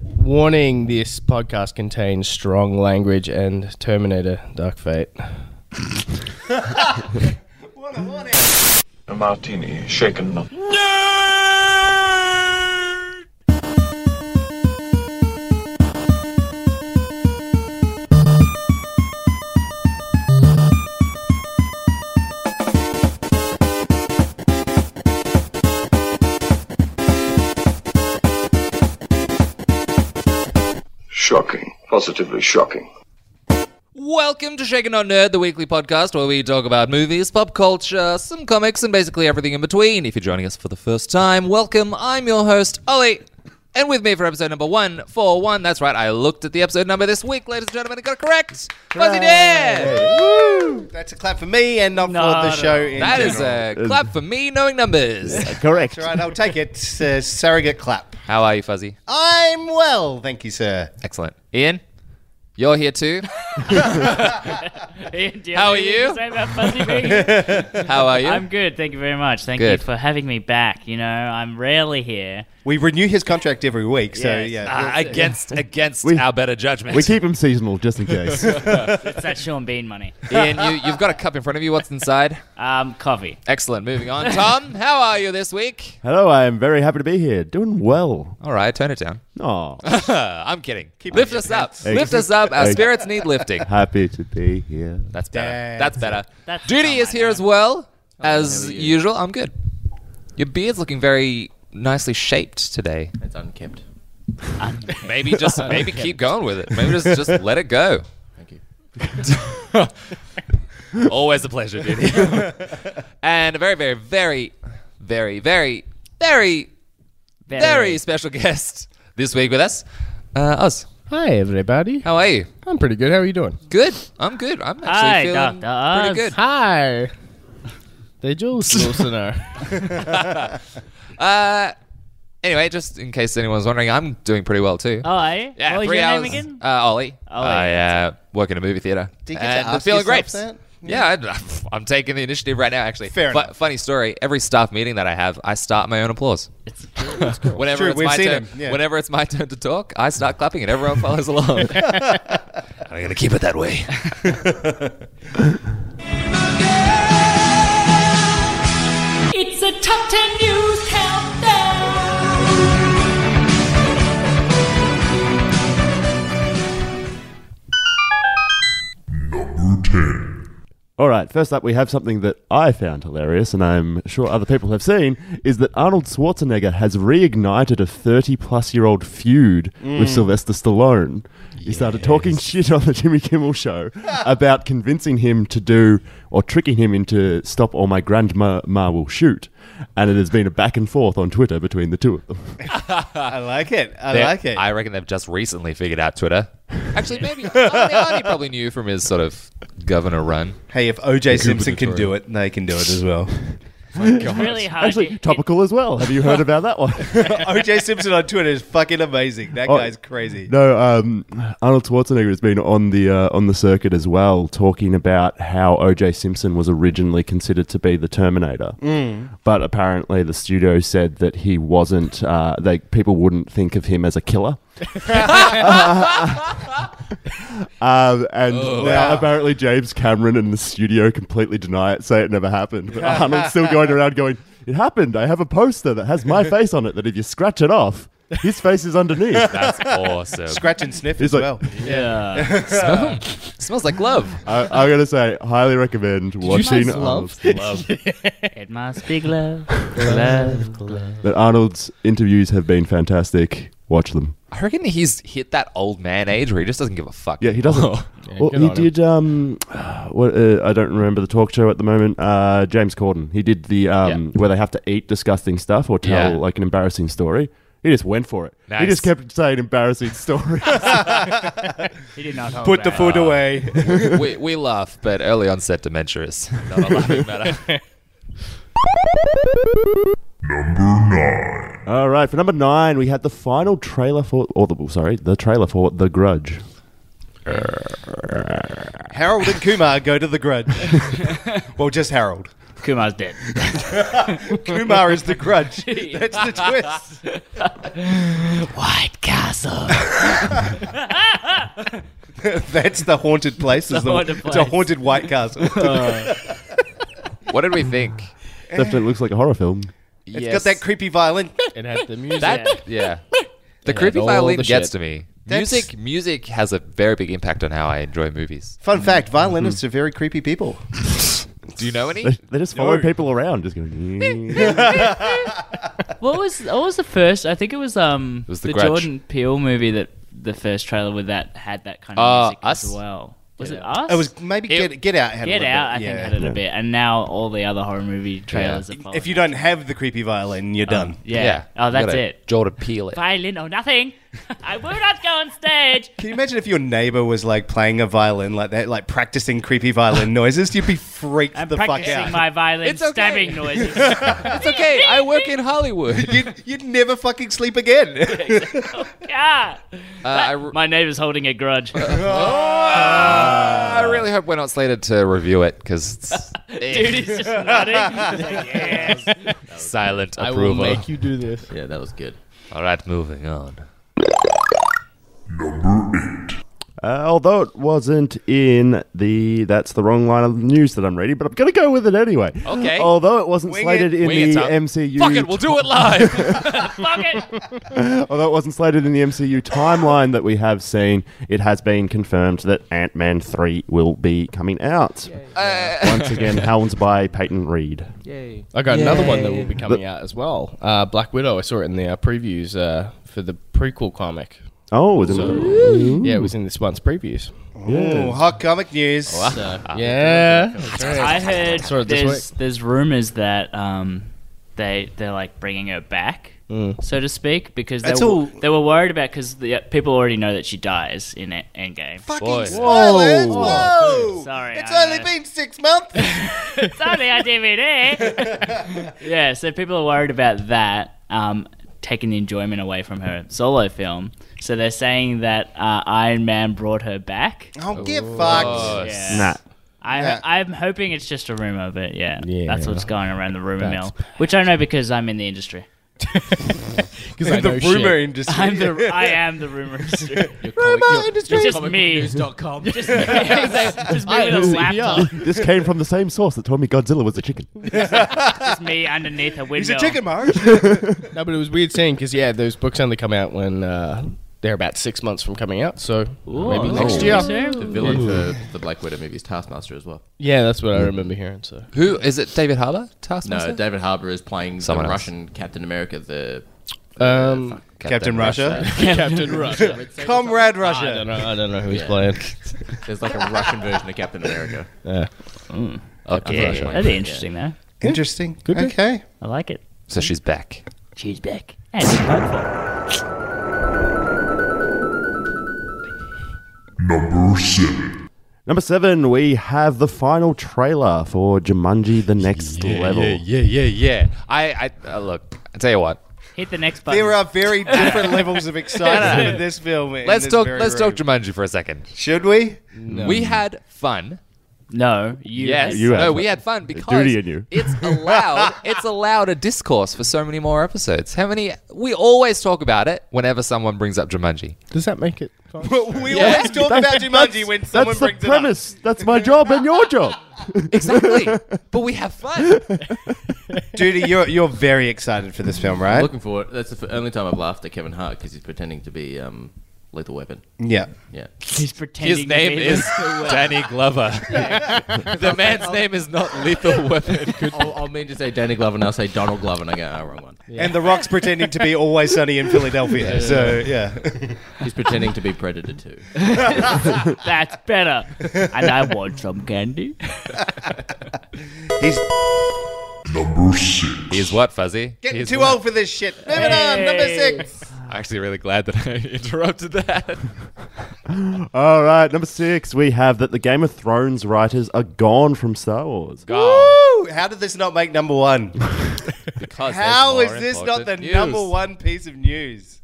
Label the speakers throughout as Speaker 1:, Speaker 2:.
Speaker 1: Warning this podcast contains strong language and Terminator Dark Fate.
Speaker 2: A martini, shaken not. Shocking. Positively shocking.
Speaker 3: Welcome to Shaken Not Nerd, the weekly podcast where we talk about movies, pop culture, some comics, and basically everything in between. If you're joining us for the first time, welcome. I'm your host, Ollie. And with me for episode number 141, that's right, I looked at the episode number this week, ladies and gentlemen, and got it correct. Was he there?
Speaker 1: That's a clap for me and not
Speaker 4: No,
Speaker 1: for the
Speaker 4: no,
Speaker 1: show.
Speaker 4: no.
Speaker 1: In
Speaker 3: That is
Speaker 1: general.
Speaker 3: a clap for me knowing numbers.
Speaker 5: Correct.
Speaker 1: That's right. I'll take it. It's a surrogate clap.
Speaker 3: How are you, Fuzzy?
Speaker 1: I'm well, thank you, sir.
Speaker 3: Excellent. Ian? You're here too.
Speaker 4: Ian, do
Speaker 3: How
Speaker 4: have
Speaker 3: are
Speaker 4: anything to
Speaker 3: you?
Speaker 4: say about Fuzzy Piggy?
Speaker 3: How are you?
Speaker 4: I'm good. Thank you very much. Thank
Speaker 3: Good.
Speaker 4: you for having me back. You know, I'm rarely here.
Speaker 1: We renew his contract every week, so
Speaker 4: Yes.
Speaker 1: yeah.
Speaker 3: Ah, against against
Speaker 5: We-
Speaker 3: our better judgment.
Speaker 5: We keep him seasonal just in case.
Speaker 4: It's that Sean Bean money.
Speaker 3: Ian, you, you've got a cup in front of you. What's inside?
Speaker 4: Um, coffee.
Speaker 3: Excellent. Moving on. Tom, how are you this week?
Speaker 5: Hello, I am very happy to be here. Doing well.
Speaker 3: All right, turn it down.
Speaker 5: Oh,
Speaker 3: I'm kidding. Lift us up.
Speaker 5: Hey.
Speaker 3: Lift us up. Our
Speaker 5: Hey.
Speaker 3: spirits need lifting.
Speaker 5: happy to be here.
Speaker 3: That's better.
Speaker 1: Damn.
Speaker 3: That's better.
Speaker 4: That's-
Speaker 3: Duty
Speaker 4: oh
Speaker 3: is
Speaker 4: my
Speaker 3: here
Speaker 4: God.
Speaker 3: as well as usual. I'm good. Your beard's looking very nicely shaped today.
Speaker 1: It's unkempt.
Speaker 3: Maybe just maybe keep going with it. Maybe just just let it go.
Speaker 1: Thank you.
Speaker 3: Always a pleasure, Duty. and a very very very very very very
Speaker 4: Very.
Speaker 3: very special guest this week with us, uh, Oz.
Speaker 1: Hi, everybody.
Speaker 3: How are you?
Speaker 1: I'm pretty good. How are you doing?
Speaker 3: Good. I'm good. I'm actually
Speaker 4: Hi,
Speaker 3: feeling
Speaker 4: Dr. Oz.
Speaker 3: pretty good.
Speaker 1: Hi. The Jules listener.
Speaker 3: Uh, anyway, just in case anyone's wondering, I'm doing pretty well too.
Speaker 4: Oh, are you?
Speaker 3: yeah,
Speaker 4: what was
Speaker 3: three
Speaker 4: your
Speaker 3: hours.
Speaker 4: name again?
Speaker 3: Uh, Ollie.
Speaker 4: Ollie,
Speaker 3: I uh, work in a movie theater. Uh,
Speaker 1: Did you get to
Speaker 3: and I'm
Speaker 1: ask
Speaker 3: feeling
Speaker 1: yourself
Speaker 3: great.
Speaker 1: that?
Speaker 3: Yeah, I, am taking the initiative right now. Actually,
Speaker 1: Fair
Speaker 3: Fu-
Speaker 1: enough.
Speaker 3: funny story. Every staff meeting that I have, I start my own applause.
Speaker 4: It's
Speaker 3: Whenever
Speaker 1: True,
Speaker 3: it's
Speaker 1: we've
Speaker 3: my
Speaker 1: seen
Speaker 3: turn,
Speaker 1: him, yeah.
Speaker 3: whenever it's my turn to talk, I start clapping and everyone follows along. And I'm gonna keep it that way.
Speaker 6: It's a top 10 news countdown.
Speaker 5: All right, first up, we have something that I found hilarious, and I'm sure other people have seen, is that Arnold Schwarzenegger has reignited a 30 plus year old feud with Sylvester Stallone. He started talking shit on the Jimmy Kimmel show about convincing him to do or tricking him into Stop or My Grandma Ma Will Shoot. And it has been a back and forth on Twitter between the two of them.
Speaker 1: I like it. I
Speaker 3: They-
Speaker 1: like it.
Speaker 3: I reckon they've just recently figured out Twitter. Actually, maybe I think Arnie probably knew from his sort of governor run.
Speaker 1: hey, if OJ Simpson can do it, they can do it as well.
Speaker 4: really hard. to
Speaker 5: Actually,
Speaker 4: hit-
Speaker 5: topical as well. Have you heard about that one?
Speaker 1: OJ Simpson on Twitter is fucking amazing. That
Speaker 5: Oh,
Speaker 1: guy's crazy.
Speaker 5: No, um, Arnold Schwarzenegger has been on the uh, on the circuit as well, talking about how O.J. Simpson was originally considered to be the Terminator,
Speaker 1: Mm.
Speaker 5: but apparently the studio said that he wasn't. Uh, they people wouldn't think of him as a killer. um, and now
Speaker 1: Oh, wow.
Speaker 5: apparently James Cameron and the studio completely deny it, say it never happened. But Arnold's still going around going, "It happened. I have a poster that has my face on it. That if you scratch it off, his face is underneath."
Speaker 3: That's awesome.
Speaker 1: Scratch and sniff
Speaker 5: He's
Speaker 1: as well.
Speaker 5: like-
Speaker 4: Yeah.
Speaker 3: Smell- smells like love.
Speaker 5: I, I'm gonna say, highly recommend watching Arnold's,
Speaker 3: Love.
Speaker 4: it must be glove. Glove.
Speaker 5: that Arnold's interviews have been fantastic. Watch them.
Speaker 3: I reckon he's hit that old man age where he just doesn't give a fuck.
Speaker 5: Yeah, he
Speaker 3: Oh.
Speaker 5: doesn't. well,
Speaker 1: good
Speaker 5: he
Speaker 1: on him.
Speaker 5: did. Um, what, uh, I don't remember the talk show at the moment. Uh, James Corden. He did the um, where they have to eat disgusting stuff or tell
Speaker 3: Yeah.
Speaker 5: like an embarrassing story. He just went for it. He
Speaker 3: Nice.
Speaker 5: just kept saying embarrassing stories.
Speaker 4: He did not hold
Speaker 1: Put the
Speaker 4: back.
Speaker 1: food away.
Speaker 3: we, we laugh, but early onset dementia is not a laughing matter.
Speaker 5: All right, for number nine, we had the final trailer for, or the sorry, the trailer for The Grudge.
Speaker 1: Harold and Kumar go to the grudge. well, just Harold.
Speaker 4: Kumar's dead.
Speaker 7: Kumar is the grudge. That's the twist.
Speaker 4: White Castle.
Speaker 7: That's the haunted place. is
Speaker 4: The
Speaker 7: the-
Speaker 4: haunted
Speaker 7: It's a
Speaker 4: place.
Speaker 7: haunted White Castle.
Speaker 3: What did we think?
Speaker 5: Definitely looks like a horror film.
Speaker 7: It's got that creepy violin.
Speaker 1: It had the music.
Speaker 3: That yeah. The
Speaker 1: Yeah,
Speaker 3: creepy
Speaker 1: all
Speaker 3: violin
Speaker 1: the
Speaker 3: gets
Speaker 1: shit.
Speaker 3: to me.
Speaker 7: That's-
Speaker 3: Music music has a very big impact on how I enjoy movies.
Speaker 7: Fun fact: violinists are very creepy people.
Speaker 3: Do you know any?
Speaker 5: They, they just follow
Speaker 7: No.
Speaker 5: people around, just going.
Speaker 4: what was what was the first? I think it was um
Speaker 3: was The
Speaker 4: the
Speaker 3: Grudge.
Speaker 4: Jordan Peele movie that the first trailer with that had that kind of
Speaker 3: Uh,
Speaker 4: music
Speaker 3: Us?
Speaker 4: as well. Was
Speaker 1: Get
Speaker 4: it
Speaker 1: Out.
Speaker 4: us?
Speaker 7: It was maybe
Speaker 4: It-
Speaker 7: get get out. Had a
Speaker 4: Get
Speaker 7: little
Speaker 4: Out. I
Speaker 7: bit,
Speaker 4: think
Speaker 7: yeah.
Speaker 4: had it a bit, and now all the other horror movie trailers are following.
Speaker 7: If you don't have the creepy violin, you're done.
Speaker 4: yeah. Oh,
Speaker 3: You
Speaker 4: that's
Speaker 3: gotta
Speaker 4: it.
Speaker 3: Jordan Peele it.
Speaker 4: Violin or nothing. I will not go on stage.
Speaker 7: Can you imagine if your neighbor was like playing a violin like that, like practicing creepy violin noises? You'd be freaked
Speaker 4: I'm
Speaker 7: the fuck
Speaker 4: practicing
Speaker 7: out.
Speaker 4: my violin
Speaker 3: It's okay.
Speaker 4: stabbing noises.
Speaker 3: It's okay. I work in Hollywood.
Speaker 7: you'd, you'd never fucking sleep again.
Speaker 4: yeah.
Speaker 3: Uh, I, re-
Speaker 4: My neighbor's holding a grudge.
Speaker 3: I really hope we're not slated to review it because
Speaker 4: Dude, he's just nodding. He's like, yes.
Speaker 3: silent
Speaker 1: I will
Speaker 3: approval.
Speaker 1: make you do this. Yeah, that was good.
Speaker 3: All right, moving on.
Speaker 5: Uh, although it wasn't in the that's the wrong line of news that I'm reading, but I'm gonna go with it anyway.
Speaker 3: Okay.
Speaker 5: Although it wasn't
Speaker 7: Wing
Speaker 5: slated
Speaker 7: it.
Speaker 5: in
Speaker 3: Wing it,
Speaker 5: the
Speaker 3: Tom.
Speaker 5: MCU,
Speaker 3: Fuck it, we'll do it live.
Speaker 4: Fuck it.
Speaker 5: although it wasn't slated in the MCU timeline that we have seen, it has been confirmed that Ant Man three will be coming out.
Speaker 3: Uh.
Speaker 5: Once again, helmed by Peyton Reed.
Speaker 1: I got another one that will be coming out as well. Uh, Black Widow. I saw it in the uh, previews uh, for the prequel comic.
Speaker 5: Oh, is it?
Speaker 1: Yeah, it was in this month's previews.
Speaker 5: Yeah.
Speaker 7: Ooh, hot comic news.
Speaker 1: yeah.
Speaker 4: I heard
Speaker 1: Saw it this
Speaker 4: there's there's rumors that um they they're like bringing her back. So to speak, because they
Speaker 7: That's
Speaker 4: were,
Speaker 7: all-
Speaker 4: they were worried about because people already know that she dies in E- Endgame.
Speaker 7: Fucking
Speaker 3: Boy.
Speaker 7: spoilers! Whoa!
Speaker 4: Sorry,
Speaker 7: it's
Speaker 4: I
Speaker 7: only
Speaker 4: know.
Speaker 7: been six months.
Speaker 4: It's only on DVD. yeah, so people are worried about that um, taking the enjoyment away from her solo film. So they're saying that uh, Iron Man brought her back.
Speaker 7: Oh, get fucked.
Speaker 4: Yeah.
Speaker 5: Nah.
Speaker 4: I,
Speaker 7: Yeah.
Speaker 4: I'm hoping it's just a rumor, but yeah,
Speaker 1: Yeah.
Speaker 4: that's what's going around the rumor
Speaker 1: That's
Speaker 4: mill, which I know because I'm in the industry.
Speaker 1: Because I know
Speaker 7: the rumor
Speaker 1: shit.
Speaker 7: industry.
Speaker 4: I'm the I am the rumor industry.
Speaker 7: rumor industry.
Speaker 4: It's just me. News.com. Just, just me with a laptop.
Speaker 5: This came from the same source that told me Godzilla was a chicken.
Speaker 4: Just me underneath a window.
Speaker 7: He's a chicken, Marge.
Speaker 1: No, but it was weird seeing because yeah, those books only come out when uh, they're about six months from coming out. So maybe
Speaker 4: Oh.
Speaker 1: next year.
Speaker 8: The villain for the Black Widow movie is Taskmaster as well.
Speaker 1: Yeah, that's what I remember hearing. So
Speaker 3: Who is it? David Harbour? Taskmaster.
Speaker 8: No, David Harbour is playing
Speaker 3: Someone
Speaker 8: the
Speaker 3: else.
Speaker 8: Russian Captain America. The
Speaker 1: um,
Speaker 7: Captain Russia.
Speaker 1: Captain Russia.
Speaker 7: Comrade
Speaker 1: I don't
Speaker 7: Russia.
Speaker 1: know. I don't know who's playing.
Speaker 8: there's like a Russian version of Captain America.
Speaker 1: Yeah.
Speaker 8: Okay,
Speaker 4: That'd be interesting, though.
Speaker 7: Interesting.
Speaker 1: Could be.
Speaker 7: okay.
Speaker 4: I like it.
Speaker 3: So she's back.
Speaker 4: She's back. And she's hopeful.
Speaker 5: Number seven, we have the final trailer for Jumanji: The Next Level.
Speaker 3: yeah, yeah, yeah. I, I uh, look. I tell you what.
Speaker 4: Hit the next button.
Speaker 7: There are very different levels of excitement in this film. in
Speaker 3: Let's
Speaker 7: this
Speaker 3: talk.
Speaker 7: very
Speaker 3: Let's talk
Speaker 7: room.
Speaker 3: Jumanji for a second.
Speaker 7: Should we?
Speaker 3: We had fun.
Speaker 4: No, you.
Speaker 3: Yes.
Speaker 5: You
Speaker 3: no,
Speaker 5: had
Speaker 3: we
Speaker 5: fun.
Speaker 3: had fun because
Speaker 5: Duty in you.
Speaker 3: it's allowed. it's allowed a discourse for so many more episodes. How many? We always talk about it whenever someone brings up Jumanji.
Speaker 1: Does that make it? fun?
Speaker 7: But we always talk about Jumanji when someone
Speaker 5: That's the
Speaker 7: brings it
Speaker 5: premise. That's my job and your job.
Speaker 3: Exactly. but we have fun.
Speaker 7: up. Judy, you're you're very excited for this film, right?
Speaker 8: looking forward. That's the f- only time I've laughed at Kevin Hart because he's pretending to be um, Lethal Weapon.
Speaker 7: yeah.
Speaker 8: Yeah,
Speaker 4: He's pretending.
Speaker 3: His name
Speaker 4: to be
Speaker 3: is
Speaker 4: the-
Speaker 3: Danny Glover. the man's name is not Lethal Weapon.
Speaker 8: I'll, I'll mean to say Danny Glover and I'll say Donald Glover and I go, oh, wrong one.
Speaker 7: And The Rock's pretending to be always sunny in Philadelphia. So yeah.
Speaker 8: He's pretending to be Predator too.
Speaker 4: That's better. And I want some candy.
Speaker 7: He's
Speaker 3: He's what, Fuzzy?
Speaker 7: getting
Speaker 3: He's
Speaker 7: too
Speaker 3: what?
Speaker 7: old for this shit. Moving on, number six.
Speaker 3: I'm actually really glad that I interrupted that.
Speaker 5: All right, number six, we have that the Game of Thrones writers are gone from Star Wars.
Speaker 7: Woo! How did this not make number one?
Speaker 3: Because there's
Speaker 7: How
Speaker 3: more
Speaker 7: is this not the
Speaker 3: important news.
Speaker 7: number one piece of news?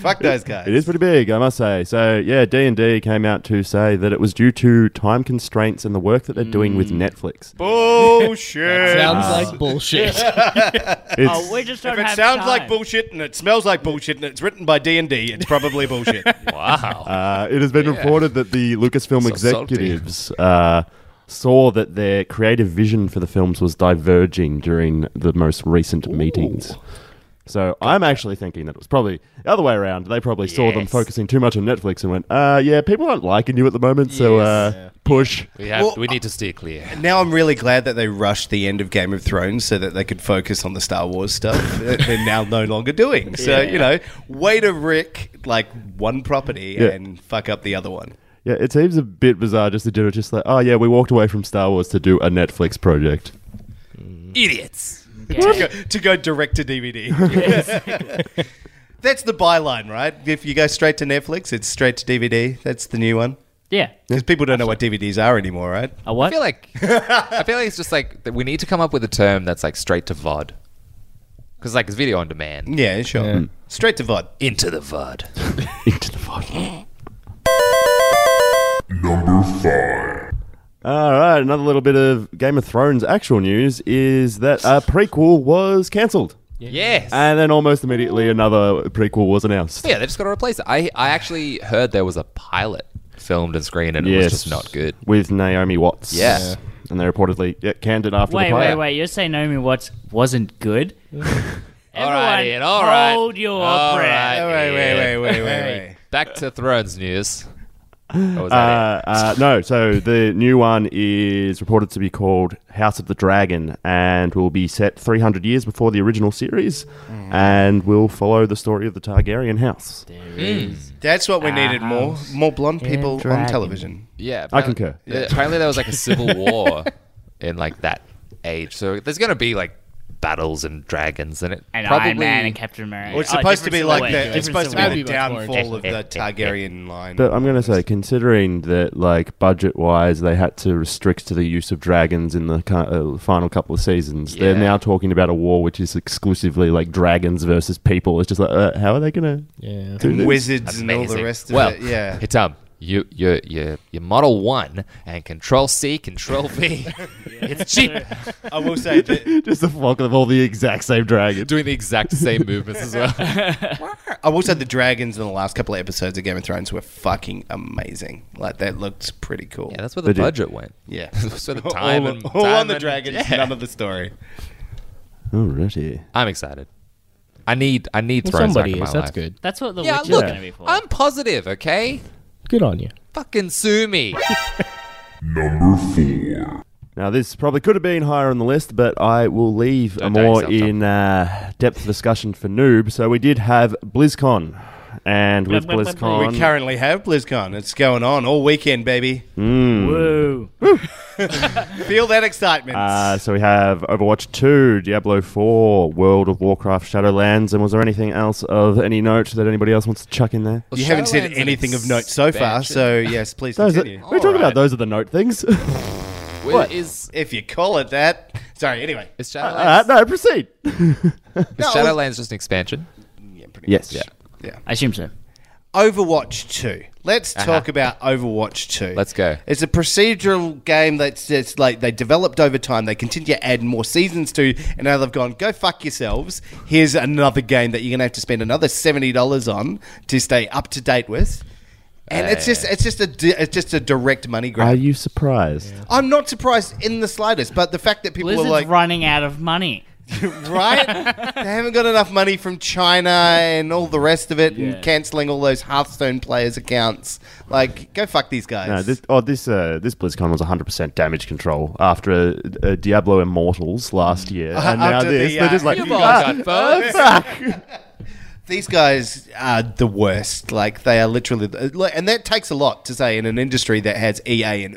Speaker 7: Fuck those guys.
Speaker 5: It is pretty big, I must say. So yeah, D and D came out to say that it was due to time constraints and the work that they're doing with
Speaker 7: Mm.
Speaker 5: Netflix.
Speaker 7: Oh, Bullshit.
Speaker 1: Sounds like bullshit.
Speaker 5: It's-
Speaker 4: Oh, we just don't
Speaker 7: if it
Speaker 4: have
Speaker 7: sounds
Speaker 4: time.
Speaker 7: like bullshit and it smells like bullshit and it's written by D and D, it's probably bullshit.
Speaker 5: Uh, it has been reported that the Lucasfilm
Speaker 8: salty.
Speaker 5: executives uh, saw that their creative vision for the films was diverging during the most recent meetings. So I'm actually thinking that it was probably the other way around. They probably saw them
Speaker 4: Yes.
Speaker 5: focusing too much on Netflix and went, uh, "Yeah, people aren't liking you at the moment, so uh, push."
Speaker 3: We have.
Speaker 7: Well,
Speaker 3: we need to steer clear.
Speaker 7: now I'm really glad that they rushed the end of Game of Thrones so that they could focus on the Star Wars stuff that they're now no longer doing. So you know, way to wreck like one property
Speaker 5: Yeah.
Speaker 7: and fuck up the other one.
Speaker 5: Yeah, it seems a bit bizarre just to do it. Just like, oh yeah, we walked away from Star Wars to do a Netflix project.
Speaker 3: Idiots.
Speaker 7: to, go, to go direct to DVD. That's the byline, right? If you go straight to Netflix, it's straight to DVD. That's the new one.
Speaker 4: yeah.
Speaker 7: Because people don't know what DVDs are anymore, right?
Speaker 4: A what?
Speaker 3: I feel like I feel like it's just like that we need to come up with a term that's like straight to VOD. Because like it's video on demand.
Speaker 7: Yeah, sure. Straight to VOD.
Speaker 3: Into the VOD.
Speaker 5: Into the bottle. Number five. All right, another little bit of Game of Thrones actual news is that a prequel was cancelled.
Speaker 3: Yes.
Speaker 5: And then almost immediately another prequel was announced.
Speaker 3: yeah, they've just got to replace it. I I actually heard there was a pilot filmed and screened and it was just not good.
Speaker 5: With Naomi Watts.
Speaker 3: Yeah. Yeah.
Speaker 5: And they reportedly yeah, canned it after
Speaker 4: Wait,
Speaker 5: the
Speaker 4: wait,
Speaker 5: pilot.
Speaker 4: wait. You're saying Naomi Watts wasn't good?
Speaker 3: All
Speaker 4: Everyone,
Speaker 3: right, Ian, all right.
Speaker 4: hold your
Speaker 3: All
Speaker 4: breath.
Speaker 3: right,
Speaker 7: Wait, wait,
Speaker 3: Ian.
Speaker 7: wait, wait, wait, wait.
Speaker 3: Back to Thrones news. Or was that it?
Speaker 5: Uh, uh, no, so the new one is reported to be called House of the Dragon and will be set 300 years before the original series and will follow the story of the Targaryen house.
Speaker 7: That's what we needed more. More blonde people on
Speaker 4: dragon.
Speaker 7: television.
Speaker 3: Yeah,
Speaker 5: I
Speaker 3: apparently-
Speaker 5: concur.
Speaker 3: yeah, Apparently, there was like a civil war in like that age, so there's gonna be like battles and dragons, and it
Speaker 4: And
Speaker 3: probably
Speaker 4: Iron Man and Captain America.
Speaker 7: Well, it's
Speaker 4: Oh,
Speaker 7: supposed to be
Speaker 4: different
Speaker 7: like
Speaker 4: silhouette,
Speaker 7: the, it's
Speaker 4: different
Speaker 7: supposed to be the
Speaker 1: silhouette. That'd be much
Speaker 7: downfall
Speaker 1: more
Speaker 7: of the Targaryen line.
Speaker 5: But I'm going to say, considering that, like, budget wise, they had to restrict to the use of dragons in the ki- uh, final couple of seasons, they're
Speaker 3: Yeah.
Speaker 5: now talking about a war which is exclusively, like, dragons versus people. It's just like, uh, how are they going to
Speaker 1: yeah.
Speaker 5: do this?
Speaker 7: wizards and all
Speaker 3: amazing.
Speaker 7: the rest of
Speaker 3: well,
Speaker 7: it. Yeah.
Speaker 3: it's um, you you you you model one and Control C, Control V. It's cheap.
Speaker 7: I will say that
Speaker 5: Just a flock of all the exact same dragons.
Speaker 3: Doing the exact same movements as well.
Speaker 7: I will say the dragons in the last couple of episodes of Game of Thrones were fucking amazing. Like that looked pretty cool.
Speaker 3: Yeah, that's where the
Speaker 5: They do.
Speaker 3: budget went.
Speaker 7: Yeah.
Speaker 3: That's where the time
Speaker 7: all,
Speaker 3: and
Speaker 7: all
Speaker 3: time
Speaker 7: on the
Speaker 3: and-
Speaker 7: dragons,
Speaker 3: yeah.
Speaker 7: none of the story.
Speaker 5: Alrighty.
Speaker 3: I'm excited. I need I need Thrones back in
Speaker 1: somebody
Speaker 3: my
Speaker 1: is. That's
Speaker 3: life.
Speaker 1: good.
Speaker 4: That's what the
Speaker 3: Yeah,
Speaker 4: Witch
Speaker 3: Uh, look,
Speaker 4: is going to be for.
Speaker 3: I'm positive. Okay,
Speaker 1: Good on you.
Speaker 3: fucking sue me.
Speaker 5: Now, this probably could have been higher on the list, but I will leave a
Speaker 3: doubt
Speaker 5: more
Speaker 3: yourself, Tom.
Speaker 5: in uh, depth discussion for noob. So, we did have BlizzCon. And with
Speaker 4: Blub, blub, blub, blub.
Speaker 5: BlizzCon,
Speaker 7: We currently have BlizzCon. It's going on all weekend, baby.
Speaker 5: mm,
Speaker 4: Woo.
Speaker 3: Mm.
Speaker 7: Feel that excitement.
Speaker 5: Uh, so we have Overwatch 2, Diablo 4, World of Warcraft, Shadowlands, and was there anything else of any note that anybody else wants to chuck in there?
Speaker 7: you haven't said
Speaker 3: Shadowlands an
Speaker 7: anything of note so far,
Speaker 3: expansion.
Speaker 7: so yes, please
Speaker 5: Those are,
Speaker 7: continue.
Speaker 5: we're talking about those are the note things. uh,
Speaker 3: What is
Speaker 7: If you call it that. Sorry, anyway.
Speaker 3: is Shadowlands?
Speaker 5: Uh,
Speaker 7: uh,
Speaker 5: no, proceed.
Speaker 3: is Shadowlands just an expansion?
Speaker 5: yes. Yeah.
Speaker 4: I assume so.
Speaker 7: Overwatch 2. Let's talk about Overwatch 2.
Speaker 3: Let's go.
Speaker 7: It's a procedural game that's just like they developed over time. They continue to add more seasons to, and now they've gone, go fuck yourselves. Here's another game that you're going to have to spend another $70 on to stay up to date with. And it's just it's just a di- it's just a direct money grab.
Speaker 5: Are you surprised?
Speaker 7: I'm not surprised in the slightest, but the fact that people
Speaker 4: Blizzard's
Speaker 7: are like,
Speaker 4: running out of money.
Speaker 7: right? they haven't got enough money from China and all the rest of it,
Speaker 4: Yeah.
Speaker 7: and cancelling all those Hearthstone players' accounts. Like, go fuck these guys.
Speaker 5: No, this oh this uh, this BlizzCon was 100% damage control after uh, uh, Diablo Immortals last year, and now
Speaker 7: after
Speaker 5: this
Speaker 7: the,
Speaker 5: they're
Speaker 7: uh,
Speaker 5: just like "Ah,
Speaker 3: Come on, folks.
Speaker 7: these guys are the worst. Like, they are literally, the- like, and that takes a lot to say in an industry that has EA and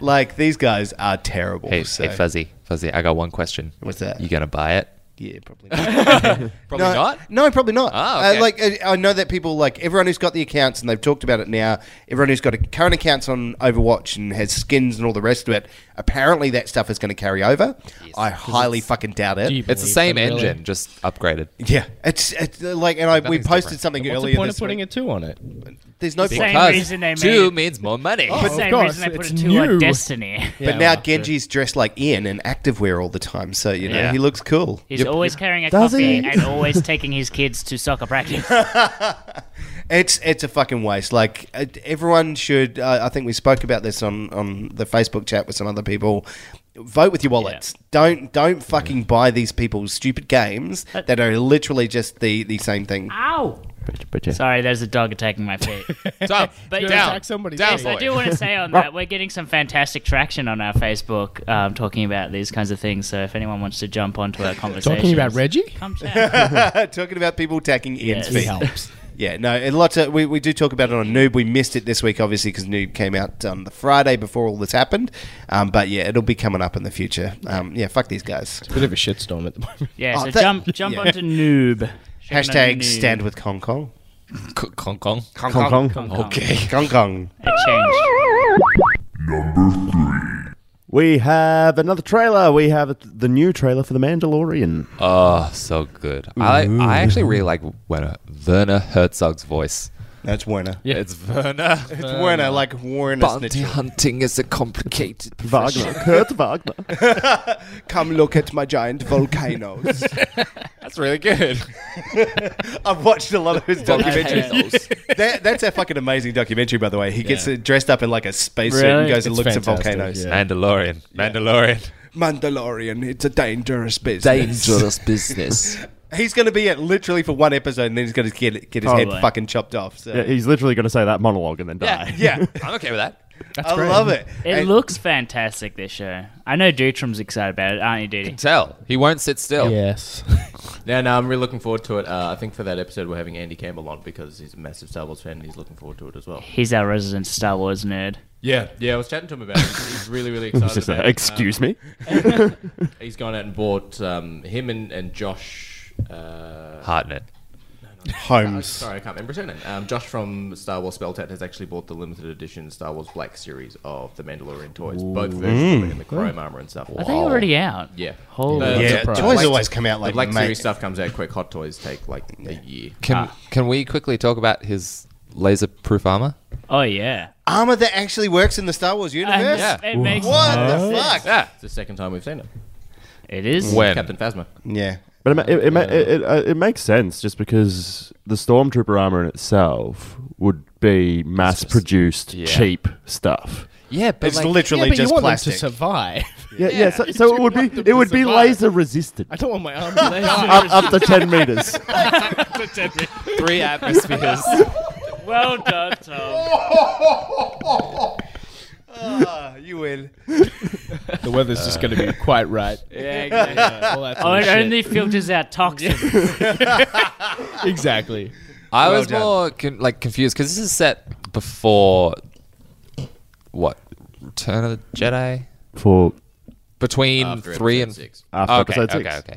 Speaker 7: like, these guys are terrible.
Speaker 3: Hey,
Speaker 7: so-
Speaker 3: hey, Fuzzy, Fuzzy, I got one question.
Speaker 7: What's that?
Speaker 3: You gonna buy it?
Speaker 7: Yeah, probably. Not.
Speaker 3: Probably
Speaker 7: no,
Speaker 3: not.
Speaker 7: No, probably not.
Speaker 3: Ah, okay.
Speaker 7: uh, like uh, I know that people like everyone who's got the accounts and they've talked about it now. Everyone who's got a current accounts on Overwatch and has skins and all the rest of it. Apparently, that stuff is going to carry over. I highly fucking doubt it.
Speaker 1: Deep.
Speaker 3: It's the
Speaker 1: Believe
Speaker 3: same
Speaker 1: them, really.
Speaker 3: engine, just upgraded.
Speaker 7: Yeah, it's, it's uh, like, and I we
Speaker 3: Nothing's
Speaker 7: posted
Speaker 3: different.
Speaker 7: something
Speaker 1: What's
Speaker 7: earlier
Speaker 1: the point
Speaker 7: this
Speaker 1: of putting
Speaker 7: week.
Speaker 1: a two on it?
Speaker 7: There's no point.
Speaker 4: Same
Speaker 3: Because
Speaker 4: reason they
Speaker 3: two
Speaker 4: made- Oh,
Speaker 3: means more money.
Speaker 4: The
Speaker 1: of
Speaker 4: same
Speaker 1: course,
Speaker 4: reason they put
Speaker 1: it's
Speaker 4: it to our
Speaker 1: new.
Speaker 4: Destiny.
Speaker 7: But
Speaker 1: Yeah,
Speaker 7: now
Speaker 1: well, true.
Speaker 7: Genji's dressed like Ian in activewear all the time, so you know
Speaker 4: Yeah.
Speaker 7: he looks cool.
Speaker 4: He's always carrying a
Speaker 5: Does
Speaker 4: coffee
Speaker 5: he?
Speaker 4: and always taking his kids to soccer practice.
Speaker 7: It's it's a fucking waste. Like uh, everyone should. Uh, I think we spoke about this on on the Facebook chat with some other people. Vote with your wallets. Don't don't fucking buy these people's stupid games
Speaker 4: But-
Speaker 7: that are literally just the the same thing.
Speaker 4: Ow! Sorry, there's a dog attacking my feet.
Speaker 3: Tom,
Speaker 4: But-
Speaker 3: down,
Speaker 1: attack somebody.
Speaker 3: down,
Speaker 4: Yes,
Speaker 3: boy.
Speaker 4: I do want to say on that, we're getting some fantastic traction on our Facebook um, talking about these kinds of things. So if anyone wants to jump onto our conversation,
Speaker 1: Talking about Reggie?
Speaker 4: come chat.
Speaker 7: Talking about people attacking Ian's
Speaker 4: Yes.
Speaker 7: feet.
Speaker 4: He
Speaker 1: helps.
Speaker 7: Yeah, no, and lots of we, we do talk about it on Noob. We missed it this week, obviously, because Noob came out on the Friday before all this happened. Um, but yeah, it'll be coming up in the future. Um, yeah, fuck these guys.
Speaker 1: Bit of a shitstorm at the moment.
Speaker 4: Yeah,
Speaker 7: Oh,
Speaker 4: so
Speaker 7: that-
Speaker 4: jump jump
Speaker 7: yeah.
Speaker 4: onto Noob. Check it on
Speaker 7: Hashtag
Speaker 4: Noob.
Speaker 7: stand with Hong Kong.
Speaker 3: C- Kong Kong.
Speaker 5: Hong
Speaker 7: Hong
Speaker 5: Kong.
Speaker 4: Hong Kong.
Speaker 7: Hong Kong.
Speaker 4: It changed.
Speaker 5: We have another trailer. We have the new trailer for The Mandalorian.
Speaker 3: Oh, so good. I I actually really like Werner, Werner Herzog's voice.
Speaker 7: That's Werner.
Speaker 1: Yeah.
Speaker 3: It's Werner.
Speaker 7: It's Werner, like Werner
Speaker 3: Bounty
Speaker 7: Snitchell.
Speaker 3: hunting is a complicated
Speaker 5: Wagner. Kurt Wagner.
Speaker 7: Come look at my giant volcanoes.
Speaker 3: That's really good.
Speaker 7: I've watched a lot of his documentaries.
Speaker 3: Volcanoes.
Speaker 7: that, that's a fucking amazing documentary, by the way. He gets uh, dressed up in like a spacesuit and
Speaker 4: Really?
Speaker 7: goes and
Speaker 1: It's
Speaker 7: looks
Speaker 1: fantastic,
Speaker 7: at volcanoes.
Speaker 1: yeah.
Speaker 3: Mandalorian. Mandalorian.
Speaker 7: Mandalorian, it's a dangerous business.
Speaker 3: Dangerous business.
Speaker 7: He's going to be it literally for one episode, and then he's going to get get his
Speaker 4: Probably.
Speaker 7: head fucking chopped off. So.
Speaker 5: Yeah, he's literally going to say that monologue and then die.
Speaker 7: Yeah.
Speaker 3: I'm okay with that.
Speaker 7: I love it.
Speaker 4: It
Speaker 7: And-
Speaker 4: looks fantastic this show. I know Dutram's excited about it, aren't you, Duty?
Speaker 3: Tell. He won't sit still.
Speaker 1: Yes.
Speaker 8: No, no, I'm really looking forward to it. Uh, I think for that episode, we're having Andy Campbell on because he's a massive Star Wars fan and he's looking forward to it as well.
Speaker 4: He's our resident Star Wars nerd.
Speaker 8: Yeah, yeah, I was chatting to him about it. He's he's really, really excited.
Speaker 5: It's just
Speaker 8: about
Speaker 7: Uh,
Speaker 5: a,
Speaker 8: it.
Speaker 5: excuse me.
Speaker 8: Um, he's gone out and bought um, him and, and Josh. Uh,
Speaker 3: Hartnett.
Speaker 8: I'm
Speaker 7: Holmes.
Speaker 8: sorry, I can't remember his name. Um, Josh from Star Wars Spelltat has actually bought the limited edition Star Wars Black series of the Mandalorian toys, both versions,
Speaker 1: Mm.
Speaker 8: and the chrome armor and stuff.
Speaker 4: Are they already out?
Speaker 8: Yeah.
Speaker 4: Holy
Speaker 8: The-
Speaker 7: Yeah,
Speaker 8: the
Speaker 7: toys
Speaker 8: Black-
Speaker 7: always come out like
Speaker 8: the Black
Speaker 7: mate.
Speaker 8: Series stuff comes out quick. Hot toys take like a year.
Speaker 3: Can can we quickly talk about his laser proof armor?
Speaker 4: Oh yeah.
Speaker 7: Armor that actually works in the Star Wars universe.
Speaker 3: Yeah.
Speaker 4: It makes
Speaker 7: What the fuck?
Speaker 3: Yeah.
Speaker 8: It's the second time we've seen it.
Speaker 4: It is.
Speaker 3: When?
Speaker 8: Captain Phasma.
Speaker 7: Yeah.
Speaker 5: But it, ma- it, it, ma- it, it, uh, it makes sense just because the stormtrooper armor in itself would be mass produced,
Speaker 3: yeah.
Speaker 5: cheap stuff.
Speaker 3: Yeah, but
Speaker 7: It's literally
Speaker 1: yeah, but
Speaker 7: just
Speaker 1: you want
Speaker 7: plastic.
Speaker 1: them to survive.
Speaker 5: Yeah, yeah. so, so it would be it would be laser resistant
Speaker 1: I don't want my arm to
Speaker 5: up, up to ten meters.
Speaker 3: three atmospheres.
Speaker 4: Well done,
Speaker 7: Oh,
Speaker 4: Tom.
Speaker 7: Ah, you will.
Speaker 1: The weather's just going to be quite right.
Speaker 4: Uh, yeah, exactly.
Speaker 1: All that
Speaker 4: Oh,
Speaker 1: sort of
Speaker 4: it
Speaker 1: shit.
Speaker 4: only filters out toxins.
Speaker 1: exactly.
Speaker 3: I was
Speaker 7: done.
Speaker 3: more con- like confused because this is set before what Return of the Jedi
Speaker 5: For
Speaker 3: between
Speaker 8: After
Speaker 3: three
Speaker 8: episode
Speaker 3: and
Speaker 8: six.
Speaker 5: After
Speaker 3: okay,
Speaker 5: episode
Speaker 3: okay,
Speaker 5: six.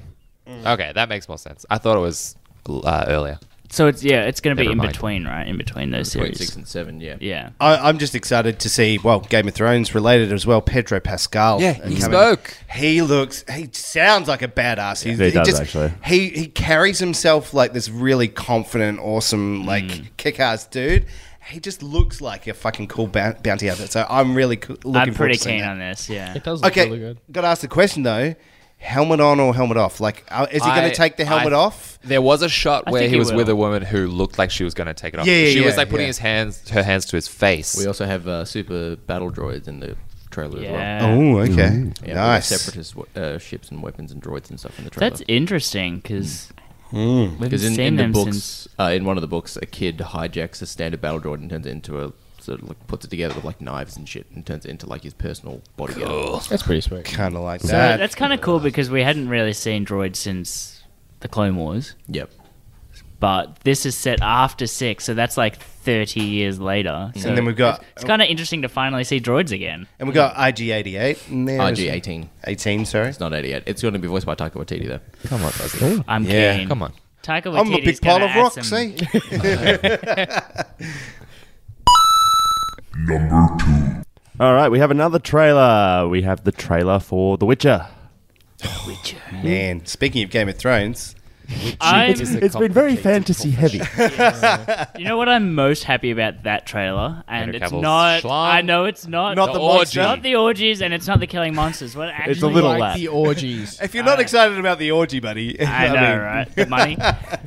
Speaker 3: okay, okay. That makes more sense. I thought it was uh, earlier.
Speaker 4: so it's yeah, it's going to be
Speaker 3: Never
Speaker 4: in
Speaker 3: mind.
Speaker 4: between, right? In between those
Speaker 8: Between
Speaker 4: series.
Speaker 8: six and seven, yeah.
Speaker 4: Yeah.
Speaker 7: I, I'm just excited to see, well, Game of Thrones related as well. Pedro Pascal.
Speaker 3: Yeah,
Speaker 7: uh,
Speaker 3: he
Speaker 7: coming-
Speaker 3: spoke.
Speaker 7: He looks, he sounds like a badass. He's,
Speaker 5: He does,
Speaker 7: just,
Speaker 5: actually.
Speaker 7: He, he carries himself like this really confident, awesome, like kick ass dude. He just looks like a fucking cool bou- bounty hunter. So I'm really coo- looking
Speaker 4: I'm
Speaker 7: forward
Speaker 4: pretty
Speaker 7: to seeing
Speaker 4: keen
Speaker 7: that.
Speaker 4: on this. Yeah.
Speaker 1: It does look
Speaker 7: Okay,
Speaker 1: really good.
Speaker 7: got to ask the question though helmet on or helmet off? Like, uh, is he going
Speaker 3: I-
Speaker 7: to take the helmet
Speaker 3: I-
Speaker 7: off?
Speaker 3: There was a shot
Speaker 4: I
Speaker 3: where
Speaker 4: think
Speaker 3: he
Speaker 4: he
Speaker 3: was with
Speaker 4: will.
Speaker 3: a woman who looked like she was going to take it off.
Speaker 7: Yeah, yeah,
Speaker 3: she was
Speaker 7: yeah,
Speaker 3: like putting
Speaker 7: yeah.
Speaker 3: his hands, her hands to his face.
Speaker 8: We also have uh, super battle droids in the trailer as well.
Speaker 4: Yeah.
Speaker 7: Oh, okay.
Speaker 8: Yeah, all the
Speaker 7: nice.
Speaker 8: Separatist uh, ships and weapons and droids and stuff in the trailer.
Speaker 4: That's interesting because
Speaker 7: Hmm.
Speaker 4: we haven't
Speaker 8: Because in,
Speaker 4: seen
Speaker 8: in the
Speaker 4: them
Speaker 8: books,
Speaker 4: since.
Speaker 8: uh, in one of the books, a kid hijacks a standard battle droid and turns it into a sort of like puts it together with like knives and shit and turns it into like his personal bodyguard.
Speaker 1: That's pretty sweet.
Speaker 7: Kind of like
Speaker 4: So
Speaker 7: that.
Speaker 4: that's kind of cool because we hadn't really seen droids since the Clone Wars.
Speaker 8: Yep.
Speaker 4: But this is set after six, so that's like 30 years later. So
Speaker 7: and then we've got
Speaker 4: it's kind of interesting to finally see droids again.
Speaker 7: and we have got IG88. And there is-
Speaker 8: RG18.
Speaker 7: 18, sorry.
Speaker 8: It's not 88. It's going to be voiced by Taika Waititi, though. Come on, Buzz.
Speaker 4: I'm
Speaker 7: Yeah.
Speaker 4: keen.
Speaker 3: Come on.
Speaker 4: Taika
Speaker 7: I'm a
Speaker 4: Waititi's
Speaker 7: big pile
Speaker 4: gonna
Speaker 7: of
Speaker 4: add
Speaker 7: rocks, eh?
Speaker 4: some-
Speaker 7: see?
Speaker 5: All right, we have another trailer. We have the trailer for The Witcher.
Speaker 7: Man, speaking of Game of Thrones,
Speaker 4: I'm,
Speaker 5: It's been very fantasy heavy.
Speaker 4: you know what I'm most happy about that trailer, and
Speaker 3: Henry
Speaker 4: it's
Speaker 3: Cavill's
Speaker 4: not.
Speaker 3: schlong.
Speaker 4: I know it's not.
Speaker 7: Not The the monster. orgy.
Speaker 4: Not the orgies, and it's not the killing monsters. What actually
Speaker 5: little-
Speaker 4: all
Speaker 1: like
Speaker 4: that?
Speaker 1: the orgies.
Speaker 7: if you're not excited about the orgy, buddy,
Speaker 4: Uh, I know,
Speaker 7: mean,
Speaker 4: right? The money.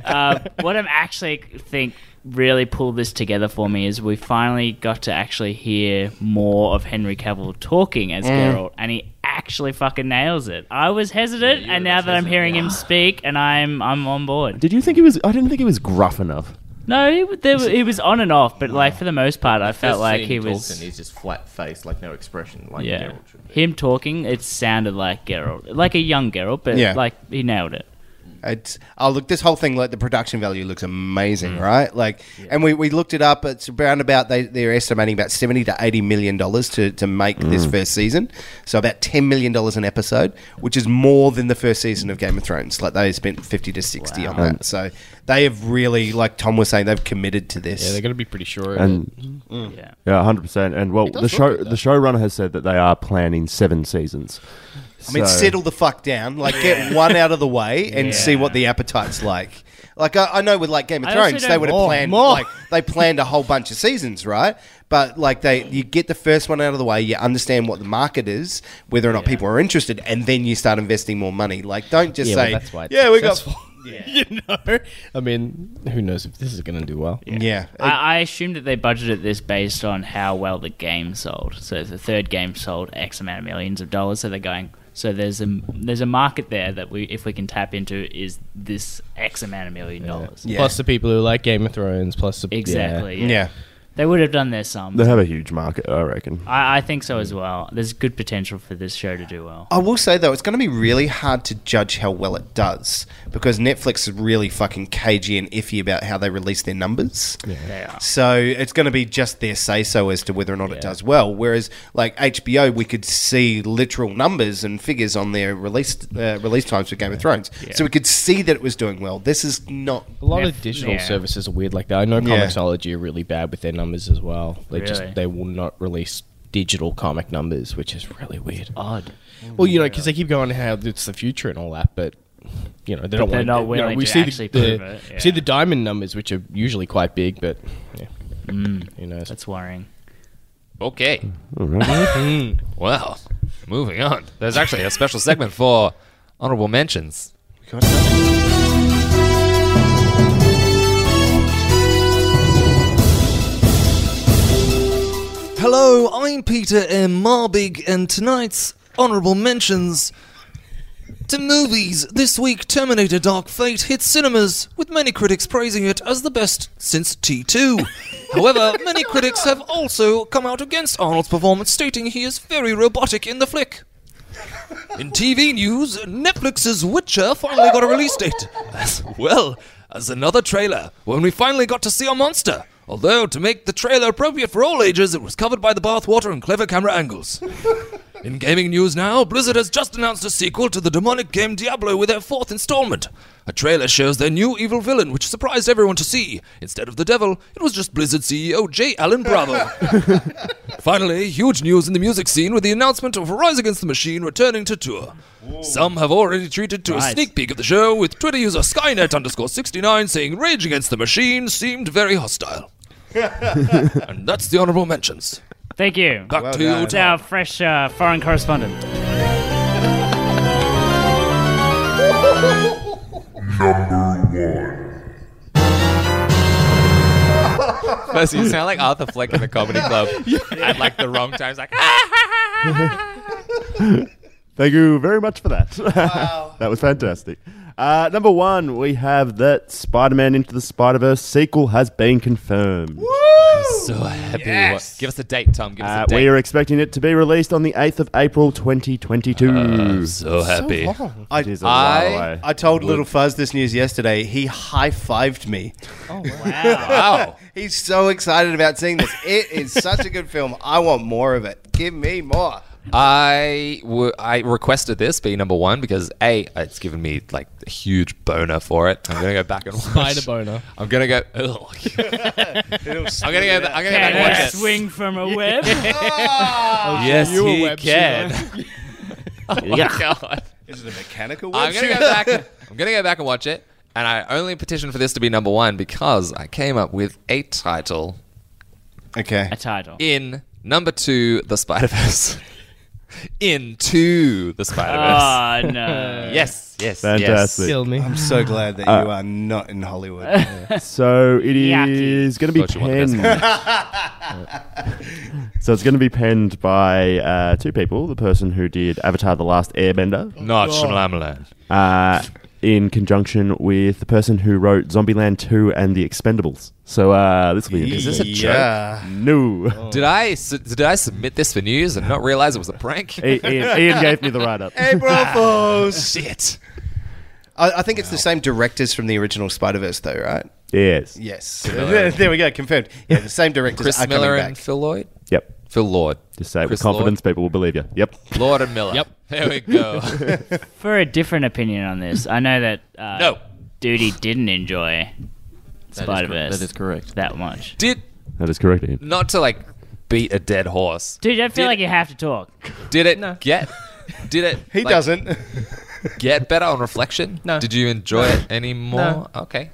Speaker 4: uh, what I'm actually think really pulled this together for me is we finally got to actually hear more of Henry Cavill talking as Geralt, and he actually fucking nails it. I was hesitant, and now that I'm hearing him speak, and I'm I'm on board.
Speaker 5: Did you think he was? I didn't think he was gruff enough.
Speaker 4: No, he, w- there, w- he was on and off, but like for the most part, I felt
Speaker 8: First
Speaker 4: like
Speaker 8: scene
Speaker 4: he
Speaker 8: talks
Speaker 4: was.
Speaker 8: and he's just flat faced, like no expression, like
Speaker 4: Yeah,
Speaker 8: Geralt should be.
Speaker 4: him talking, it sounded like Geralt, like a young Geralt, but
Speaker 7: Yeah.
Speaker 4: like he nailed it.
Speaker 7: It's oh look, this whole thing like the production value looks amazing,
Speaker 1: Mm.
Speaker 7: right? Like, and we, we looked it up. It's around about they they're estimating about seventy to eighty million dollars to to make this
Speaker 1: Mm.
Speaker 7: first season. So about ten million dollars an episode, which is more than the first season of Game of Thrones. Like they spent fifty to sixty on that. So they have really, like Tom was saying, they've committed to this.
Speaker 1: yeah, they're going to be pretty sure. of it.
Speaker 5: And
Speaker 8: Hmm.
Speaker 4: Yeah.
Speaker 5: yeah, hundred percent. And well, the show the showrunner has said that they are planning seven seasons.
Speaker 7: I mean, settle the fuck down. Like, get one out of the way and see what the appetite's like. Like, I, I know with like Game of
Speaker 4: I also
Speaker 7: Thrones,
Speaker 4: don't-
Speaker 7: they would have
Speaker 1: More,
Speaker 7: planned
Speaker 1: more.
Speaker 7: like they planned a whole bunch of seasons, right? But like they, you get the first one out of the way, you understand what the market is, whether or not people are interested, and then you start investing more money. Like, don't just
Speaker 1: yeah,
Speaker 7: say,
Speaker 1: well, that's why. It's
Speaker 7: "Yeah, we got."
Speaker 1: successful. you know, I mean, who knows if this is going to do well?
Speaker 7: Yeah,
Speaker 4: I, I assume that they budgeted this based on how well the game sold. So if the third game sold X amount of millions of dollars, so they're going. So there's a there's a market there that we if we can tap into is this X amount of million dollars.
Speaker 7: Yeah.
Speaker 1: Plus the people who like Game of Thrones. Plus the
Speaker 4: Exactly. Yeah.
Speaker 7: yeah.
Speaker 4: They would have done their sums.
Speaker 5: they have a huge market, I reckon.
Speaker 4: I, I think so as well. There's good potential for this show to do well.
Speaker 7: I will say though, it's going to be really hard to judge how well it does because Netflix is really fucking cagey and iffy about how they release their numbers.
Speaker 4: They are.
Speaker 7: So it's going to be just their say so as to whether or not it does well. Whereas like HBO, we could see literal numbers and figures on their release uh, release times for Game of Thrones, so we could see that it was doing well. This is not.
Speaker 1: A lot
Speaker 4: Nef-
Speaker 1: of digital
Speaker 4: yeah.
Speaker 1: services are weird like that. I know
Speaker 7: Yeah.
Speaker 1: Comixology are really bad with their numbers as well. They
Speaker 4: Really?
Speaker 1: just they will not release digital comic numbers, which is really weird.
Speaker 4: Odd.
Speaker 1: Well, you know, because they keep going how it's the future and all that, but you know they don't.
Speaker 4: they're
Speaker 1: want
Speaker 4: not
Speaker 1: you know,
Speaker 4: willing
Speaker 1: we
Speaker 4: to
Speaker 1: see
Speaker 4: actually
Speaker 1: the,
Speaker 4: prove it,
Speaker 1: we see
Speaker 4: yeah.
Speaker 1: the diamond numbers, which are usually quite big, but yeah, you know.
Speaker 4: Mm. That's worrying.
Speaker 3: Okay. well, moving on. There's actually a special segment for honorable mentions. Hello, I'm Peter M. Marbig, and tonight's honorable mentions to movies. This week, Terminator Dark Fate hit cinemas, with many critics praising it as the best since T2. However, many critics have also come out against Arnold's performance, stating he is very robotic in the flick. In TV news, Netflix's Witcher finally got a release date, as well as another trailer when we finally got to see our monster. Although, to make the trailer appropriate for all ages, it was covered by the bathwater and clever camera angles. In gaming news now, Blizzard has just announced a sequel to the demonic game Diablo with their fourth installment. A trailer shows their new evil villain, which surprised everyone to see. Instead of the devil, it was just Blizzard CEO J. Allen Bravo. Finally, huge news in the music scene with the announcement of Rise Against the Machine returning to tour. Some have already tweeted to a
Speaker 4: Right.
Speaker 3: sneak peek of the show, with Twitter user Skynet underscore 69 saying Rage Against the Machine seemed very hostile. and that's the honorable mentions.
Speaker 4: Thank you.
Speaker 3: Back to you,
Speaker 4: It's our fresh uh, foreign correspondent.
Speaker 3: Plus, you sound like Arthur Fleck in the comedy club at like the wrong times, like ah,
Speaker 5: Thank you very much for that. that was fantastic. Uh, number one, we have that Spider-Man Into the Spider-Verse sequel has been confirmed.
Speaker 3: So happy.
Speaker 7: Yes.
Speaker 3: Give us a date, Tom. Give us
Speaker 5: Uh,
Speaker 3: a date.
Speaker 5: we are expecting it to be released on the 8th of April 2022.
Speaker 3: I'm Oh, so happy.
Speaker 7: I,
Speaker 5: it is a
Speaker 3: I-
Speaker 5: while away.
Speaker 7: I told Little Fuzz this news yesterday. He high fived me.
Speaker 3: Oh, wow.
Speaker 7: He's so excited about seeing this. It is such a good film. I want more of it. Give me more.
Speaker 3: I w- I requested this be number one because A, it's given me like a huge boner for it. I'm going to go back and watch.
Speaker 1: Spider boner.
Speaker 3: I'm going to go. Ugh. I'm going to go. ba- I'm going to go back and watch
Speaker 4: Can
Speaker 3: it.
Speaker 4: you swing from a web?
Speaker 3: Yes,
Speaker 1: You a
Speaker 3: he
Speaker 1: web
Speaker 3: can. oh my God.
Speaker 7: Is it a mechanical
Speaker 3: I'm gonna go back. I'm gonna go back and watch it. And I only petitioned for this to be number one because I came up with a title
Speaker 7: Okay.
Speaker 4: a title.
Speaker 3: in number two, the Spider Verse. Into the Spider
Speaker 1: Ah,
Speaker 3: Verse.
Speaker 4: Oh no.
Speaker 3: yes, yes,
Speaker 5: Fantastic.
Speaker 3: yes.
Speaker 1: Kill me.
Speaker 7: I'm so glad that you are not in Hollywood.
Speaker 5: So it
Speaker 4: Yucky.
Speaker 5: is going to be
Speaker 3: Thought you wanted
Speaker 5: penned. so it's going to be penned by uh, two people: the person who did Avatar: The Last Airbender,
Speaker 8: Oh.
Speaker 3: Not Shamlamala.
Speaker 5: uh, in conjunction with the person who wrote Zombieland 2 and The Expendables. So uh, this will be
Speaker 3: Is this a joke? Oh.
Speaker 7: yeah.
Speaker 5: no.
Speaker 3: Did I su- did I submit this for news and not realize it was a prank?
Speaker 5: I- Ian, Ian gave me the write-up.
Speaker 7: April Fools.
Speaker 3: Shit.
Speaker 7: I, I think it's the same directors from the original Spider Verse, though, right?
Speaker 5: yes.
Speaker 7: Yes. there there we go. Confirmed. Yeah, the same directors
Speaker 3: Chris
Speaker 7: are coming
Speaker 3: Miller
Speaker 7: back.
Speaker 3: and Phil Lloyd.
Speaker 5: Yep.
Speaker 3: Phil Lord.
Speaker 5: Just say it with
Speaker 3: Chris Lord.
Speaker 5: confidence, people will believe you. Yep.
Speaker 3: Lord and Miller. Yep. There we go.
Speaker 4: For a different opinion on this, I know that uh,
Speaker 3: No.
Speaker 4: Duty didn't enjoy Spider Verse
Speaker 8: That is correct.
Speaker 4: that much.
Speaker 3: Did
Speaker 5: That is correct, Ian.
Speaker 3: not to like beat a dead horse.
Speaker 4: Dude, I feel
Speaker 3: Did-
Speaker 4: like you have to talk.
Speaker 3: Did it get? Did it?
Speaker 7: He
Speaker 3: like,
Speaker 7: doesn't.
Speaker 3: get better on reflection?
Speaker 8: No.
Speaker 3: Did you enjoy it any more? Okay.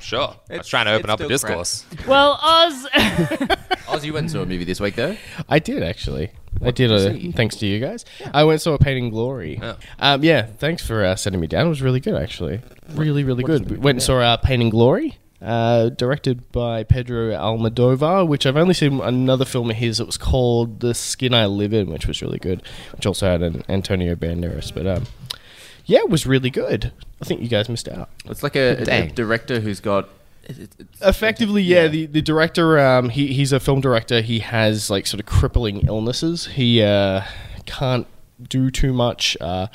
Speaker 3: Sure. I was
Speaker 8: It's-
Speaker 3: trying to open
Speaker 8: it's
Speaker 3: up a
Speaker 8: still crap.
Speaker 3: discourse.
Speaker 4: Well, Oz.
Speaker 8: Oz, you went and saw a movie this week, though.
Speaker 1: I did actually. I did, uh, thanks to you guys. I went and saw Painting Glory.
Speaker 3: Yeah.
Speaker 1: Um, yeah, thanks for uh, sending me down. It was really good, actually. Really, really good. We went and saw uh, Painting Glory, uh, directed by Pedro Almodovar, which I've only seen another film of his. It was called The Skin I Live In, which was really good, which also had an Antonio Banderas. But um, yeah, it was really good. I think you guys missed out.
Speaker 8: It's like a, a- a
Speaker 3: Dang.
Speaker 8: director who's got. it- it- it's-
Speaker 1: effectively yeah, the, the director um he, he's a film director he has like sort of crippling illnesses he uh can't do too much uh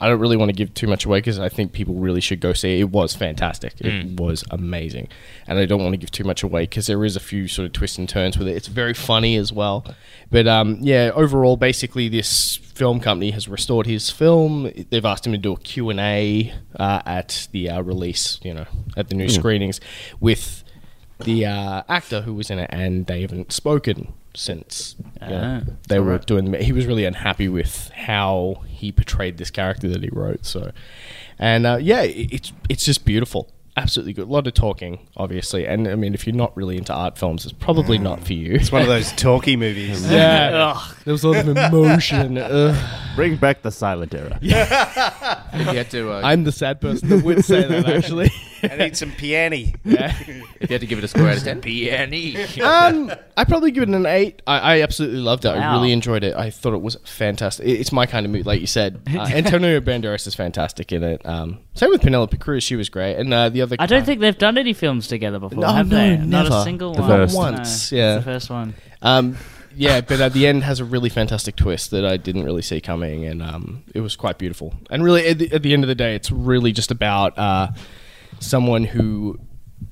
Speaker 1: I don't really want to give too much away because I think people really should go see it. It was fantastic. It was amazing. And I don't want to give too much away because there is a few sort of twists and turns with it. It's very funny as well. But um, yeah, overall, basically, this film company has restored his film. They've asked him to do a Q&A uh, at the uh, release, you know, at the new screenings with the uh, actor who was in it, and they haven't spoken since you know, they were doing. He was really unhappy with how he portrayed this character that he wrote. So, and uh, yeah, it- it's it's just beautiful, absolutely good. A lot of talking, obviously, and I mean, if you're not really into art films, it's probably not for you.
Speaker 7: It's one of those talky movies.
Speaker 1: yeah, there was a lot of emotion. Ugh.
Speaker 5: Bring back the silent era.
Speaker 8: if you had to, uh,
Speaker 1: I'm the sad person that would say that actually.
Speaker 7: I need some piano.
Speaker 8: if you had to give it a score out of ten,
Speaker 3: BNE.
Speaker 1: um, I probably give it an eight. I, I absolutely loved it. I
Speaker 4: Wow.
Speaker 1: really enjoyed it. I thought it was fantastic. It- it's my kind of movie, like you said. Uh, Antonio Banderas is fantastic in it. Um, same with Penelope Cruz. She was great. And uh, the other,
Speaker 4: I don't think they've done any films together before,
Speaker 1: No,
Speaker 4: have
Speaker 1: no,
Speaker 4: they? Not
Speaker 1: never.
Speaker 4: a single
Speaker 5: The
Speaker 4: one.
Speaker 5: first.
Speaker 4: No,
Speaker 1: Once,
Speaker 4: it's
Speaker 1: yeah.
Speaker 4: the first one.
Speaker 1: Um, yeah, but at the end has a really fantastic twist that I didn't really see coming, and um, it was quite beautiful. And really, at the, at the end of the day, it's really just about uh, someone who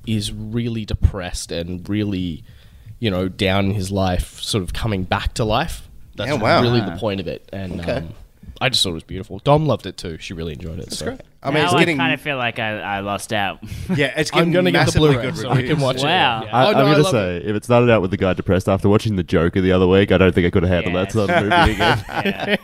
Speaker 1: is really depressed and really, you know, down in his life, sort of coming back to life. That's
Speaker 7: Yeah, wow.
Speaker 1: really the point of it. And um, I just thought it was beautiful. Dom loved it too. She really enjoyed it. so.
Speaker 7: I mean,
Speaker 4: now
Speaker 7: it's
Speaker 4: I
Speaker 7: getting
Speaker 4: kind of feel like I, I lost out.
Speaker 7: yeah, it's getting
Speaker 1: I'm going to get the
Speaker 7: massively
Speaker 1: Blu-ray
Speaker 7: good
Speaker 1: so I can
Speaker 7: reviews.
Speaker 1: watch
Speaker 4: Wow.
Speaker 1: it. Yeah.
Speaker 5: I,
Speaker 1: Oh, no,
Speaker 5: I'm
Speaker 1: I
Speaker 5: going to
Speaker 1: love
Speaker 5: say,
Speaker 1: it.
Speaker 5: if it started out with the guy depressed after watching The Joker the other week, I don't think I could have handled
Speaker 4: Yeah.
Speaker 5: that sort of movie again.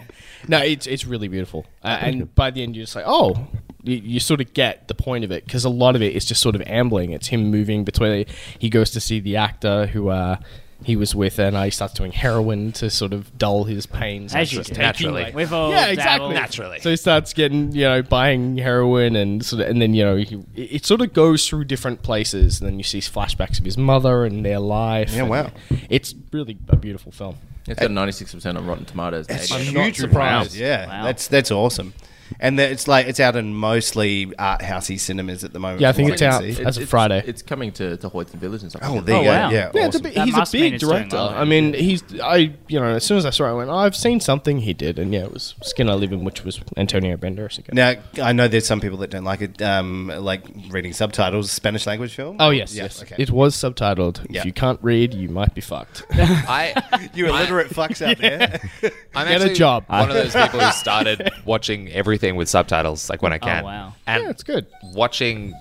Speaker 1: No, it's it's really beautiful, uh, and by the end you're just like, oh, you, you sort of get the point of it because a lot of it is just sort of ambling. It's him moving between. He goes to see the actor who uh, he was with, and uh, he starts doing heroin to sort of dull his pain. So
Speaker 4: As
Speaker 1: it's
Speaker 4: you
Speaker 1: just
Speaker 4: do.
Speaker 1: taking,
Speaker 3: Naturally.
Speaker 1: like-
Speaker 4: We've all
Speaker 1: yeah, exactly.
Speaker 4: dabbled.
Speaker 3: Naturally.
Speaker 1: So he starts getting, you know, buying heroin and sort of, and then you know, he, it sort of goes through different places, and then you see flashbacks of his mother and their life.
Speaker 7: Yeah,
Speaker 1: and
Speaker 7: wow.
Speaker 1: It's really a beautiful film.
Speaker 8: It's got 96% on Rotten Tomatoes.
Speaker 7: It's
Speaker 8: Maybe.
Speaker 1: not
Speaker 7: huge
Speaker 1: surprised.
Speaker 7: reviews. Yeah,
Speaker 4: Wow.
Speaker 7: that's that's awesome. And that it's like it's out in mostly art housey cinemas at the moment.
Speaker 1: Yeah, I
Speaker 7: from
Speaker 1: think
Speaker 7: what
Speaker 1: it's
Speaker 7: can
Speaker 1: out
Speaker 7: see.
Speaker 1: as a Friday.
Speaker 8: It's coming to, to Hoyts and Village and stuff.
Speaker 7: Oh, there you
Speaker 4: Oh,
Speaker 7: go.
Speaker 4: wow.
Speaker 7: Yeah,
Speaker 1: Yeah,
Speaker 7: awesome.
Speaker 1: it's a,
Speaker 4: That
Speaker 1: bi- he's a
Speaker 4: must mean
Speaker 1: big
Speaker 4: it's doing
Speaker 1: director.
Speaker 4: well.
Speaker 1: I mean, he's I you know as soon as I saw it, I went, I've seen something he did, and yeah, it was Skin I Live In, which was Antonio Banderas again.
Speaker 7: Now I know there's some people that don't like it, um, like reading subtitles, Spanish language film.
Speaker 1: Oh yes,
Speaker 7: Yeah,
Speaker 1: yes.
Speaker 7: okay.
Speaker 1: It was subtitled.
Speaker 7: Yeah.
Speaker 1: If you can't read, you might be fucked.
Speaker 3: I
Speaker 7: you illiterate fucks out there.
Speaker 3: I'm
Speaker 1: Get a
Speaker 3: actually
Speaker 1: job.
Speaker 3: One of those people who started watching everything with subtitles, like when I can.
Speaker 4: wow.
Speaker 3: And
Speaker 1: yeah, it's good.
Speaker 3: watching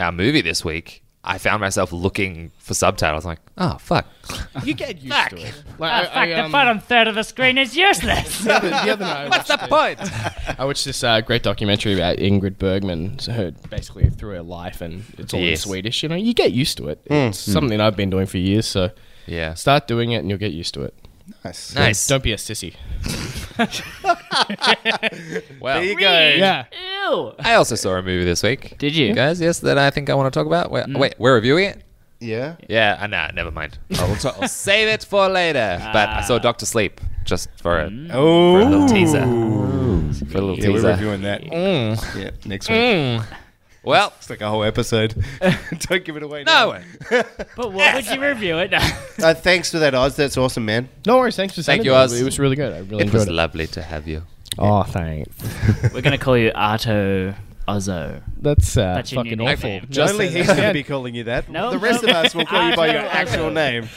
Speaker 3: our movie this week, I found myself looking for subtitles. like, oh fuck,
Speaker 1: You get used
Speaker 3: Fuck.
Speaker 1: to it. Like,
Speaker 4: Ah, fuck,
Speaker 3: um,
Speaker 4: the bottom third of the screen is useless.
Speaker 1: the other, the other night I watched,
Speaker 3: the point?
Speaker 1: I watched this uh, great documentary about Ingrid Bergman, so her basically through her life, and it's all
Speaker 3: Yes.
Speaker 1: in Swedish. You know, you get used to it. It's something I've been doing for years, so
Speaker 3: Yeah.
Speaker 1: start doing it, and you'll get used to it.
Speaker 7: nice.
Speaker 3: Nice.
Speaker 1: Don't be a sissy.
Speaker 3: Well,
Speaker 7: There you go.
Speaker 1: Yeah.
Speaker 4: Ew.
Speaker 3: I also saw a movie this week.
Speaker 4: Did you?
Speaker 3: guys? Yes, that I think I want to talk about. Wait, wait we're reviewing it.
Speaker 7: Yeah.
Speaker 3: Yeah, uh, nah, never mind. I'll, t- I'll save it for later. But I saw Doctor Sleep just for a, for a little
Speaker 7: Oh,
Speaker 3: teaser. For a little
Speaker 7: yeah, we're
Speaker 3: teaser.
Speaker 7: reviewing that.
Speaker 1: Mm.
Speaker 7: Yeah, next week.
Speaker 3: Well,
Speaker 7: It's like a whole episode. Don't give it away. now.
Speaker 3: no.
Speaker 4: But what would you review it?
Speaker 7: Uh, thanks for that, Oz. That's awesome, man.
Speaker 1: No worries. Thanks for
Speaker 3: Thank
Speaker 1: sending
Speaker 3: you,
Speaker 1: it.
Speaker 3: Oz.
Speaker 1: It was really good. I really
Speaker 3: It was
Speaker 1: enjoyed it.
Speaker 3: lovely to have you.
Speaker 1: Oh, thanks.
Speaker 4: We're gonna call you Arto Ozzo.
Speaker 1: That's uh,
Speaker 4: That's your new
Speaker 1: fucking
Speaker 4: name.
Speaker 1: awful.
Speaker 4: Okay.
Speaker 3: Just
Speaker 7: Only
Speaker 3: so-
Speaker 7: he's going to be calling you that.
Speaker 4: No,
Speaker 7: the rest
Speaker 4: no.
Speaker 7: of us will call you by your
Speaker 4: Arto,
Speaker 7: actual
Speaker 4: Arto.
Speaker 7: name.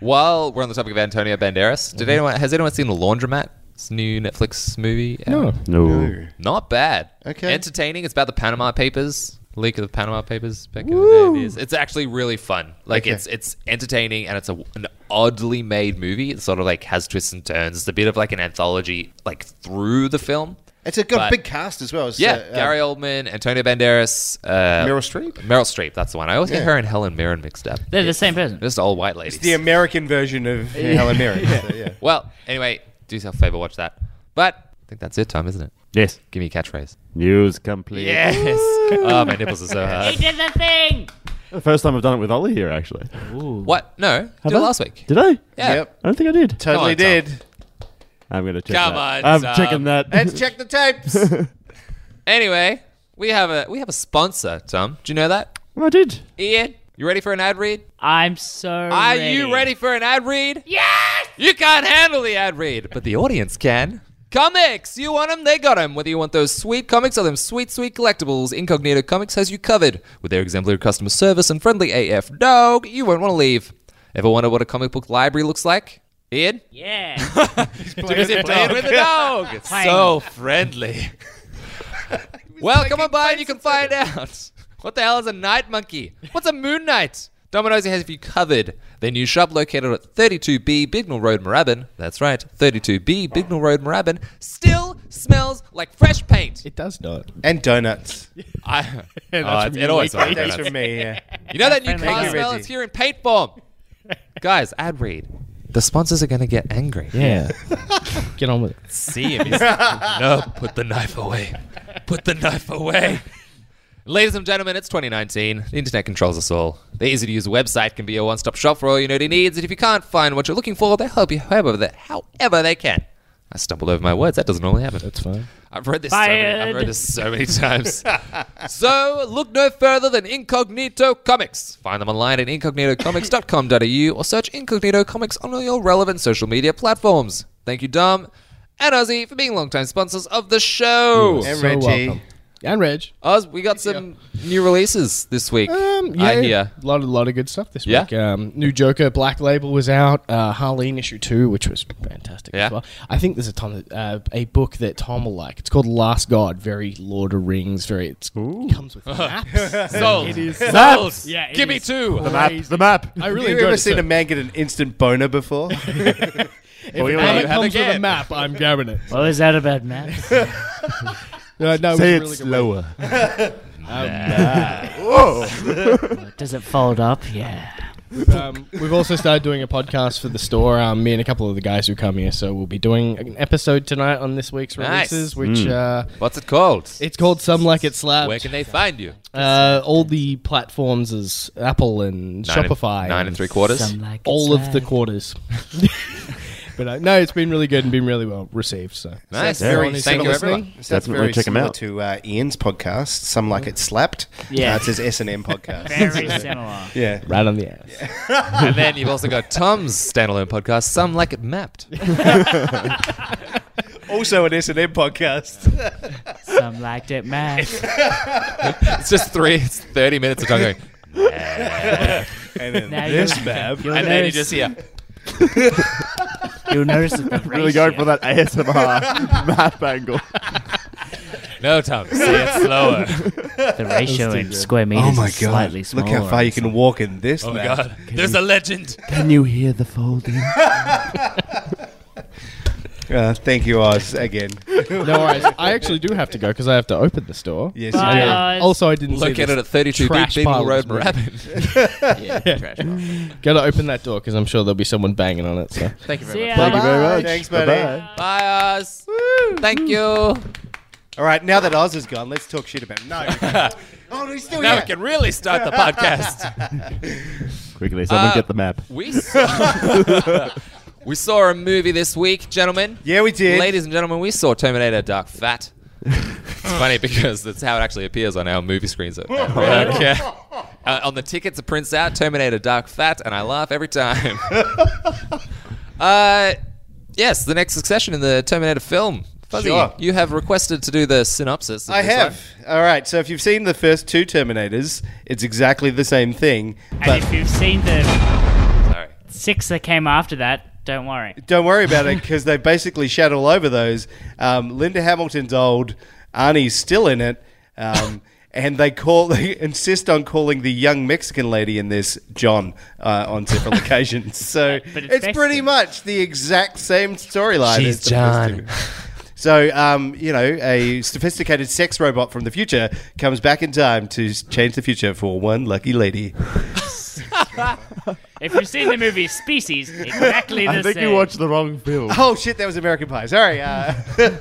Speaker 3: While we're on the topic of Antonio Banderas,
Speaker 7: Mm-hmm.
Speaker 3: did anyone has anyone seen The Laundromat? It's a new Netflix movie. out.
Speaker 1: No.
Speaker 5: No.
Speaker 3: Not bad.
Speaker 7: Okay.
Speaker 3: Entertaining. It's about the Panama Papers. Leak of the Panama Papers back in the day. It is. It's actually really fun. Like
Speaker 7: Okay.
Speaker 3: it's it's entertaining and it's a, an oddly made movie. It sort of like has twists and turns. It's a bit of like an anthology like through the film.
Speaker 7: It's a good
Speaker 3: But-
Speaker 7: big cast as well. It's,
Speaker 3: Yeah,
Speaker 7: uh, uh,
Speaker 3: Gary Oldman, Antonio Banderas, uh,
Speaker 7: Meryl Streep.
Speaker 3: Meryl Streep. That's the one. I always
Speaker 7: Yeah.
Speaker 3: get her and Helen Mirren mixed up.
Speaker 4: They're the same person.
Speaker 3: Just all white ladies.
Speaker 7: It's the American version of Helen Mirren. yeah. So, yeah.
Speaker 3: well, anyway, do yourself a favor, watch that. But I think that's it, Tom, isn't it?
Speaker 5: Yes.
Speaker 3: Give me a catchphrase.
Speaker 5: News complete.
Speaker 3: Yes. oh, my nipples are so
Speaker 4: He
Speaker 3: hard.
Speaker 4: did the thing.
Speaker 5: The Uh, first time I've done it with Ollie here, actually.
Speaker 3: What? No, did it
Speaker 5: I?
Speaker 3: last week.
Speaker 5: Did I?
Speaker 3: Yeah.
Speaker 7: Yep.
Speaker 5: I don't think I did.
Speaker 7: Totally
Speaker 3: on, Tom.
Speaker 7: did.
Speaker 5: I'm gonna check.
Speaker 3: Come
Speaker 5: that.
Speaker 3: on,
Speaker 5: I'm
Speaker 3: Tom.
Speaker 5: checking that.
Speaker 7: Let's check the tapes.
Speaker 3: Anyway, we have a we have a sponsor, Tom. Do you know that?
Speaker 5: I did.
Speaker 3: Ian, you ready for an ad read?
Speaker 4: I'm so.
Speaker 3: Are
Speaker 4: ready.
Speaker 3: you ready for an ad read? Yes. You can't handle the ad read, but the audience can. Comics, you want them, they got them. Whether you want those sweet comics or them sweet, sweet collectibles, Incognito Comics has you covered. With their exemplary customer service and friendly AF dog, you won't want to leave. Ever wondered what a comic book library looks like? Ian?
Speaker 4: Yeah.
Speaker 3: Is it playing with a dog? It's so friendly. well, come on by and you can find out. What the hell is a night monkey? What's a moon knight? Domino's has you covered. Their new shop located at 32B Bignell Road, Moorabbin. That's right, 32B Bignell Road, Moorabbin. Still smells like fresh paint.
Speaker 1: It does not.
Speaker 7: and donuts.
Speaker 3: I,
Speaker 1: that's
Speaker 3: oh, it's-
Speaker 1: from
Speaker 3: it
Speaker 1: you,
Speaker 3: always smells like
Speaker 7: That's
Speaker 3: donuts.
Speaker 7: from me. Yeah.
Speaker 3: You know that new car
Speaker 7: you,
Speaker 3: smell?
Speaker 7: Reggie.
Speaker 3: It's here in paint form. Guys, ad read. The sponsors are going to get angry.
Speaker 1: Yeah. Get on with it.
Speaker 3: see him. He's- no, put the knife away. Put the knife away. Ladies and gentlemen, it's 2019. The internet controls us all. The easy to use website can be your one stop shop for all your nerdy needs, and if you can't find what you're looking for, they'll help you however, they, however they can. I stumbled over my words. That doesn't normally happen.
Speaker 1: That's fine.
Speaker 3: I've read this. So many, I've
Speaker 4: Fired.
Speaker 3: read this so many times. so look no further than Incognito Comics. Find them online at incognitocomics.com.au or search Incognito Comics on all your relevant social media platforms. Thank you, Dom and Ozzy, for being longtime sponsors of the show.
Speaker 7: And Reggie.
Speaker 1: And Reg.
Speaker 3: Oz, we got some new releases this week.
Speaker 1: Um, yeah,
Speaker 3: I hear.
Speaker 1: A lot, of, lot of good stuff this
Speaker 3: Yeah?
Speaker 1: week. Um, new Joker Black Label was out. Uh, Harleen issue two, which was fantastic
Speaker 3: Yeah.
Speaker 1: as well. I think there's a Tom that- uh, a book that Tom will like. It's called Last God. Very Lord of Rings. Very. It's, it comes with maps.
Speaker 3: Sold.
Speaker 1: It is-
Speaker 3: Sold.
Speaker 4: Yeah, it
Speaker 3: Give me
Speaker 4: is
Speaker 3: two.
Speaker 5: The map. The map.
Speaker 1: I really
Speaker 7: Have you
Speaker 1: enjoyed
Speaker 7: ever
Speaker 1: it.
Speaker 7: seen
Speaker 1: so
Speaker 7: a man get an instant boner before?
Speaker 1: if
Speaker 5: Boiling.
Speaker 1: it
Speaker 3: have
Speaker 1: comes with a
Speaker 3: again.
Speaker 1: map, I'm grabbing it. Uh,
Speaker 4: what was that about, man?
Speaker 1: No, no, it was
Speaker 5: Say
Speaker 1: a
Speaker 5: it
Speaker 1: really good one.
Speaker 5: slower.
Speaker 4: Does it fold up? Yeah.
Speaker 1: um, we've also started doing a podcast for the store. Um, me and a couple of the guys who come here, so we'll be doing an episode tonight on this week's
Speaker 3: Nice.
Speaker 1: releases, which uh,
Speaker 3: What's it called?
Speaker 1: it's called "Some Like It Slapped."
Speaker 3: Where can they find you?
Speaker 1: uh, all the platforms is Apple and
Speaker 3: Nine and-
Speaker 1: Shopify,
Speaker 3: Nine and three quarters.
Speaker 4: Some like it
Speaker 1: all of the
Speaker 4: slack.
Speaker 1: quarters. But uh, no, it's been really good and been really well received. So
Speaker 3: Nice.
Speaker 7: That's very
Speaker 3: Thank
Speaker 7: similar-
Speaker 3: you, everyone.
Speaker 7: That's
Speaker 5: Definitely
Speaker 7: very
Speaker 5: check 'em
Speaker 7: similar
Speaker 5: out.
Speaker 7: to uh, Ian's podcast. Some like it slapped.
Speaker 4: Yeah.
Speaker 7: uh, it's his S and M podcast.
Speaker 4: Very similar.
Speaker 7: yeah,
Speaker 1: right on the ass.
Speaker 3: And then you've also got Tom's standalone podcast, Some Like It Mapped.
Speaker 7: also an S and M podcast.
Speaker 4: Some liked it mad.
Speaker 3: It's just three, it's 30 minutes of Tom going,
Speaker 7: and then
Speaker 4: Now
Speaker 7: this
Speaker 4: you're-
Speaker 7: Bab.
Speaker 4: you'll
Speaker 3: and then you just
Speaker 4: notice,
Speaker 3: hear,
Speaker 4: you'll notice that the
Speaker 5: Really going for
Speaker 4: ratio-
Speaker 5: that ASMR map angle.
Speaker 3: no, Tom, say it slower.
Speaker 4: The ratio in square meters
Speaker 7: Oh my
Speaker 4: is
Speaker 7: god!
Speaker 4: slightly smaller.
Speaker 7: Look how far you can walk in this.
Speaker 3: Oh my
Speaker 7: map.
Speaker 3: God, there's a legend.
Speaker 5: Can you hear the folding?
Speaker 7: Uh, thank you, Oz, again.
Speaker 1: No worries. I actually do have to go because I have to open the store.
Speaker 7: Yes,
Speaker 4: Bye,
Speaker 7: you
Speaker 4: Oz.
Speaker 1: Also, I didn't
Speaker 3: Look
Speaker 1: see
Speaker 3: at it
Speaker 1: this.
Speaker 3: at 32 Beat
Speaker 1: trash
Speaker 3: Beagle
Speaker 1: pile
Speaker 3: Road,
Speaker 1: was
Speaker 3: Rabbit.
Speaker 1: Got to open that door because I'm sure there'll be someone banging on it. So.
Speaker 3: Thank you
Speaker 4: See
Speaker 3: very much.
Speaker 4: ya.
Speaker 5: Thank you very
Speaker 7: Bye.
Speaker 5: much.
Speaker 7: Thanks, buddy.
Speaker 5: Bye-bye.
Speaker 3: Bye, us. Thank you.
Speaker 7: did. All right, now that Oz is gone, let's talk shit about him. No. we can't. oh, no, he's still
Speaker 3: Now
Speaker 7: here.
Speaker 3: we can really start the podcast.
Speaker 5: Quickly, someone
Speaker 3: Uh,
Speaker 5: get the map.
Speaker 3: We saw, we saw a movie this week, gentlemen.
Speaker 7: Yeah, we did.
Speaker 3: Ladies and gentlemen, we saw Terminator Dark Fat. It's funny because that's how it actually appears on our movie screens.
Speaker 7: Oh,
Speaker 3: Okay. Uh, on the tickets, it prints out Terminator Dark Fat, and I laugh every time. uh, yes, the next succession in the Terminator film. Fuzzy,
Speaker 7: Sure.
Speaker 3: you have requested to do the synopsis. of
Speaker 7: I
Speaker 3: this
Speaker 7: have.
Speaker 3: one.
Speaker 7: All right. So if you've seen the first two Terminators, it's exactly the same thing.
Speaker 4: And
Speaker 7: But
Speaker 4: if you've seen the
Speaker 3: Sorry.
Speaker 4: six that came after that, don't worry.
Speaker 7: don't worry about it because they basically shat all over those. Um, Linda Hamilton's old. Arnie's still in it. Um, and they call they insist on calling the young Mexican lady in this John uh, on several occasions. So
Speaker 4: But
Speaker 7: it's,
Speaker 4: it's
Speaker 7: pretty
Speaker 4: Mexican.
Speaker 7: much the exact same storyline.
Speaker 3: She's
Speaker 7: as the
Speaker 3: John.
Speaker 7: first two. So, um, you know, a sophisticated sex robot from the future comes back in time to s- change the future for one lucky lady.
Speaker 4: If you've seen the movie Species, exactly the
Speaker 5: I think
Speaker 4: same.
Speaker 5: you watched the wrong film.
Speaker 7: Oh shit, that was American Pie. Sorry. Uh,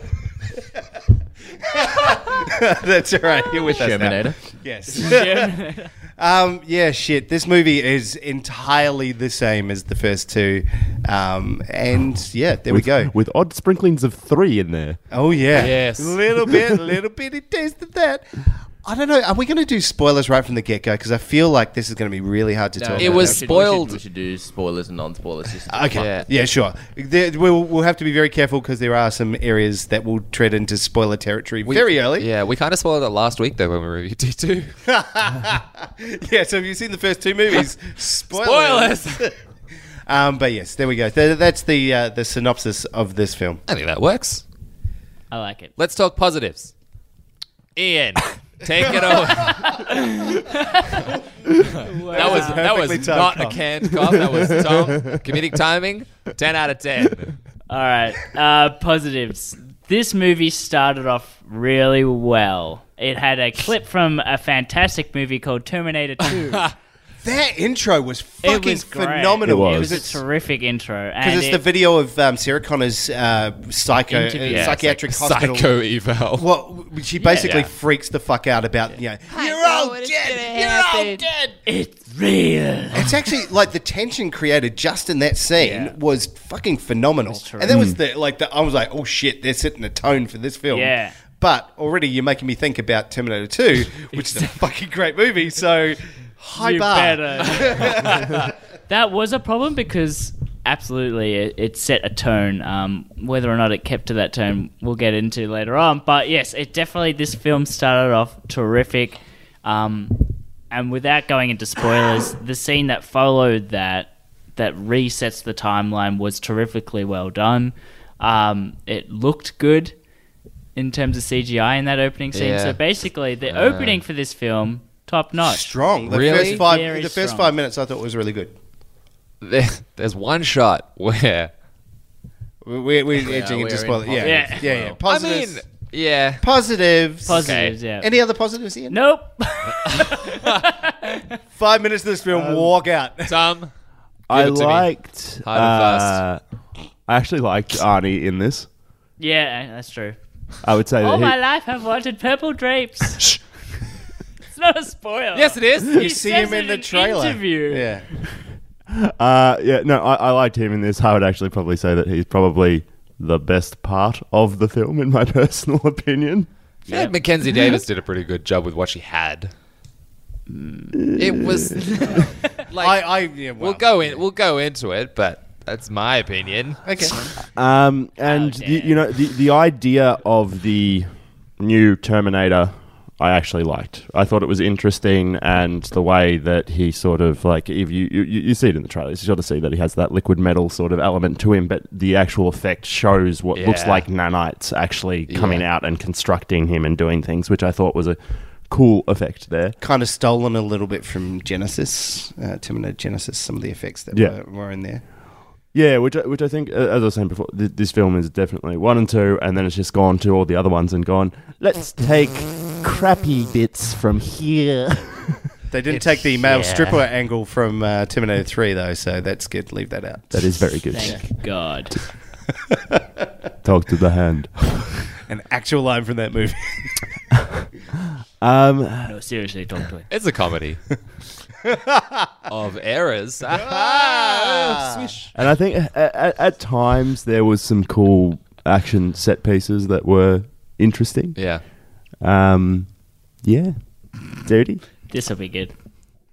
Speaker 7: That's all right. You're with us now.
Speaker 8: Terminator.
Speaker 7: Yes. um, yeah, shit. This movie is entirely the same as the first two. Um, and yeah, there
Speaker 5: with,
Speaker 7: we go.
Speaker 5: With odd sprinklings of three in there.
Speaker 7: Oh yeah,
Speaker 3: Yes.
Speaker 7: little bit, little bitty taste of that. I don't know. Are we going to do spoilers right from the get go? Because I feel like this is going to be really hard to
Speaker 8: No,
Speaker 7: talk.
Speaker 3: It
Speaker 8: no,
Speaker 7: about.
Speaker 3: was
Speaker 8: we should-
Speaker 3: spoiled.
Speaker 8: We should, we should do spoilers and non-spoilers. Just
Speaker 7: okay.
Speaker 3: Yeah.
Speaker 7: Yeah, sure. There, we'll, we'll have to be very careful because there are some areas that will tread into spoiler territory very early.
Speaker 3: Yeah, we kind of spoiled it last week, though, when we reviewed D2.
Speaker 7: yeah. So if you've seen the first two movies, spoilers.
Speaker 3: Spoilers!
Speaker 7: um, but yes, there we go. Th- that's the uh, the synopsis of this film.
Speaker 3: I think that works.
Speaker 4: I like it.
Speaker 3: Let's talk positives. Ian, take it away. that was that was
Speaker 7: Perfectly timed
Speaker 3: not
Speaker 7: cough.
Speaker 3: a canned cough. That was Tom. Comedic timing, ten out of ten.
Speaker 4: All right. Uh, positives. This movie started off really well. It had a clip from a fantastic movie called Terminator 2.
Speaker 7: That intro was
Speaker 4: It
Speaker 7: fucking
Speaker 4: was great.
Speaker 7: phenomenal.
Speaker 5: It
Speaker 4: It
Speaker 5: was.
Speaker 4: was a terrific intro. And
Speaker 7: Because it's
Speaker 4: it-
Speaker 7: the video of um, Sarah Connor's uh, psycho, uh,
Speaker 4: Interview. Yeah,
Speaker 7: psychiatric hospital.
Speaker 3: Psycho eval.
Speaker 7: Well, she basically
Speaker 3: Yeah.
Speaker 7: freaks the fuck out about, you know, you're all dead. You're all dead.
Speaker 4: It's real.
Speaker 7: It's actually like the tension created just in that scene
Speaker 4: Yeah. Hmm.
Speaker 7: was fucking phenomenal. and that was the like the I was like, oh shit, they're setting the tone for this film.
Speaker 4: Yeah.
Speaker 7: But already you're making me think about Terminator 2, which is a fucking great movie. So high
Speaker 4: you
Speaker 7: bar.
Speaker 4: better. that was a problem because absolutely it, it set a tone. Um, whether or not it kept to that tone, we'll get into later on. But yes, it definitely this film started off terrific. Um, and without going into spoilers, the scene that followed that that resets the timeline was terrifically well done. Um, it looked good in terms of CGI in that opening scene.
Speaker 3: Yeah.
Speaker 4: So basically, the opening for this film top notch.
Speaker 7: Strong. The
Speaker 3: Really?
Speaker 7: first five
Speaker 4: Very
Speaker 7: the first
Speaker 4: strong.
Speaker 7: five minutes I thought was really good.
Speaker 3: There- there's one shot where
Speaker 7: We- We're, we're edging
Speaker 8: we're
Speaker 7: into
Speaker 8: in
Speaker 7: spoiler. Yeah. Yeah.
Speaker 4: Yeah.
Speaker 7: yeah, Positives.
Speaker 3: I mean, yeah,
Speaker 7: positives.
Speaker 4: Positives, yeah.
Speaker 7: Any other positives, Ian?
Speaker 4: nope.
Speaker 7: Five minutes of this film, walk out.
Speaker 3: Tom.
Speaker 5: I
Speaker 3: it to me.
Speaker 5: liked.
Speaker 3: Hard and
Speaker 5: uh, I actually liked Arnie in this.
Speaker 4: yeah, that's true.
Speaker 5: I would say
Speaker 4: All Oh my
Speaker 5: that
Speaker 4: life I've wanted purple drapes. it's not a spoiler.
Speaker 3: Yes, it is.
Speaker 4: You
Speaker 7: See him in the trailer.
Speaker 4: Interview.
Speaker 7: Yeah.
Speaker 5: he, Uh, yeah, no, I, I liked him in this. I would actually probably say that he's probably the best part of the film, in my personal opinion.
Speaker 3: Yeah. Mackenzie Davis did a pretty good job with what she had. It was like
Speaker 7: I, I yeah, well,
Speaker 3: we'll go in. We'll go into it, but that's my opinion.
Speaker 7: Okay.
Speaker 5: Um, and
Speaker 4: Oh,
Speaker 5: the,
Speaker 4: damn.
Speaker 5: you know the the idea of the new Terminator, I actually liked. I thought it was interesting, and the way that he sort of like if you you, you you see it in the trailers, you sort of see that he has that liquid metal sort of element to him, but the actual effect shows what looks
Speaker 3: Yeah.
Speaker 5: like nanites actually coming
Speaker 3: Yeah.
Speaker 5: out and constructing him and doing things, which I thought was a cool effect there.
Speaker 7: kind of stolen a little bit from Genesis, uh, Terminator Genesis. Some of the effects that
Speaker 5: Yeah.
Speaker 7: were, were in there.
Speaker 5: Yeah, which I- which I think, uh, as I was saying before, th- this film is definitely one and two, and then it's just gone to all the other ones and gone. Let's take crappy bits from here.
Speaker 7: They didn't take the male stripper angle from uh, Terminator Three though, so that's good. Leave that out.
Speaker 5: That is very good.
Speaker 4: Thank God.
Speaker 5: Talk to the hand.
Speaker 7: An actual line from that movie.
Speaker 5: Um,
Speaker 4: No, seriously, talk to it.
Speaker 3: It's a comedy of errors. Ah, swish.
Speaker 5: and I think at, at, at times there was some cool action set pieces that were interesting.
Speaker 3: Yeah.
Speaker 5: Um, yeah, dirty.
Speaker 4: This will be good.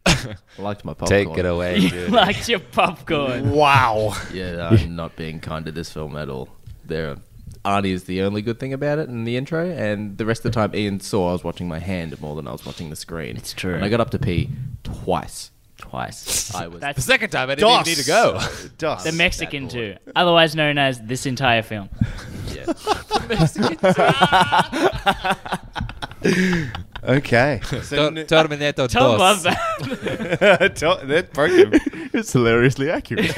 Speaker 8: I liked my popcorn.
Speaker 3: Take it away, dude.
Speaker 4: Like your popcorn.
Speaker 7: wow.
Speaker 8: Yeah, I'm not being kind to this film at all. There, Arnie is the only good thing about it in the intro, and the rest of the time Ian saw I was watching my hand more than I was watching the screen.
Speaker 4: It's true.
Speaker 8: And I got up to pee twice.
Speaker 4: Twice.
Speaker 8: I was.
Speaker 3: The
Speaker 4: That's
Speaker 3: second time I didn't even
Speaker 7: Dos.
Speaker 3: need to go.
Speaker 7: Dust.
Speaker 4: the Mexican too, otherwise known as this entire film.
Speaker 7: okay. So
Speaker 3: Tor- Terminator
Speaker 4: Tom
Speaker 3: dos.
Speaker 4: Bomba.
Speaker 7: that broke him.
Speaker 5: It's hilariously accurate.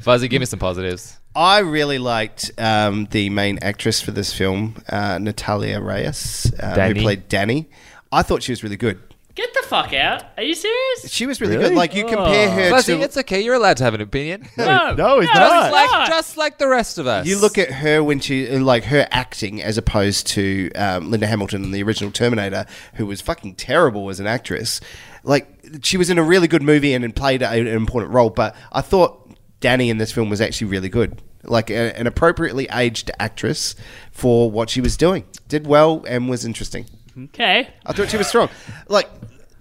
Speaker 3: Fuzzy, give me some positives.
Speaker 7: I really liked um, the main actress for this film, uh, Natalia Reyes, uh, who
Speaker 3: Danny.
Speaker 7: played Danny. I thought she was really good.
Speaker 4: Get the fuck out! Are you serious?
Speaker 7: She was really,
Speaker 5: Really?
Speaker 7: good. Like you compare her
Speaker 3: Fuzzy,
Speaker 7: to,
Speaker 3: it's okay. You're allowed to have an opinion.
Speaker 4: No,
Speaker 5: no, he's
Speaker 4: it's
Speaker 5: not.
Speaker 3: like,
Speaker 4: not.
Speaker 3: just like the rest of us.
Speaker 7: you look at her when she like her acting as opposed to um, Linda Hamilton in the original Terminator, who was fucking terrible as an actress. Like she was in a really good movie and, and played a, an important role, but I thought Danny in this film was actually really good. Like a, an appropriately aged actress for what she was doing, did well and was interesting.
Speaker 4: Okay.
Speaker 7: I thought she was strong. Like,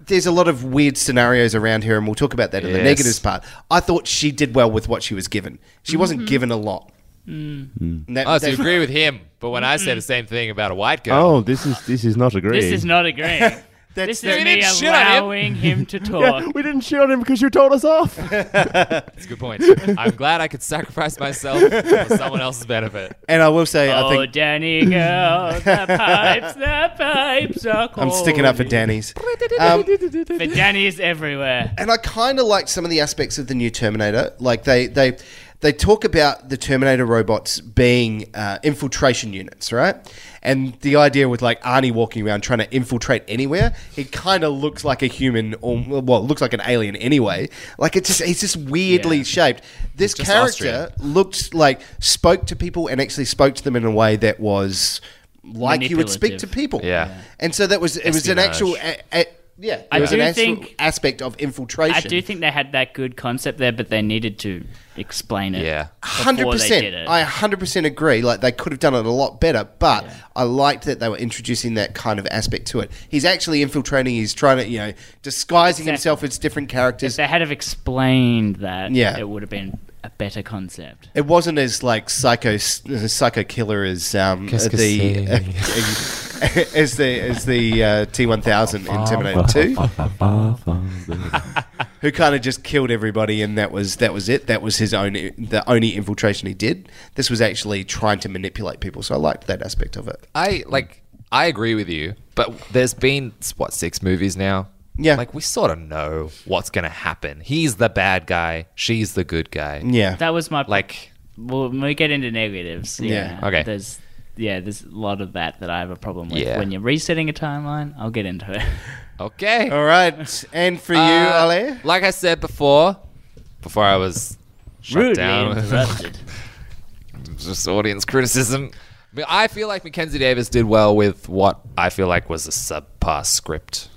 Speaker 7: there's a lot of weird scenarios around here, and we'll talk about that in the
Speaker 3: Yes.
Speaker 7: negatives part. I thought she did well with what she was given. She wasn't given a lot. And that-
Speaker 3: Oh, so you
Speaker 7: that-
Speaker 3: agree with him. But when I say the same thing about a white girl,
Speaker 5: Oh, this is this is not agreeing.
Speaker 4: This is not agreeing. this
Speaker 7: that-
Speaker 4: is
Speaker 3: You
Speaker 4: me
Speaker 3: didn't shit on him.
Speaker 4: allowing him to talk.
Speaker 5: Yeah, we didn't shoot on him because you told us off.
Speaker 3: it's a good point. I'm glad I could sacrifice myself for someone else's benefit.
Speaker 7: and I will say,
Speaker 4: Oh,
Speaker 7: I think
Speaker 4: Danny girl, the pipes, the pipes are cold.
Speaker 7: I'm sticking up for Danny's. Um,
Speaker 4: For Danny's everywhere.
Speaker 7: and I kind of like some of the aspects of the new Terminator. Like they they they talk about the Terminator robots being uh, infiltration units, right? And the idea with like Arnie walking around trying to infiltrate anywhere, he kind of looks like a human, or well, looks like an alien anyway. Like it's just he's just weirdly
Speaker 4: Yeah.
Speaker 7: shaped. This
Speaker 3: just
Speaker 7: character looked like spoke to people and actually spoke to them in a way that was like you would speak to
Speaker 4: Manipulative.
Speaker 7: people.
Speaker 3: Yeah.
Speaker 7: and so that was it was an
Speaker 3: Espionage.
Speaker 7: actual. A, a, yeah, it
Speaker 4: I
Speaker 7: was
Speaker 4: do
Speaker 7: an actual
Speaker 4: think-
Speaker 7: aspect of infiltration.
Speaker 4: I do think they had that good concept there, but they needed to explain it.
Speaker 3: Yeah.
Speaker 7: hundred
Speaker 4: before they did
Speaker 7: percent.
Speaker 4: it.
Speaker 7: I hundred percent agree. Like they could have done it a lot better, but I liked that they were introducing that kind of aspect to it. He's actually infiltrating. He's trying to, you know, disguising
Speaker 4: Exactly.
Speaker 7: himself as different
Speaker 4: If
Speaker 7: characters.
Speaker 4: they had have explained that,
Speaker 7: Yeah.
Speaker 4: it would have been a better concept.
Speaker 7: It wasn't as like psycho psycho killer as um,
Speaker 3: Qu'est-ce que
Speaker 7: the as the as the uh, T one thousand in Terminator two, who kind of just killed everybody, and that was that was it. That was his own the only infiltration he did. This was actually trying to manipulate people, so I liked that aspect of it.
Speaker 3: I like. I agree with you, but there's been what six movies now.
Speaker 7: Yeah.
Speaker 3: like we sort of know what's gonna happen. He's the bad guy. She's the good guy.
Speaker 7: Yeah,
Speaker 4: That was my
Speaker 3: Like,
Speaker 4: Well, when we get into negatives, yeah,
Speaker 7: Yeah.
Speaker 3: Okay.
Speaker 4: There's yeah, there's a lot of that that I have a problem with.
Speaker 3: Yeah.
Speaker 4: When you're resetting a timeline, I'll get into it.
Speaker 3: okay.
Speaker 7: All right, and for you,
Speaker 3: Uh,
Speaker 7: Ale,
Speaker 3: Like I said before, before I was shut
Speaker 4: Rudely
Speaker 3: down.
Speaker 4: interrupted.
Speaker 3: just audience criticism. I, mean, I feel like Mackenzie Davis did well with what I feel like was a subpar script.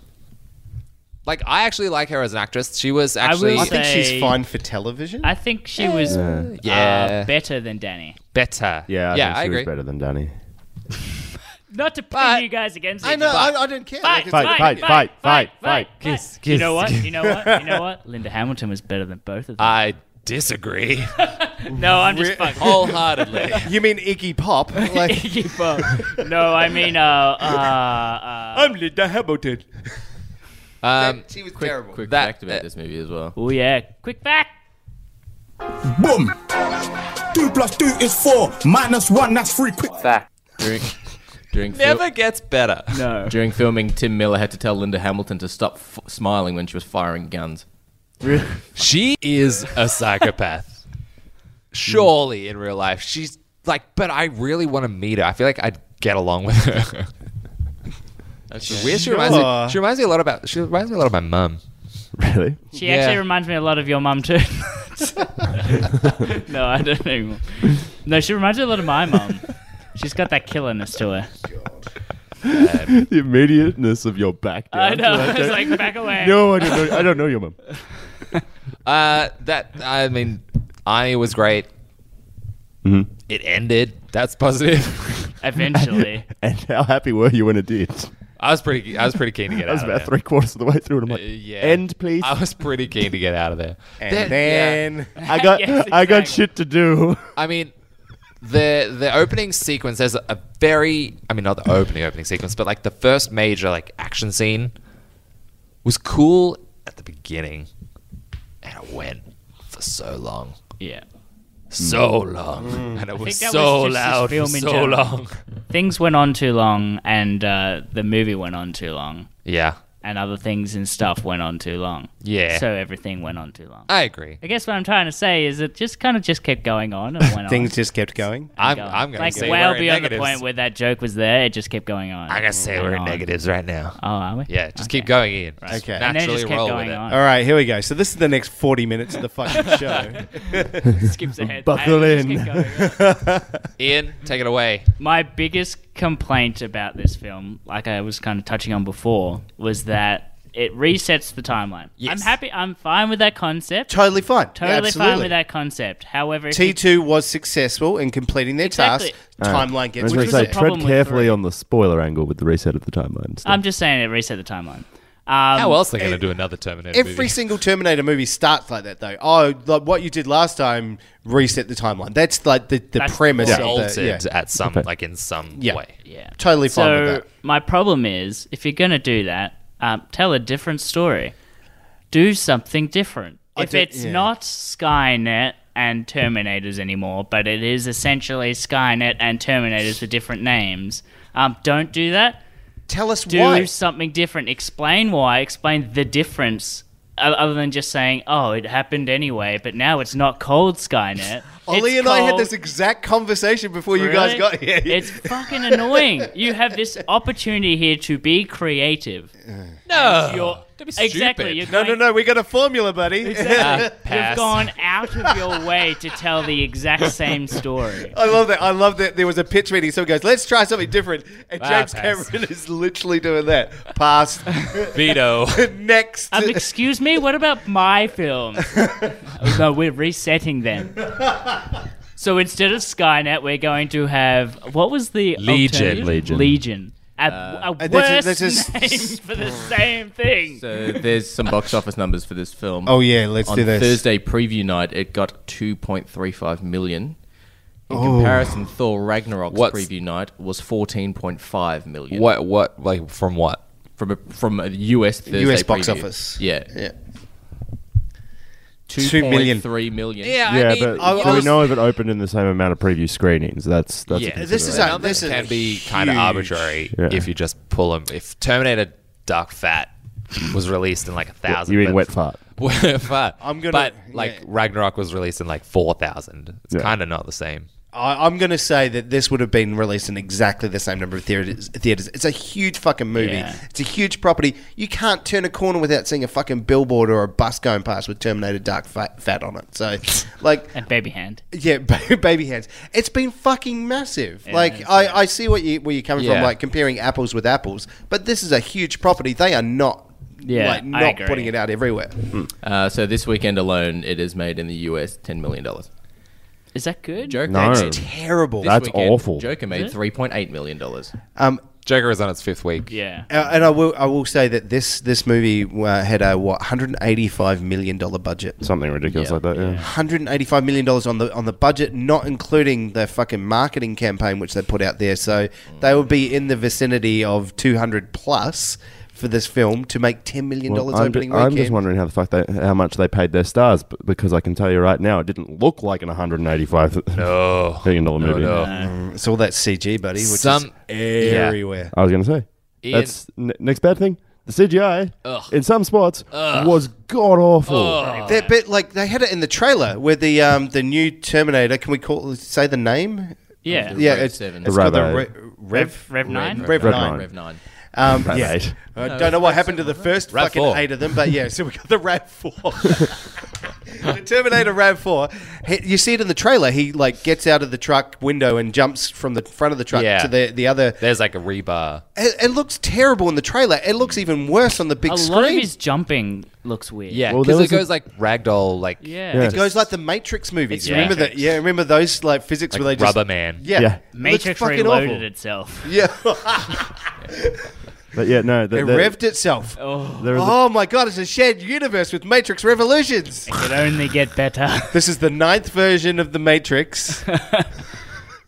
Speaker 3: Like I actually like her as an actress. She was
Speaker 4: will
Speaker 3: actually
Speaker 7: I
Speaker 4: I
Speaker 7: think
Speaker 4: think
Speaker 7: she's
Speaker 4: say-
Speaker 7: fine for television.
Speaker 4: I think she was uh,
Speaker 3: Yeah.
Speaker 4: better than Danny.
Speaker 3: better.
Speaker 5: Yeah, I
Speaker 3: yeah,
Speaker 5: think
Speaker 3: I
Speaker 5: she
Speaker 3: agree.
Speaker 5: was better than Danny.
Speaker 4: Not to pin
Speaker 3: But-
Speaker 4: you guys against
Speaker 3: I
Speaker 4: each
Speaker 3: know,
Speaker 4: other.
Speaker 3: I-
Speaker 7: don't care.
Speaker 4: Fight,
Speaker 5: Fight, fight,
Speaker 4: fight, fight,
Speaker 5: fight,
Speaker 4: fight,
Speaker 5: fight, fight.
Speaker 4: fight,
Speaker 3: Kiss,
Speaker 4: You know what?
Speaker 3: kiss. Ah,
Speaker 4: You know what? You know what? Linda Hamilton was better than both of them.
Speaker 3: I disagree
Speaker 4: no, I'm just fucking.
Speaker 3: wholeheartedly.
Speaker 7: You mean Iggy Pop? Like,
Speaker 4: Iggy Pop. No, I mean, uh, uh, uh
Speaker 7: I'm Linda Hamilton.
Speaker 3: Um,
Speaker 7: she was terrible.
Speaker 8: Quick
Speaker 3: That-
Speaker 8: fact about this movie as well.
Speaker 4: oh yeah, quick fact.
Speaker 9: Boom! Two plus two is four. Minus one, that's three. Quick.
Speaker 8: During, during, fil-
Speaker 3: never gets better.
Speaker 4: No,
Speaker 8: during filming, Tim Miller had to tell Linda Hamilton to stop f- smiling when she was firing guns.
Speaker 3: She is a psychopath. Surely in real life, she's like. But I really want to meet her. I feel like I'd get along with her. That's weird. She reminds me.
Speaker 7: Sure.
Speaker 3: She reminds me a lot about. She reminds me a lot of my mum.
Speaker 5: Really?
Speaker 4: she
Speaker 3: Yeah.
Speaker 4: actually reminds me a lot of your mum too. no, I don't anymore. No, she reminds me a lot of my mum. She's got that killerness to her.
Speaker 5: the immediateness of your back.
Speaker 4: I
Speaker 5: down to
Speaker 4: know.
Speaker 5: that
Speaker 4: It's
Speaker 5: joke.
Speaker 4: like back away.
Speaker 5: no, I don't know. I don't know your mum.
Speaker 3: Uh, that I mean, I was great.
Speaker 5: Mm-hmm.
Speaker 3: It ended. That's positive.
Speaker 4: Eventually,
Speaker 5: And how happy were you when it did?
Speaker 3: I was pretty. I was pretty keen to get
Speaker 5: I was
Speaker 3: out. of
Speaker 5: about
Speaker 3: there.
Speaker 5: three quarters of the way through, and I'm like,
Speaker 3: Uh, yeah. Oh,
Speaker 5: "End, please."
Speaker 3: I was pretty keen to get out of there.
Speaker 7: And
Speaker 3: That- yeah.
Speaker 7: then
Speaker 5: I got,
Speaker 4: Yes,
Speaker 5: I got
Speaker 4: exactly.
Speaker 5: shit to do.
Speaker 3: I mean, the the opening sequence. There's a very. I mean, not the opening opening sequence, but like the first major like action scene was cool at the beginning, and it went for so long,
Speaker 4: yeah.
Speaker 3: so long, and it was
Speaker 4: that
Speaker 3: so
Speaker 4: was just this
Speaker 3: loud for
Speaker 4: film in
Speaker 3: so
Speaker 4: general.
Speaker 3: long.
Speaker 4: Things went on too long, and uh, the movie went on too long,
Speaker 3: Yeah,
Speaker 4: and other things and stuff went on too long.
Speaker 3: Yeah.
Speaker 4: So everything went on too long.
Speaker 3: I agree.
Speaker 4: I guess what I'm trying to say is it just kind of just kept going on and went
Speaker 7: things
Speaker 4: on.
Speaker 7: just kept going.
Speaker 3: I'm,
Speaker 4: Going.
Speaker 3: I'm gonna
Speaker 4: like
Speaker 3: say
Speaker 4: well
Speaker 3: we're in
Speaker 4: beyond the
Speaker 3: negatives.
Speaker 4: point where that joke was there. It just kept going on.
Speaker 3: I'm gonna say
Speaker 4: and
Speaker 3: we're in
Speaker 4: on.
Speaker 3: negatives right now.
Speaker 4: Oh, are we?
Speaker 3: Yeah, just keep
Speaker 4: Okay.
Speaker 3: going in.
Speaker 7: Okay.
Speaker 4: And then it
Speaker 3: Naturally
Speaker 4: just kept
Speaker 3: roll
Speaker 4: going
Speaker 3: with it.
Speaker 4: on.
Speaker 7: All right, here we go. So this is the next 40 minutes of the fucking show.
Speaker 4: Skips ahead.
Speaker 5: Buckle
Speaker 4: And it
Speaker 5: in.
Speaker 4: just kept going on.
Speaker 3: Ian, take it away.
Speaker 4: My biggest complaint about this film, like I was kind of touching on before, was that it resets the timeline.
Speaker 3: Yes.
Speaker 4: I'm happy. I'm fine with that concept.
Speaker 7: totally fine.
Speaker 4: Totally
Speaker 7: Absolutely.
Speaker 4: fine with that concept. However, if you-
Speaker 7: T2 was successful in completing their
Speaker 4: Exactly.
Speaker 7: task. Timeline
Speaker 5: I was
Speaker 7: gets
Speaker 5: going
Speaker 4: Which
Speaker 5: to
Speaker 4: was
Speaker 5: say,
Speaker 4: the
Speaker 5: tread
Speaker 4: problem with
Speaker 5: carefully
Speaker 4: three. Um,
Speaker 5: on the spoiler angle with the reset of the timeline. Stuff.
Speaker 4: I'm just saying it reset the timeline. Um,
Speaker 3: How else are they gonna do another Terminator
Speaker 7: Every
Speaker 3: movie?
Speaker 7: single Terminator movie starts like that, though. Oh, like what you did last time, reset the timeline. That's like the, the
Speaker 4: That's
Speaker 7: premise
Speaker 4: Yeah.
Speaker 7: of the,
Speaker 3: altered
Speaker 7: yeah.
Speaker 3: at some like in some
Speaker 7: Yeah.
Speaker 3: way.
Speaker 4: Yeah.
Speaker 7: Totally fine
Speaker 4: so
Speaker 7: with that.
Speaker 4: my problem is, if you're going to do that, um, tell a different story. Do something different.
Speaker 7: I
Speaker 4: if
Speaker 7: do-
Speaker 4: it's
Speaker 7: yeah.
Speaker 4: not Skynet and Terminators anymore, but it is essentially Skynet and Terminators with different names, um, don't do that.
Speaker 7: Tell us
Speaker 4: Do
Speaker 7: why.
Speaker 4: something different. Explain why. Explain the difference. o- Other than just saying, "Oh, it happened anyway," but now it's not cold Skynet.
Speaker 7: Ollie
Speaker 4: It's
Speaker 7: and I had
Speaker 4: called-
Speaker 7: this exact conversation before you guys
Speaker 4: Really?
Speaker 7: got here.
Speaker 4: It's fucking annoying. You have this opportunity here to be creative. No, you're, exactly.
Speaker 3: stupid.
Speaker 4: You're
Speaker 7: Oh. no,
Speaker 4: going,
Speaker 7: no, no. We got a formula, buddy.
Speaker 4: You've
Speaker 3: Pass.
Speaker 4: gone out of your way to tell the exact same story.
Speaker 7: I love that. I love that there was a pitch meeting. Someone goes, let's try something different. And
Speaker 3: Ah,
Speaker 7: James
Speaker 3: pass.
Speaker 7: Cameron is literally doing that. Pass.
Speaker 3: Veto.
Speaker 7: Next.
Speaker 4: Um, excuse me. What about my film? Oh, no, we're resetting them. So instead of Skynet, we're going to have what was the
Speaker 3: Legion.
Speaker 4: alternative?
Speaker 5: Legion.
Speaker 4: Legion. A, a
Speaker 7: Uh,
Speaker 4: worse
Speaker 7: that's- that's-
Speaker 4: name for the same thing.
Speaker 8: So there's some box office numbers for this film.
Speaker 7: oh, yeah. Let's
Speaker 8: on
Speaker 7: do this.
Speaker 8: Thursday preview night, it got 2.35 million. In
Speaker 7: Oh.
Speaker 8: comparison, Thor Ragnarok's
Speaker 3: What's-
Speaker 8: preview night was 14.5 million.
Speaker 3: what? What? Like from what?
Speaker 8: From a, from a US Thursday
Speaker 7: US box
Speaker 8: preview.
Speaker 7: office.
Speaker 8: Yeah.
Speaker 7: Yeah. Two
Speaker 8: Two
Speaker 7: million.
Speaker 8: million, three million.
Speaker 5: yeah, but
Speaker 7: I-
Speaker 5: so
Speaker 7: I
Speaker 5: we
Speaker 7: was-
Speaker 5: know if it opened in the same amount of preview screenings. That's that's.
Speaker 3: Yeah.
Speaker 5: A
Speaker 7: This is
Speaker 5: consideration.
Speaker 7: a, this is
Speaker 3: can
Speaker 7: a
Speaker 3: be kind of
Speaker 7: huge-
Speaker 3: arbitrary
Speaker 5: Yeah.
Speaker 3: if you just pull them. If Terminator Dark Fat was released in like a thousand,
Speaker 5: you mean
Speaker 3: but-
Speaker 5: wet fart?
Speaker 3: wet fart.
Speaker 7: I'm gonna-
Speaker 3: But like
Speaker 7: yeah.
Speaker 3: Ragnarok was released in like four thousand. It's
Speaker 5: Yeah.
Speaker 3: kind of not the same.
Speaker 7: I, I'm going to say that this would have been released in exactly the same number of theaters. theaters. It's a huge fucking movie.
Speaker 4: Yeah.
Speaker 7: It's a huge property. You can't turn a corner without seeing a fucking billboard or a bus going past with Terminator Dark Fat, fat on it. So, like,
Speaker 4: and baby hand.
Speaker 7: Yeah, ba- baby hands. It's been fucking massive. like I, I see what you where you're coming
Speaker 3: Yeah.
Speaker 7: from, like comparing apples with apples. But this is a huge property. They are not
Speaker 4: Yeah,
Speaker 7: like
Speaker 4: I
Speaker 7: not
Speaker 4: agree.
Speaker 7: putting it out everywhere.
Speaker 8: Uh, so this weekend alone, it has made in the US ten million dollars.
Speaker 4: Is that good?
Speaker 8: Joker,
Speaker 5: No.
Speaker 8: that's
Speaker 7: Terrible.
Speaker 5: That's awful.
Speaker 8: Joker made three point eight million dollars.
Speaker 7: Um,
Speaker 10: Joker is on its fifth week.
Speaker 4: Yeah.
Speaker 7: Uh, and I will I will say that this this movie uh, had a what 185 million dollar budget.
Speaker 5: Something ridiculous
Speaker 8: Yeah.
Speaker 5: like that, yeah.
Speaker 7: 185 million dollars on the on the budget, not including the fucking marketing campaign which they put out there. So they would be in the vicinity of 200 plus for this film to make 10 million
Speaker 5: Well,
Speaker 7: dollars
Speaker 5: I'm,
Speaker 7: opening
Speaker 5: ju- I'm
Speaker 7: weekend.
Speaker 5: just wondering how the fuck they, how much they paid their stars, b- because I can tell you right now, it didn't look like an 185 million
Speaker 10: No.
Speaker 5: dollar
Speaker 10: No,
Speaker 5: movie.
Speaker 10: no.
Speaker 7: It's all that CG, buddy, which
Speaker 3: Some-
Speaker 7: is everywhere.
Speaker 5: I was gonna say
Speaker 3: Ian-
Speaker 5: that's n- next bad thing. The CGI
Speaker 3: Ugh.
Speaker 5: in some spots was god awful.
Speaker 7: That bit, like they had it in the trailer where the um, the new Terminator. Can we call say the name?
Speaker 4: Yeah.
Speaker 7: yeah,
Speaker 8: Rev
Speaker 7: it's,
Speaker 8: Seven.
Speaker 7: it's called the
Speaker 5: Rev
Speaker 7: Re-
Speaker 5: Eight.
Speaker 7: Rev
Speaker 4: Rev nine.
Speaker 7: Rev
Speaker 5: Rev
Speaker 7: Nine.
Speaker 5: Nine.
Speaker 8: Rev nine.
Speaker 7: Um,
Speaker 5: Rev
Speaker 7: yeah.
Speaker 5: Eight.
Speaker 7: I don't know what happened to the first
Speaker 10: Rav
Speaker 7: fucking
Speaker 10: four.
Speaker 7: eight of them, but yeah, so we got the Rav 4. the Terminator Rav 4. He- You see it in the trailer. He like gets out of the truck window and jumps from the front of the truck
Speaker 10: Yeah.
Speaker 7: to the, the other.
Speaker 10: There's like a rebar.
Speaker 7: It, it looks terrible in the trailer. It looks even worse on the big
Speaker 4: A
Speaker 7: screen.
Speaker 4: lot of his jumping looks weird.
Speaker 10: Yeah,
Speaker 5: Well,
Speaker 10: because
Speaker 5: there
Speaker 10: it
Speaker 5: was a-
Speaker 10: goes like ragdoll, like
Speaker 4: Yeah.
Speaker 5: Yeah.
Speaker 7: it goes like the Matrix movies.
Speaker 4: It's
Speaker 7: remember that?
Speaker 4: Matrix.
Speaker 7: Yeah, remember those like physics
Speaker 10: like
Speaker 7: where they just
Speaker 10: rubber man.
Speaker 7: Yeah,
Speaker 5: Yeah.
Speaker 7: It looks
Speaker 4: Matrix
Speaker 7: fucking
Speaker 4: reloaded
Speaker 7: awful.
Speaker 4: itself.
Speaker 7: Yeah,
Speaker 5: But yeah, no,
Speaker 7: it
Speaker 5: th- there-
Speaker 7: revved itself.
Speaker 5: there is a-
Speaker 7: Oh my god, it's a shared universe with Matrix Revolutions.
Speaker 4: It could only get better.
Speaker 7: This is the ninth version of the Matrix.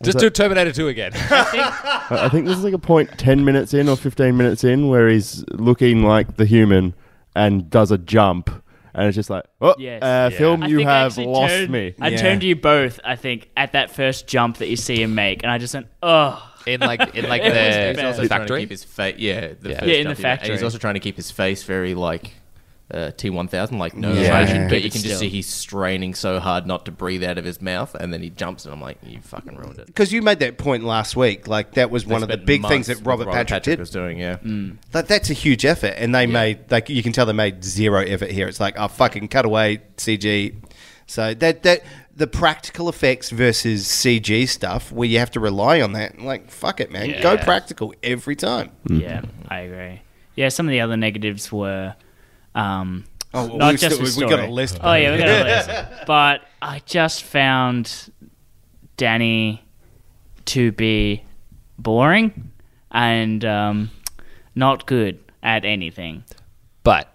Speaker 10: Just do Terminator 2 again.
Speaker 5: I I think this is like a point ten minutes in or fifteen minutes in where he's looking like the human and does a jump, and it's just like, oh,
Speaker 4: Yes.
Speaker 5: uh, film,
Speaker 4: I
Speaker 5: you
Speaker 4: think I
Speaker 5: have
Speaker 4: actually
Speaker 5: lost
Speaker 4: turned-
Speaker 5: me.
Speaker 4: I turned to you both, I think, at that first jump that you see him make, and I just went, oh.
Speaker 10: in like in like
Speaker 4: It was
Speaker 10: the
Speaker 4: bad.
Speaker 8: He's also trying to keep
Speaker 10: factory.
Speaker 8: his face. Yeah, the
Speaker 10: Yeah.
Speaker 8: first
Speaker 10: Yeah,
Speaker 4: in the
Speaker 8: jump he made. And
Speaker 4: factory.
Speaker 8: He's also trying to keep his face very like uh, T1000, like no
Speaker 7: Yeah.
Speaker 8: motion. But
Speaker 4: Keep
Speaker 8: you
Speaker 4: it
Speaker 8: can
Speaker 4: still.
Speaker 8: just see he's straining so hard not to breathe out of his mouth, and then he jumps, and I'm like, you fucking ruined it.
Speaker 7: Because you made that point last week, like that was one
Speaker 8: They
Speaker 7: of the
Speaker 8: spent
Speaker 7: big things
Speaker 8: months
Speaker 7: that Robert,
Speaker 8: with
Speaker 7: Patrick,
Speaker 8: was
Speaker 7: did.
Speaker 8: doing. Yeah,
Speaker 4: Mm.
Speaker 7: Like that's a huge effort, and they made like you can tell they made zero effort here. It's like oh fucking cut away CG. So that that the practical effects versus CG stuff where you have to rely on that. Like fuck it, man, go
Speaker 4: Yeah.
Speaker 7: practical every time.
Speaker 4: Yeah, I agree. Yeah, some of the other negatives were um,
Speaker 7: Oh, well,
Speaker 4: not
Speaker 7: we've
Speaker 4: just
Speaker 7: still-
Speaker 4: the
Speaker 7: we've got a
Speaker 4: story.
Speaker 7: list.
Speaker 4: Oh yeah, we got a list. But I just found Danny to be boring and um, not good at anything.
Speaker 10: But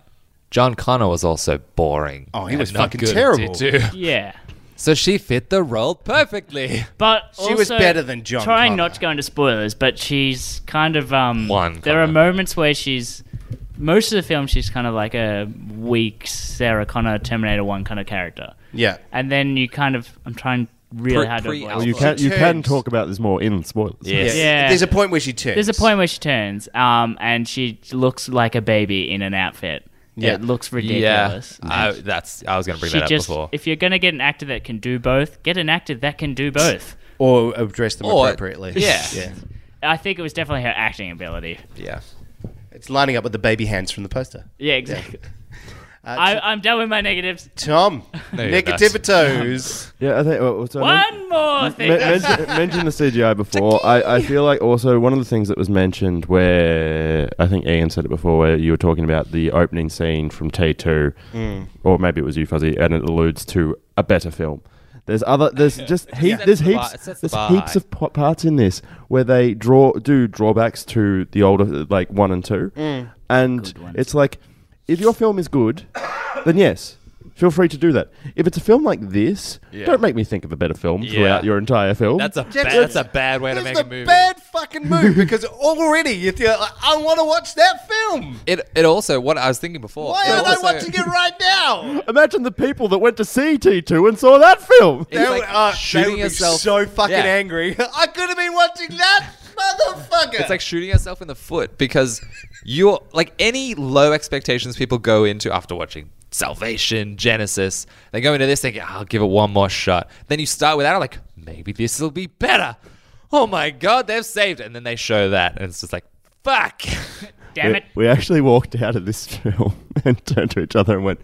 Speaker 10: John Connor was also boring.
Speaker 7: Oh, he
Speaker 10: and
Speaker 7: was
Speaker 10: not
Speaker 7: fucking
Speaker 10: good at
Speaker 7: terrible.
Speaker 10: it too.
Speaker 4: Yeah.
Speaker 10: So she fit the role perfectly.
Speaker 4: But
Speaker 7: She was
Speaker 4: also
Speaker 7: better than John
Speaker 4: Trying
Speaker 7: Connor.
Speaker 4: not to go into spoilers, but she's kind of um.
Speaker 10: One
Speaker 4: there are
Speaker 10: Connor.
Speaker 4: moments where she's most of the film she's kind of like a weak Sarah Connor Terminator One kind of character,
Speaker 7: Yeah,
Speaker 4: and then you kind of I'm trying really
Speaker 10: Pre-
Speaker 4: hard to
Speaker 10: pre-
Speaker 4: avoid.
Speaker 10: Well,
Speaker 5: You
Speaker 10: Oh,
Speaker 5: can
Speaker 7: she
Speaker 5: you can
Speaker 7: turns.
Speaker 5: talk about this more in spoilers.
Speaker 7: yeah.
Speaker 4: Yeah.
Speaker 7: There's a point where she turns.
Speaker 4: There's a point where she turns, um, and she looks like a baby in an outfit.
Speaker 7: Yeah.
Speaker 4: It looks ridiculous.
Speaker 10: I, that's I was going to bring
Speaker 4: She
Speaker 10: that up
Speaker 4: just,
Speaker 10: before.
Speaker 4: if you're going to get an actor that can do both, get an actor that can do both.
Speaker 7: or address them
Speaker 10: Or-
Speaker 7: appropriately.
Speaker 10: yeah.
Speaker 7: yeah.
Speaker 4: I think it was definitely her acting ability.
Speaker 10: yeah.
Speaker 7: It's lining up with the baby hands from the poster.
Speaker 4: Yeah, exactly.
Speaker 7: Uh,
Speaker 4: I, I'm done with my negatives.
Speaker 7: Tom,
Speaker 10: you're not.
Speaker 7: negativitos.
Speaker 5: Yeah, I think. Well, so I meant-
Speaker 4: One more
Speaker 5: Me-
Speaker 4: thing.
Speaker 5: mention, mention the CGI before. I, I feel like also one of the things that was mentioned where I think Ian said it before, where you were talking about the opening scene from T two,
Speaker 10: Mm.
Speaker 5: or maybe it was you, Fuzzy, and it alludes to a better film. There's other. There's just he,
Speaker 10: sets
Speaker 5: there's
Speaker 10: the bar-
Speaker 5: heaps.
Speaker 10: it sets the
Speaker 5: there's
Speaker 10: bar
Speaker 5: heaps
Speaker 10: high.
Speaker 5: of po- parts in this where they draw do drawbacks to the older like one and two,
Speaker 10: Mm.
Speaker 5: and it's like if your film is good, then yes. Feel free to do that. If it's a film like this, don't make me think of a better film throughout your entire film.
Speaker 10: That's a bad,
Speaker 7: Jackson-
Speaker 10: that's a bad way to make
Speaker 7: That's
Speaker 10: a
Speaker 7: a
Speaker 10: movie.
Speaker 7: bad fucking move because already you feel like, I want to watch that film.
Speaker 10: It it also what I was thinking before.
Speaker 7: Why
Speaker 10: it
Speaker 7: are
Speaker 10: also-
Speaker 7: they watching it right now?
Speaker 5: Imagine the people that went to see T2 and saw that film.
Speaker 10: It's like
Speaker 7: uh,
Speaker 10: shooting yourself.
Speaker 7: so fucking
Speaker 10: Yeah.
Speaker 7: angry. I could have been watching that motherfucker.
Speaker 10: It's like shooting yourself in the foot because you're like any low expectations people go into after watching Salvation, Genesis. They go into this thinking, I'll give it one more shot. Then you start with that, I'm like, maybe this will be better. Oh my God, they've saved it. And then they show that, and it's just like, fuck.
Speaker 4: Damn it.
Speaker 5: We actually walked out of this film and turned to each other and went,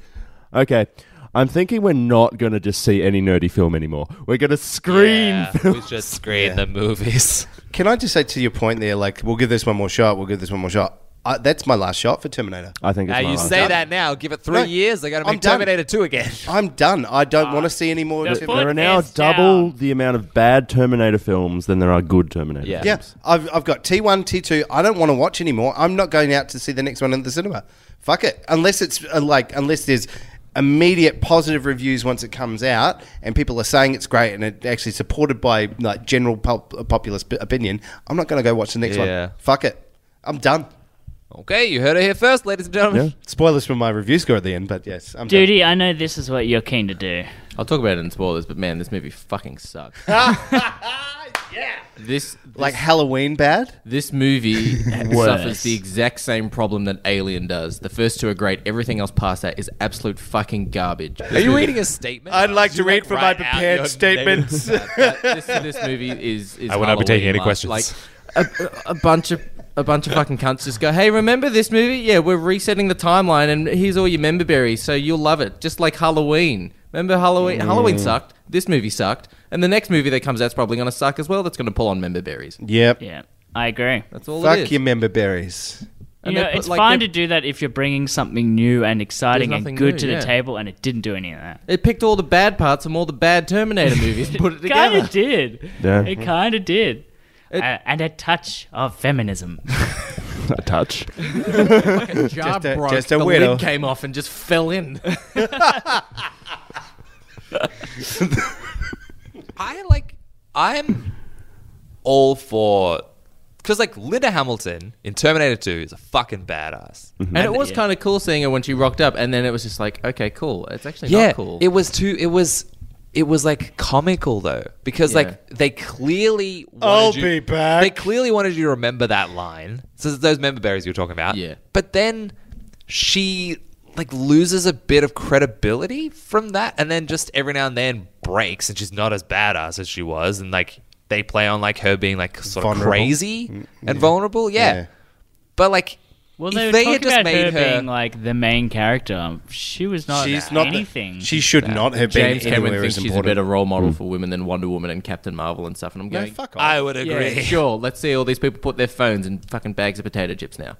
Speaker 5: okay, I'm thinking we're not going to just see any nerdy film anymore. We're going to screen
Speaker 10: Yeah,
Speaker 5: film.
Speaker 10: we just screen the movies.
Speaker 7: Can I just say to your point there, like, we'll give this one more shot, we'll give this one more shot. I, that's my last shot for Terminator.
Speaker 5: I think it's
Speaker 3: Now
Speaker 5: my
Speaker 3: you
Speaker 5: last
Speaker 3: say
Speaker 5: one.
Speaker 3: that now. Give it three
Speaker 7: No,
Speaker 3: years. They got to
Speaker 7: I'm
Speaker 3: make
Speaker 7: done.
Speaker 3: Terminator two again.
Speaker 7: I'm done. I don't
Speaker 10: Ah.
Speaker 7: want to see any more.
Speaker 4: the
Speaker 7: Terminator.
Speaker 4: foot
Speaker 5: There are now
Speaker 4: is
Speaker 5: double
Speaker 4: down.
Speaker 5: the amount of bad Terminator films than there are good Terminator.
Speaker 3: Yeah.
Speaker 5: films.
Speaker 7: Yeah, I've, I've got T1, T2. I don't want to watch anymore. I'm not going out to see the next one in the cinema. Fuck it. Unless it's uh, like, unless there's immediate positive reviews once it comes out and people are saying it's great and it actually supported by like general pop- uh, populist p- opinion, I'm not going to go watch the next
Speaker 3: Yeah.
Speaker 7: one. Fuck it. I'm done.
Speaker 3: Okay, you heard it here first, ladies and gentlemen.
Speaker 5: Yeah.
Speaker 7: Spoilers for my review score at the end, but yes, I'm
Speaker 4: Duty, I know this is what you're keen to do.
Speaker 8: I'll talk about it in spoilers, but man, this movie fucking sucks. This,
Speaker 7: done. Like Halloween bad?
Speaker 8: This movie
Speaker 4: Worse.
Speaker 8: suffers the exact same problem that Alien does. The first two are great. Everything else past that is absolute fucking garbage.
Speaker 3: Are you reading a statement?
Speaker 7: I'd like
Speaker 3: Did
Speaker 7: to
Speaker 3: you,
Speaker 7: read from my
Speaker 3: write out
Speaker 7: prepared
Speaker 3: your
Speaker 7: statements?
Speaker 3: negative-
Speaker 8: this, this movie is, is
Speaker 3: I will not be taking
Speaker 8: Halloween
Speaker 3: any
Speaker 8: like-
Speaker 3: questions.
Speaker 8: Like a, a a bunch of a bunch of fucking cunts just go, "Hey, remember this movie? Yeah, we're resetting the timeline, and here's all your member berries, so you'll love it." Just like Halloween. Remember Halloween?
Speaker 3: Mm.
Speaker 8: Halloween sucked. This movie sucked, and the next movie that comes out's probably going to suck as well. That's going to pull on member berries.
Speaker 7: Yep.
Speaker 4: Yeah, I agree.
Speaker 8: That's all it
Speaker 7: Fuck
Speaker 8: is.
Speaker 7: your member berries.
Speaker 4: You
Speaker 8: And
Speaker 4: know,
Speaker 8: they put,
Speaker 4: it's
Speaker 8: like,
Speaker 4: fine
Speaker 8: they-
Speaker 4: to do that if you're bringing something new and exciting
Speaker 8: There's
Speaker 4: and
Speaker 8: nothing
Speaker 4: good
Speaker 8: new,
Speaker 4: to the
Speaker 8: yeah.
Speaker 4: table, and it didn't do any of that.
Speaker 8: It picked all the bad parts from all the bad Terminator movies and put it
Speaker 4: Kind
Speaker 8: together.
Speaker 4: of did.
Speaker 5: Yeah.
Speaker 4: It
Speaker 7: Mm-hmm.
Speaker 4: kind of did. A- and a touch of feminism.
Speaker 5: A touch.
Speaker 8: Jar
Speaker 7: Just a-
Speaker 8: broke,
Speaker 7: just a
Speaker 8: the
Speaker 7: widow.
Speaker 8: lid came off and just fell in.
Speaker 3: I like. I'm all for because like Linda Hamilton in Terminator Two is a fucking badass.
Speaker 8: and it was kind of cool seeing her when she rocked up, and then it was just like, okay, cool. It's actually
Speaker 3: yeah,
Speaker 8: not cool.
Speaker 3: it was too. It was. It was like comical though, because
Speaker 8: Yeah.
Speaker 3: like they clearly. Wanted
Speaker 7: I'll
Speaker 3: you,
Speaker 7: be back.
Speaker 3: They clearly wanted you to remember that line. So it's those member berries you were talking about.
Speaker 8: Yeah.
Speaker 3: But then she like loses a bit of credibility from that, and then just every now and then breaks, and she's not as badass as she was, and like they play on like her being like sort
Speaker 7: Vulnerable. Mm,
Speaker 3: of crazy and vulnerable. Yeah. But like.
Speaker 4: well,
Speaker 3: if
Speaker 4: they were
Speaker 3: they
Speaker 4: talking
Speaker 3: had just
Speaker 4: about
Speaker 3: made
Speaker 4: her,
Speaker 3: her-
Speaker 4: being like the main character. She was not
Speaker 7: She's not the-
Speaker 4: Oh, anything.
Speaker 7: She should not have been
Speaker 8: James Cameron
Speaker 7: anywhere
Speaker 8: thinks
Speaker 7: as
Speaker 8: she's a
Speaker 7: important. Hmm.
Speaker 8: better role model for women than Wonder Woman and Captain Marvel and stuff. And I'm
Speaker 7: No,
Speaker 8: going,
Speaker 7: fuck off.
Speaker 3: I would
Speaker 8: yeah,
Speaker 3: agree.
Speaker 8: sure. Let's see all these people put their phones in fucking bags of potato chips now.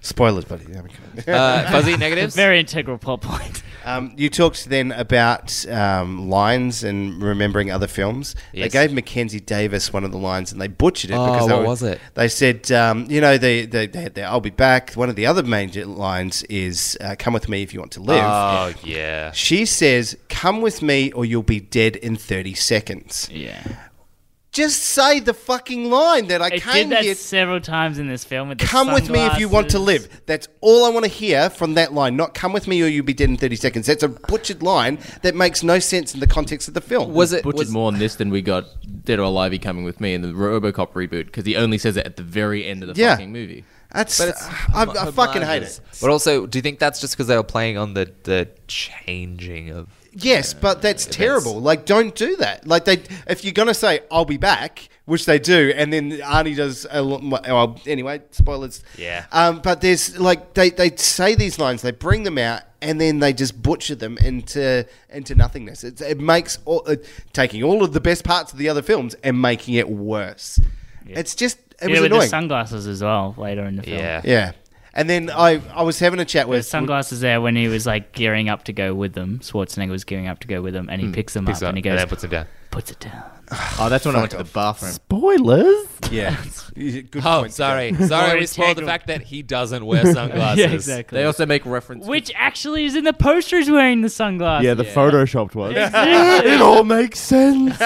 Speaker 7: Spoilers, buddy. Yeah, okay.
Speaker 3: Uh, fuzzy negatives.
Speaker 4: very integral plot point.
Speaker 7: Um, you talked then about um, lines and remembering other films.
Speaker 3: Yes.
Speaker 7: They gave Mackenzie Davis one of the lines and they butchered it.
Speaker 3: Oh,
Speaker 7: because they
Speaker 3: what
Speaker 7: were-
Speaker 3: was it?
Speaker 7: They said, um, you know, they, they, they had their I'll be back. One of the other main lines is, uh, come with me if you want to live.
Speaker 3: Oh yeah.
Speaker 7: She says, come with me or you'll be dead in 30 seconds.
Speaker 4: Yeah,
Speaker 7: Just say the fucking line that I
Speaker 4: it
Speaker 7: came
Speaker 4: did that
Speaker 7: here
Speaker 4: several times in this film. With the
Speaker 7: Come with me if you want to
Speaker 4: sunglasses.
Speaker 7: live. That's all I want to hear from that line. Not come with me or you'll be dead in 30 seconds. That's a butchered line that makes no sense in the context of the film.
Speaker 3: Was it
Speaker 8: Butchered
Speaker 3: was,
Speaker 8: more on this than we got Dead or Alive he coming with me in the RoboCop reboot because he only says it at the very end of the
Speaker 7: Yeah.
Speaker 8: fucking movie.
Speaker 7: That's,
Speaker 3: But it's
Speaker 7: I, I fucking hate it.
Speaker 3: But also, do you think that's just because they were playing on the the changing of?
Speaker 7: Yes, but that's terrible. Like, don't do that. Like, they if you're gonna say "I'll be back," which they do, and then Arnie does. A, lo- well, anyway, spoilers.
Speaker 3: Yeah.
Speaker 7: Um, but there's like they they say these lines, they bring them out, and then they just butcher them into into nothingness. It, it makes all, uh, taking all of the best parts of the other films and making it worse. It's just
Speaker 4: yeah,
Speaker 7: it was
Speaker 4: with the
Speaker 7: annoying.
Speaker 4: sunglasses as well later in the film.
Speaker 3: Yeah.
Speaker 7: yeah. And then I, I was having a chat
Speaker 4: The
Speaker 7: with
Speaker 4: sunglasses there when he was like gearing up to go with them. Schwarzenegger was gearing up to go with them, and he
Speaker 7: Hmm.
Speaker 4: picks them
Speaker 3: Picks
Speaker 4: up
Speaker 3: up
Speaker 4: and he goes,
Speaker 3: then puts it down.
Speaker 4: puts it down.
Speaker 8: Oh, that's when I went to the bathroom.
Speaker 5: Spoilers.
Speaker 7: yeah. Good
Speaker 3: Oh,
Speaker 7: point,
Speaker 3: sorry,
Speaker 4: Or
Speaker 3: sorry. We
Speaker 4: it's
Speaker 3: spoiled the
Speaker 4: tangled.
Speaker 3: fact that he doesn't wear sunglasses.
Speaker 4: Yeah, exactly.
Speaker 8: They also make reference.
Speaker 4: Which actually is in the poster is wearing the sunglasses.
Speaker 5: Yeah, the photoshopped one. it all makes sense.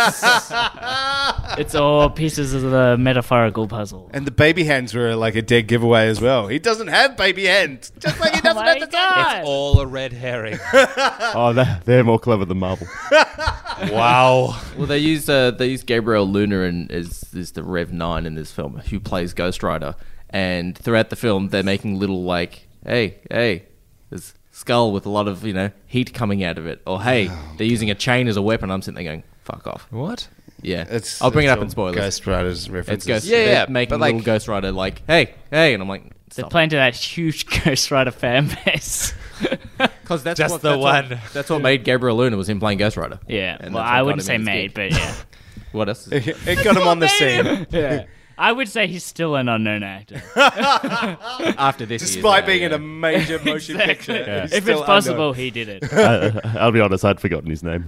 Speaker 4: It's all pieces of the metaphorical puzzle.
Speaker 7: And the baby hands were like a dead giveaway as well. He doesn't have baby hands, just like he doesn't
Speaker 4: Oh my
Speaker 7: have the
Speaker 4: God.
Speaker 3: All a red herring.
Speaker 5: oh, they're, they're more clever than Marvel.
Speaker 3: wow.
Speaker 8: Well, they use uh, they use Gabriel Luna and is is the Rev Nine in this film who plays Ghost Rider, and throughout the film they're making little like hey hey, this skull with a lot of you know heat coming out of it, or hey they're using a chain as a weapon. I'm sitting there going fuck off.
Speaker 3: What?
Speaker 8: Yeah,
Speaker 7: It's,
Speaker 8: I'll bring it up in
Speaker 7: all
Speaker 8: spoilers.
Speaker 7: Ghost Rider's
Speaker 8: It's
Speaker 7: references.
Speaker 8: Ghost.
Speaker 3: Yeah,
Speaker 8: Yeah,
Speaker 3: yeah,
Speaker 8: yeah.
Speaker 3: but
Speaker 8: Making
Speaker 3: like-
Speaker 8: little Ghost Rider like hey hey, and I'm like
Speaker 4: They're
Speaker 8: stop.
Speaker 4: playing to that huge Ghost Rider fan base.
Speaker 8: Because that's
Speaker 3: Just
Speaker 8: what-
Speaker 3: the
Speaker 8: that's what-
Speaker 3: one.
Speaker 8: that's what made Gabriel Luna was him playing Ghost Rider.
Speaker 4: yeah.
Speaker 8: And
Speaker 4: well,
Speaker 8: that's what
Speaker 4: I
Speaker 8: got
Speaker 4: wouldn't
Speaker 8: him
Speaker 4: say
Speaker 8: in his
Speaker 4: made,
Speaker 8: gig.
Speaker 4: but yeah.
Speaker 8: What else?
Speaker 7: it got him on the scene.
Speaker 4: yeah. I would say he's still an unknown actor.
Speaker 8: After this, uh, he is
Speaker 7: Despite
Speaker 8: now,
Speaker 7: being in
Speaker 8: yeah.
Speaker 7: a major motion
Speaker 4: Exactly.
Speaker 7: picture. he's
Speaker 4: If
Speaker 7: still
Speaker 4: it's
Speaker 7: unknown.
Speaker 4: possible, he did it. I
Speaker 5: I, I'll be honest, I'd forgotten his name.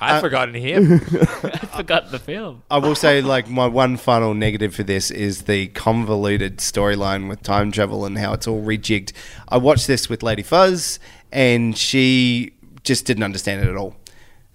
Speaker 3: I've forgotten him.
Speaker 4: forgot the film.
Speaker 7: I will say, like, my one final negative for this is the convoluted storyline with time travel and how it's all rejigged. I watched this with Lady Fuzz, and she just didn't understand it at all.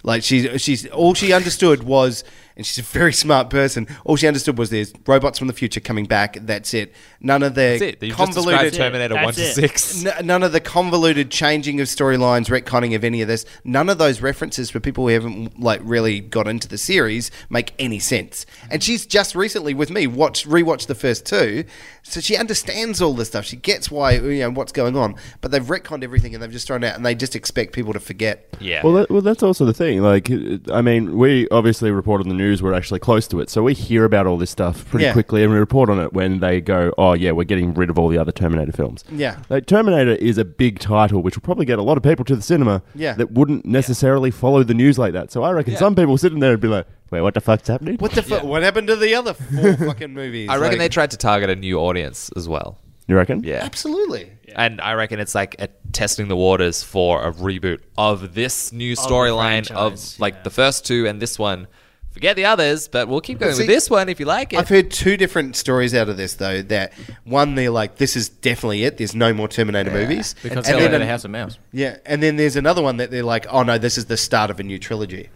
Speaker 7: Like, she's, she's all she understood was, and she's a very smart person, all she understood was there's robots from the future coming back, that's it. None of
Speaker 3: That's
Speaker 7: the
Speaker 3: it. You just described
Speaker 7: convoluted.
Speaker 3: Terminator
Speaker 4: That's
Speaker 3: 1 to
Speaker 4: it.
Speaker 3: 6.
Speaker 7: N- none of the convoluted changing of storylines, retconning of any of this, none of those references for people who haven't like really got into the series make any sense. And she's just recently with me watched rewatched the first two, so she understands all this stuff. She gets why you know what's going on, but they've retconned everything and they've just thrown out and they just expect people to forget.
Speaker 3: Yeah.
Speaker 5: Well, that, well, that's also the thing. Like, it- I mean, we obviously report on the news. We're actually close to it, so we hear about all this stuff pretty
Speaker 7: Yeah.
Speaker 5: quickly, and we report on it when they go, "Oh yeah, we're getting rid of all the other Terminator films."
Speaker 7: Yeah.
Speaker 5: like Terminator is a big title, which will probably get a lot of people to the cinema.
Speaker 7: Yeah.
Speaker 5: that wouldn't necessarily follow the news like that. So I reckon some people sitting there and be like, "Wait, what the fuck's happening?"
Speaker 7: What the fuck? What happened to the other four fucking movies?
Speaker 3: I reckon
Speaker 7: Like,
Speaker 3: they tried to target a new audience as well.
Speaker 5: You reckon?
Speaker 3: Yeah.
Speaker 7: absolutely.
Speaker 3: And I reckon it's like a testing the waters for a reboot of this new storyline of,
Speaker 4: franchise,
Speaker 3: like the first two and this one. Forget the others, but we'll keep going with
Speaker 7: see,
Speaker 3: this one if you like it.
Speaker 7: I've heard two different stories out of this though. That one, they're like, "This is definitely it. There's no more Terminator movies."
Speaker 8: because
Speaker 7: And
Speaker 8: Hell
Speaker 7: then an-
Speaker 8: in a House of Mouse.
Speaker 7: Yeah, and then there's another one that they're like, "Oh no, this is the start of a new trilogy,"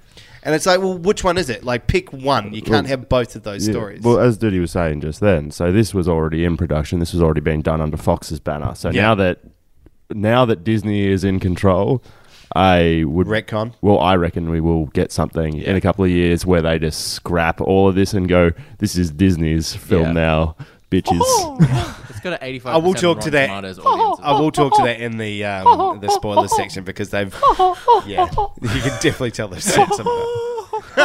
Speaker 7: and it's like, "Well, which one is it? Like, pick one. You can't have both of those
Speaker 5: Yeah.
Speaker 7: stories."
Speaker 5: Well, uh, as Duty was saying just then, so this was already in production. This was already being done under Fox's banner. So now that now that Disney is in control, I would
Speaker 7: Retcon.
Speaker 5: Well, I reckon we will get something in a couple of years where they just scrap all of this and go, "This is Disney's film
Speaker 8: Yeah.
Speaker 5: now, bitches."
Speaker 8: It's got an 85.
Speaker 7: I will talk to that.
Speaker 8: Audience
Speaker 7: I will talk to that in the um, the spoiler section because they've yeah, you can definitely tell they've said something.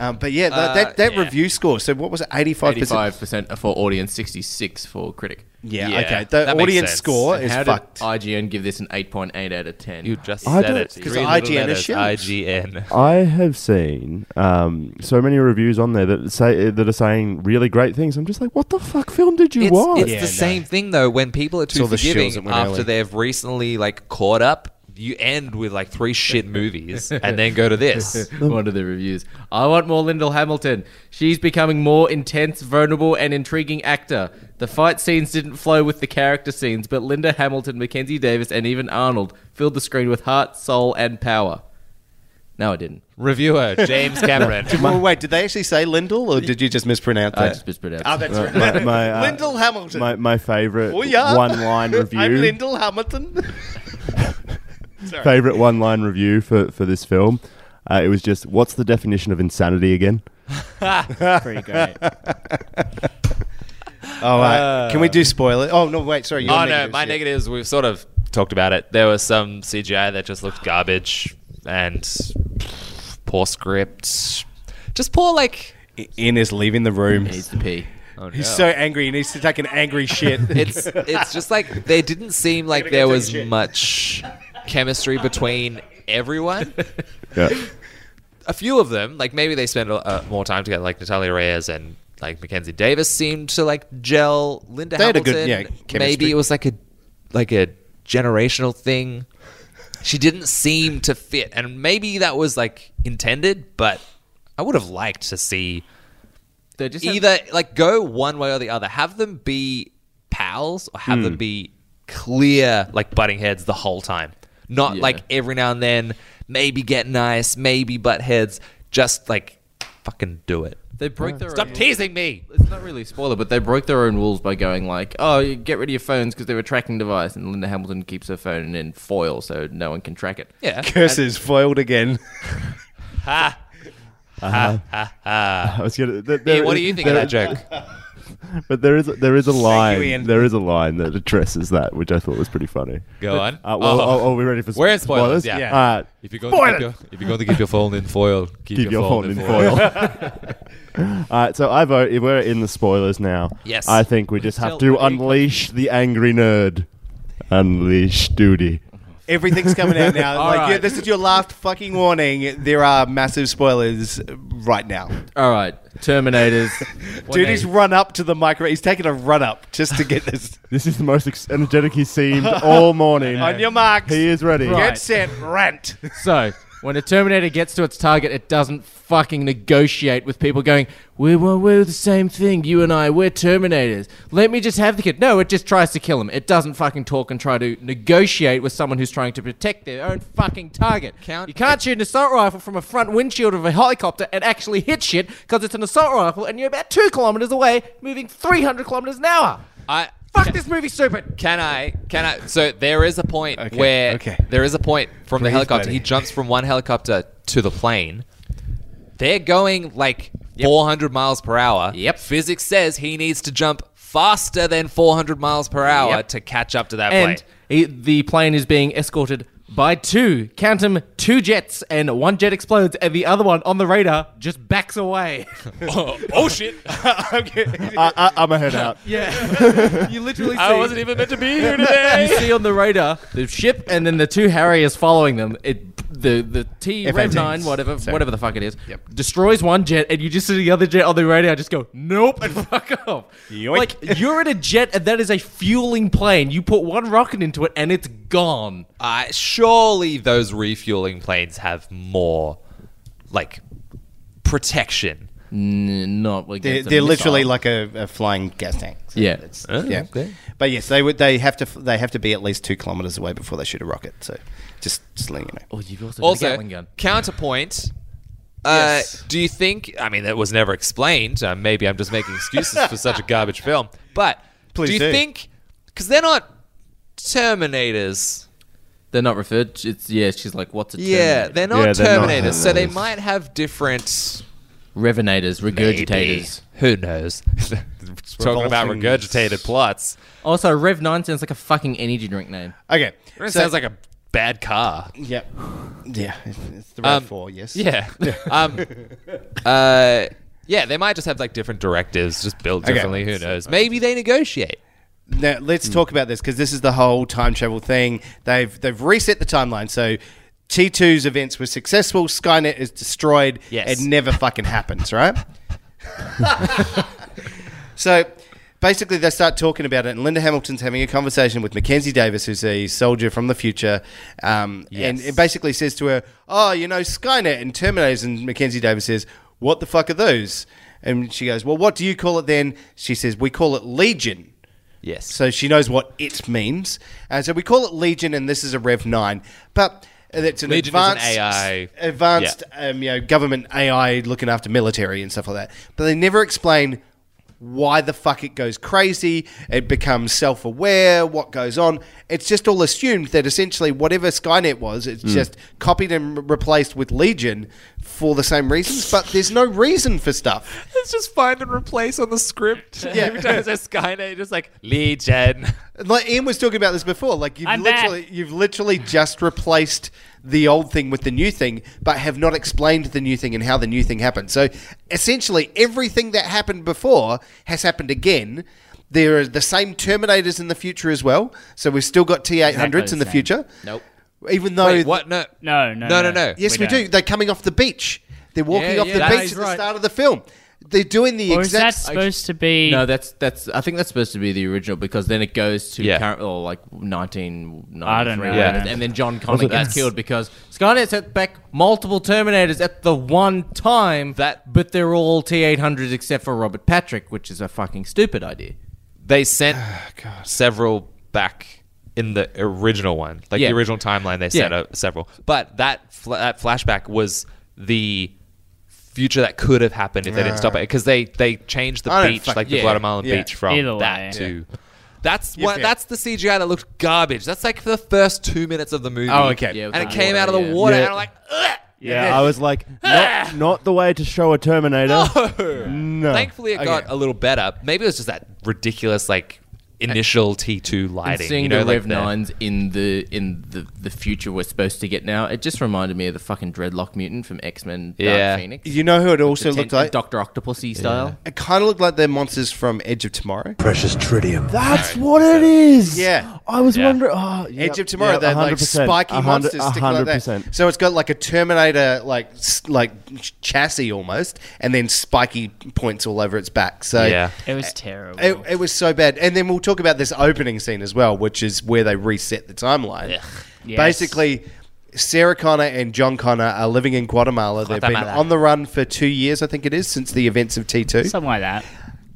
Speaker 7: um, but yeah, that, that, that
Speaker 3: yeah.
Speaker 7: review score. So what was it? Eighty five percent.
Speaker 8: 85 percent for audience, 66 for critic.
Speaker 7: Yeah,
Speaker 3: Yeah,
Speaker 7: okay. The
Speaker 3: that makes
Speaker 7: audience
Speaker 3: sense.
Speaker 7: score
Speaker 8: And
Speaker 7: is
Speaker 8: how
Speaker 7: fucked.
Speaker 8: did IGN give this an 8.8 out of 10?
Speaker 3: you just
Speaker 5: I
Speaker 3: said
Speaker 5: don't-
Speaker 3: it.
Speaker 5: 'cause
Speaker 3: Three little
Speaker 7: IGN is
Speaker 3: letters,
Speaker 7: huge.
Speaker 3: IGN.
Speaker 5: I have seen um, so many reviews on there that say that are saying really great things. I'm just like, "What the fuck film did you
Speaker 3: It's,
Speaker 5: watch?"
Speaker 3: it's
Speaker 7: Yeah,
Speaker 3: the
Speaker 7: no.
Speaker 3: same thing though. When people are too
Speaker 7: all the shills that
Speaker 3: forgiving
Speaker 7: went
Speaker 3: after
Speaker 7: early.
Speaker 3: they've recently like caught up, you end with like three shit movies and then go to this.
Speaker 8: One of the reviews. I want more Lyndall Hamilton. She's becoming more intense, vulnerable, and intriguing actor. The fight scenes didn't flow with the character scenes, but Linda Hamilton, Mackenzie Davis, and even Arnold filled the screen with heart, soul, and power. No, it didn't.
Speaker 3: Reviewer James Cameron.
Speaker 7: Well, wait, did they actually say Lyndall, or did you just mispronounce
Speaker 8: I
Speaker 7: that?
Speaker 8: just whispered out.
Speaker 7: Oh, that's right.
Speaker 5: my, my, uh,
Speaker 7: Lyndall Hamilton.
Speaker 5: My, my favorite
Speaker 7: Oh, yeah.
Speaker 5: one line review.
Speaker 7: I'm Lyndall Hamilton.
Speaker 5: favorite one line review for, for this film. Uh, it was just, what's the definition of insanity again?
Speaker 4: Pretty great.
Speaker 7: Oh, uh, can we do spoiler? Oh no, wait, sorry. your
Speaker 3: oh no,
Speaker 7: negatives,
Speaker 3: my
Speaker 7: yeah.
Speaker 3: negatives. We've sort of talked about it. There was some CGI that just looked garbage and poor script. Just poor, like
Speaker 7: Ian is leaving the room.
Speaker 8: Needs to pee.
Speaker 7: He's so angry. He needs to take an angry shit.
Speaker 3: it's it's just like they didn't seem like there was much chemistry between everyone.
Speaker 5: Yeah.
Speaker 3: a few of them, like maybe they spend uh, more time together, like Natalia Reyes and like Mackenzie Davis seemed to like gel. Linda
Speaker 7: They had a
Speaker 3: Hamilton,
Speaker 7: good, yeah, chemistry.
Speaker 3: maybe it was like a like a generational thing. She didn't seem to fit, and maybe that was like intended, but I would have liked to see
Speaker 8: They just have-
Speaker 3: either like go one way or the other. Have them be pals or have
Speaker 5: Hmm.
Speaker 3: them be clear like butting heads the whole time. Not
Speaker 8: Yeah.
Speaker 3: like every now and then maybe get nice, maybe butt heads. Just like fucking do it.
Speaker 8: they broke their
Speaker 3: Stop
Speaker 8: own-
Speaker 3: teasing me.
Speaker 8: it's not really a spoiler, but they broke their own rules by going like, "Oh, you get rid of your phones because they're a tracking device," and Linda Hamilton keeps her phone in foil so no one can track it.
Speaker 3: Yeah.
Speaker 7: Curses foiled again.
Speaker 5: Uh-huh. I was gonna, th-
Speaker 3: Hey,
Speaker 5: there
Speaker 3: what
Speaker 5: is-
Speaker 3: do you think of that joke?
Speaker 5: But there is there is a line
Speaker 7: Ian.
Speaker 5: there is a line that addresses that, which I thought was pretty funny.
Speaker 3: Go on.
Speaker 5: Uh, well,
Speaker 3: Oh.
Speaker 5: are, are we ready for
Speaker 3: We're in spoilers, yeah.
Speaker 5: All right.
Speaker 3: If you're going to keep your, if you're going to keep your phone in foil, keep,
Speaker 5: Keep your phone in foil. All right, so I vote. If we're in the spoilers now,
Speaker 3: Yes.
Speaker 5: I think we just have
Speaker 8: Tell
Speaker 5: to
Speaker 8: me.
Speaker 5: unleash the angry nerd, unleash duty.
Speaker 7: Everything's coming out now.
Speaker 8: All
Speaker 7: like
Speaker 8: right.
Speaker 7: yeah, this is your last fucking warning. There are massive spoilers right now.
Speaker 8: All right, Terminators. What
Speaker 7: Dude,
Speaker 8: name?
Speaker 7: he's run up to the micro. He's taken a run up just to get this.
Speaker 5: This is the most ex- energetic he's seemed all morning.
Speaker 7: On your marks.
Speaker 5: He is ready.
Speaker 7: Get set, rant.
Speaker 8: So, when a Terminator gets to its target, it doesn't fucking negotiate with people going, we were, we're the same thing, you and I, we're Terminators. Let me just have the kid. No, it just tries to kill him. It doesn't fucking talk and try to negotiate with someone who's trying to protect their own fucking target.
Speaker 3: Count-
Speaker 8: you can't shoot an assault rifle from a front windshield of a helicopter and actually hit shit because it's an assault rifle and you're about two kilometers away, moving 300 kilometers an hour.
Speaker 3: I
Speaker 8: Fuck this movie's stupid.
Speaker 3: Can I? Can I? So there is a point where
Speaker 7: okay.
Speaker 3: there is a point from the
Speaker 7: Please,
Speaker 3: helicopter.
Speaker 7: buddy.
Speaker 3: He jumps from one helicopter to the plane. They're going like 400 miles per hour.
Speaker 8: Yep.
Speaker 3: Physics says he needs to jump faster than 400 miles per hour
Speaker 8: Yep.
Speaker 3: to catch up to that
Speaker 8: and
Speaker 3: plane.
Speaker 8: he, the plane is being escorted by two count them two jets and one jet explodes and the other one on the radar just backs away
Speaker 3: oh shit!
Speaker 5: I, I, I'm a head out.
Speaker 8: yeah you literally see
Speaker 3: even meant to be here
Speaker 8: you see on the radar the ship and then the two harriers following them it the the T Rev nine whatever whatever the fuck it is destroys one jet and you just see the other jet on the radar just go nope and fuck off like you're in a jet and that is a fueling plane you put one rocket into it and it's gone
Speaker 3: Uh, surely those refueling planes have more like protection.
Speaker 8: not
Speaker 7: They're, they're literally like a, a flying gas tank. So
Speaker 8: Yeah.
Speaker 7: it's-
Speaker 4: Oh,
Speaker 7: yeah. But yes, they would. They have to. f- They have to be at least two kilometers away before they shoot a rocket. So just, just letting you know.
Speaker 8: oh you've also, got a
Speaker 3: Also,
Speaker 8: Gatling gun.
Speaker 3: counterpoint. Uh,
Speaker 8: Yes.
Speaker 3: Do you think? I mean, that was never explained. Uh, maybe I'm just making excuses for such a garbage film. But
Speaker 7: Please
Speaker 3: do you
Speaker 7: do.
Speaker 3: think? Because they're not Terminators.
Speaker 8: They're not referred. To, it's yeah. She's like, what's a
Speaker 3: Yeah,
Speaker 8: Terminator?
Speaker 3: they're not
Speaker 5: Yeah, they're not
Speaker 3: Terminators, so they
Speaker 5: Terminators.
Speaker 3: might have different
Speaker 8: Revenators, regurgitators.
Speaker 3: Maybe. Who knows? Talking about
Speaker 7: Revolting-
Speaker 3: regurgitated plots.
Speaker 8: Also, Rev Nine sounds like a fucking energy drink name.
Speaker 7: Okay.
Speaker 3: It sounds like a bad car.
Speaker 7: Yep. Yeah. It's the Rav
Speaker 3: Um,
Speaker 7: Four. Yes.
Speaker 3: Yeah. um, uh, yeah, they might just have like different directives, just built
Speaker 7: Okay.
Speaker 3: differently. Who knows? Maybe they negotiate.
Speaker 7: Now let's talk about this because this is the whole time travel thing. They've they've reset the timeline. So T2's events were successful. Skynet is destroyed.
Speaker 3: Yes.
Speaker 7: It never fucking happens, right? so basically they start talking about it and linda hamilton's having a conversation with mackenzie davis who's a soldier from the future um, and it basically says to her oh you know skynet and terminators and mackenzie davis says what the fuck are those and she goes well what do you call it then she says we call it legion
Speaker 3: Yes.
Speaker 7: so she knows what it means. And so we call it Legion, and this is a Rev 9. But it's an
Speaker 3: Legion is an
Speaker 7: advanced,
Speaker 3: AI.
Speaker 7: advanced um, you know, government AI looking after military and stuff like that. But they never explain why the fuck it goes crazy, it becomes self aware, what goes on. It's just all assumed that essentially whatever Skynet was, it's just copied and re- replaced with Legion for the same reasons, but there's no reason for stuff.
Speaker 3: Let's just find and replace on the script. Yeah. Every time there's a Skynet, just like Legion.
Speaker 7: Like Ian was talking about this before, like you've
Speaker 4: I'm
Speaker 7: literally you've literally just replaced the old thing with the new thing, but have not explained the new thing and how the new thing happened. So essentially, everything that happened before has happened again. There are the same Terminators in the future as well. So we've still got T eight hundreds in the
Speaker 4: Exactly the
Speaker 7: future.
Speaker 8: Nope.
Speaker 7: Even though
Speaker 3: Wait, what? No.
Speaker 4: No,
Speaker 3: No,
Speaker 4: no,
Speaker 3: no,
Speaker 4: no.
Speaker 3: no.
Speaker 7: yes, we,
Speaker 4: We
Speaker 7: do.
Speaker 4: don't.
Speaker 7: They're coming off the beach. They're walking
Speaker 8: Yeah,
Speaker 7: off
Speaker 8: yeah,
Speaker 7: the
Speaker 8: that
Speaker 7: beach
Speaker 8: is
Speaker 7: at the
Speaker 8: right.
Speaker 7: start of the film. They're doing the
Speaker 4: Or is
Speaker 7: exact.
Speaker 4: that supposed to be?
Speaker 8: No, that's that's. I think that's supposed to be the original because then it goes to
Speaker 3: Yeah.
Speaker 8: current or like nineteen
Speaker 4: I don't
Speaker 8: ninety
Speaker 4: know.
Speaker 8: three,
Speaker 4: Yeah.
Speaker 8: and then John Connor gets
Speaker 3: That's-
Speaker 8: killed because Skynet set back multiple Terminators at the one time.
Speaker 3: That-
Speaker 8: but they're all T eight hundreds except for Robert Patrick, which is a fucking stupid idea.
Speaker 3: They sent several back in the original one, like
Speaker 8: Yeah.
Speaker 3: the original timeline. They sent
Speaker 8: Yeah.
Speaker 3: uh, several, but that fl- that flashback was the future that could have happened if they didn't stop it because they they changed the
Speaker 7: I don't
Speaker 3: beach,
Speaker 7: fuck-
Speaker 3: like the
Speaker 8: yeah,
Speaker 3: Guatemalan
Speaker 7: yeah.
Speaker 3: beach, from
Speaker 4: Either
Speaker 3: that
Speaker 4: way.
Speaker 3: to. That's
Speaker 7: Yeah,
Speaker 3: what.
Speaker 7: yeah.
Speaker 3: That's the CGI that looked garbage. That's like the first two minutes of the movie.
Speaker 7: Oh, okay.
Speaker 8: Yeah,
Speaker 3: and
Speaker 8: with
Speaker 3: it
Speaker 8: the
Speaker 3: came out of
Speaker 8: water,
Speaker 3: the
Speaker 8: yeah.
Speaker 3: water,
Speaker 5: Yeah.
Speaker 3: and I'm like, Ugh!
Speaker 5: Yeah, I was like, not, not the way to show a Terminator. No.
Speaker 3: oh. Thankfully, it got a little better. Maybe it was just that ridiculous, like initial T2
Speaker 8: And
Speaker 3: lighting.
Speaker 8: seeing
Speaker 3: you know,
Speaker 8: the
Speaker 3: like
Speaker 8: Rev Nines in the in the, the future we're supposed to get now, it just reminded me of the fucking Dreadlock mutant from X Men
Speaker 3: Yeah.
Speaker 8: Dark Phoenix.
Speaker 7: You know who it also
Speaker 8: The
Speaker 7: looked
Speaker 8: ten-
Speaker 7: like?
Speaker 8: Doctor Octopusy style.
Speaker 7: It kind of looked like the monsters from Edge of Tomorrow.
Speaker 2: Precious tritium.
Speaker 5: That's what it is.
Speaker 7: Yeah.
Speaker 5: I was wondering. Oh, yep,
Speaker 7: Edge of Tomorrow,
Speaker 5: yep,
Speaker 7: they're like
Speaker 5: 100%,
Speaker 7: spiky
Speaker 5: 100%,
Speaker 7: monsters sticking like that.
Speaker 5: 100%.
Speaker 7: So it's got like a Terminator like s- like ch- chassis almost, and then spiky points all over its back. So
Speaker 3: Yeah.
Speaker 4: It was terrible.
Speaker 7: It, it was so bad. And then we'll talk about this opening scene as well, which is where they reset the timeline.
Speaker 4: Yes.
Speaker 7: Basically, Sarah Connor and John Connor are living in Guatemala. They've been
Speaker 3: Guatemala.
Speaker 7: on the run for two years, I think it is, since the events of T2.
Speaker 4: Something like that.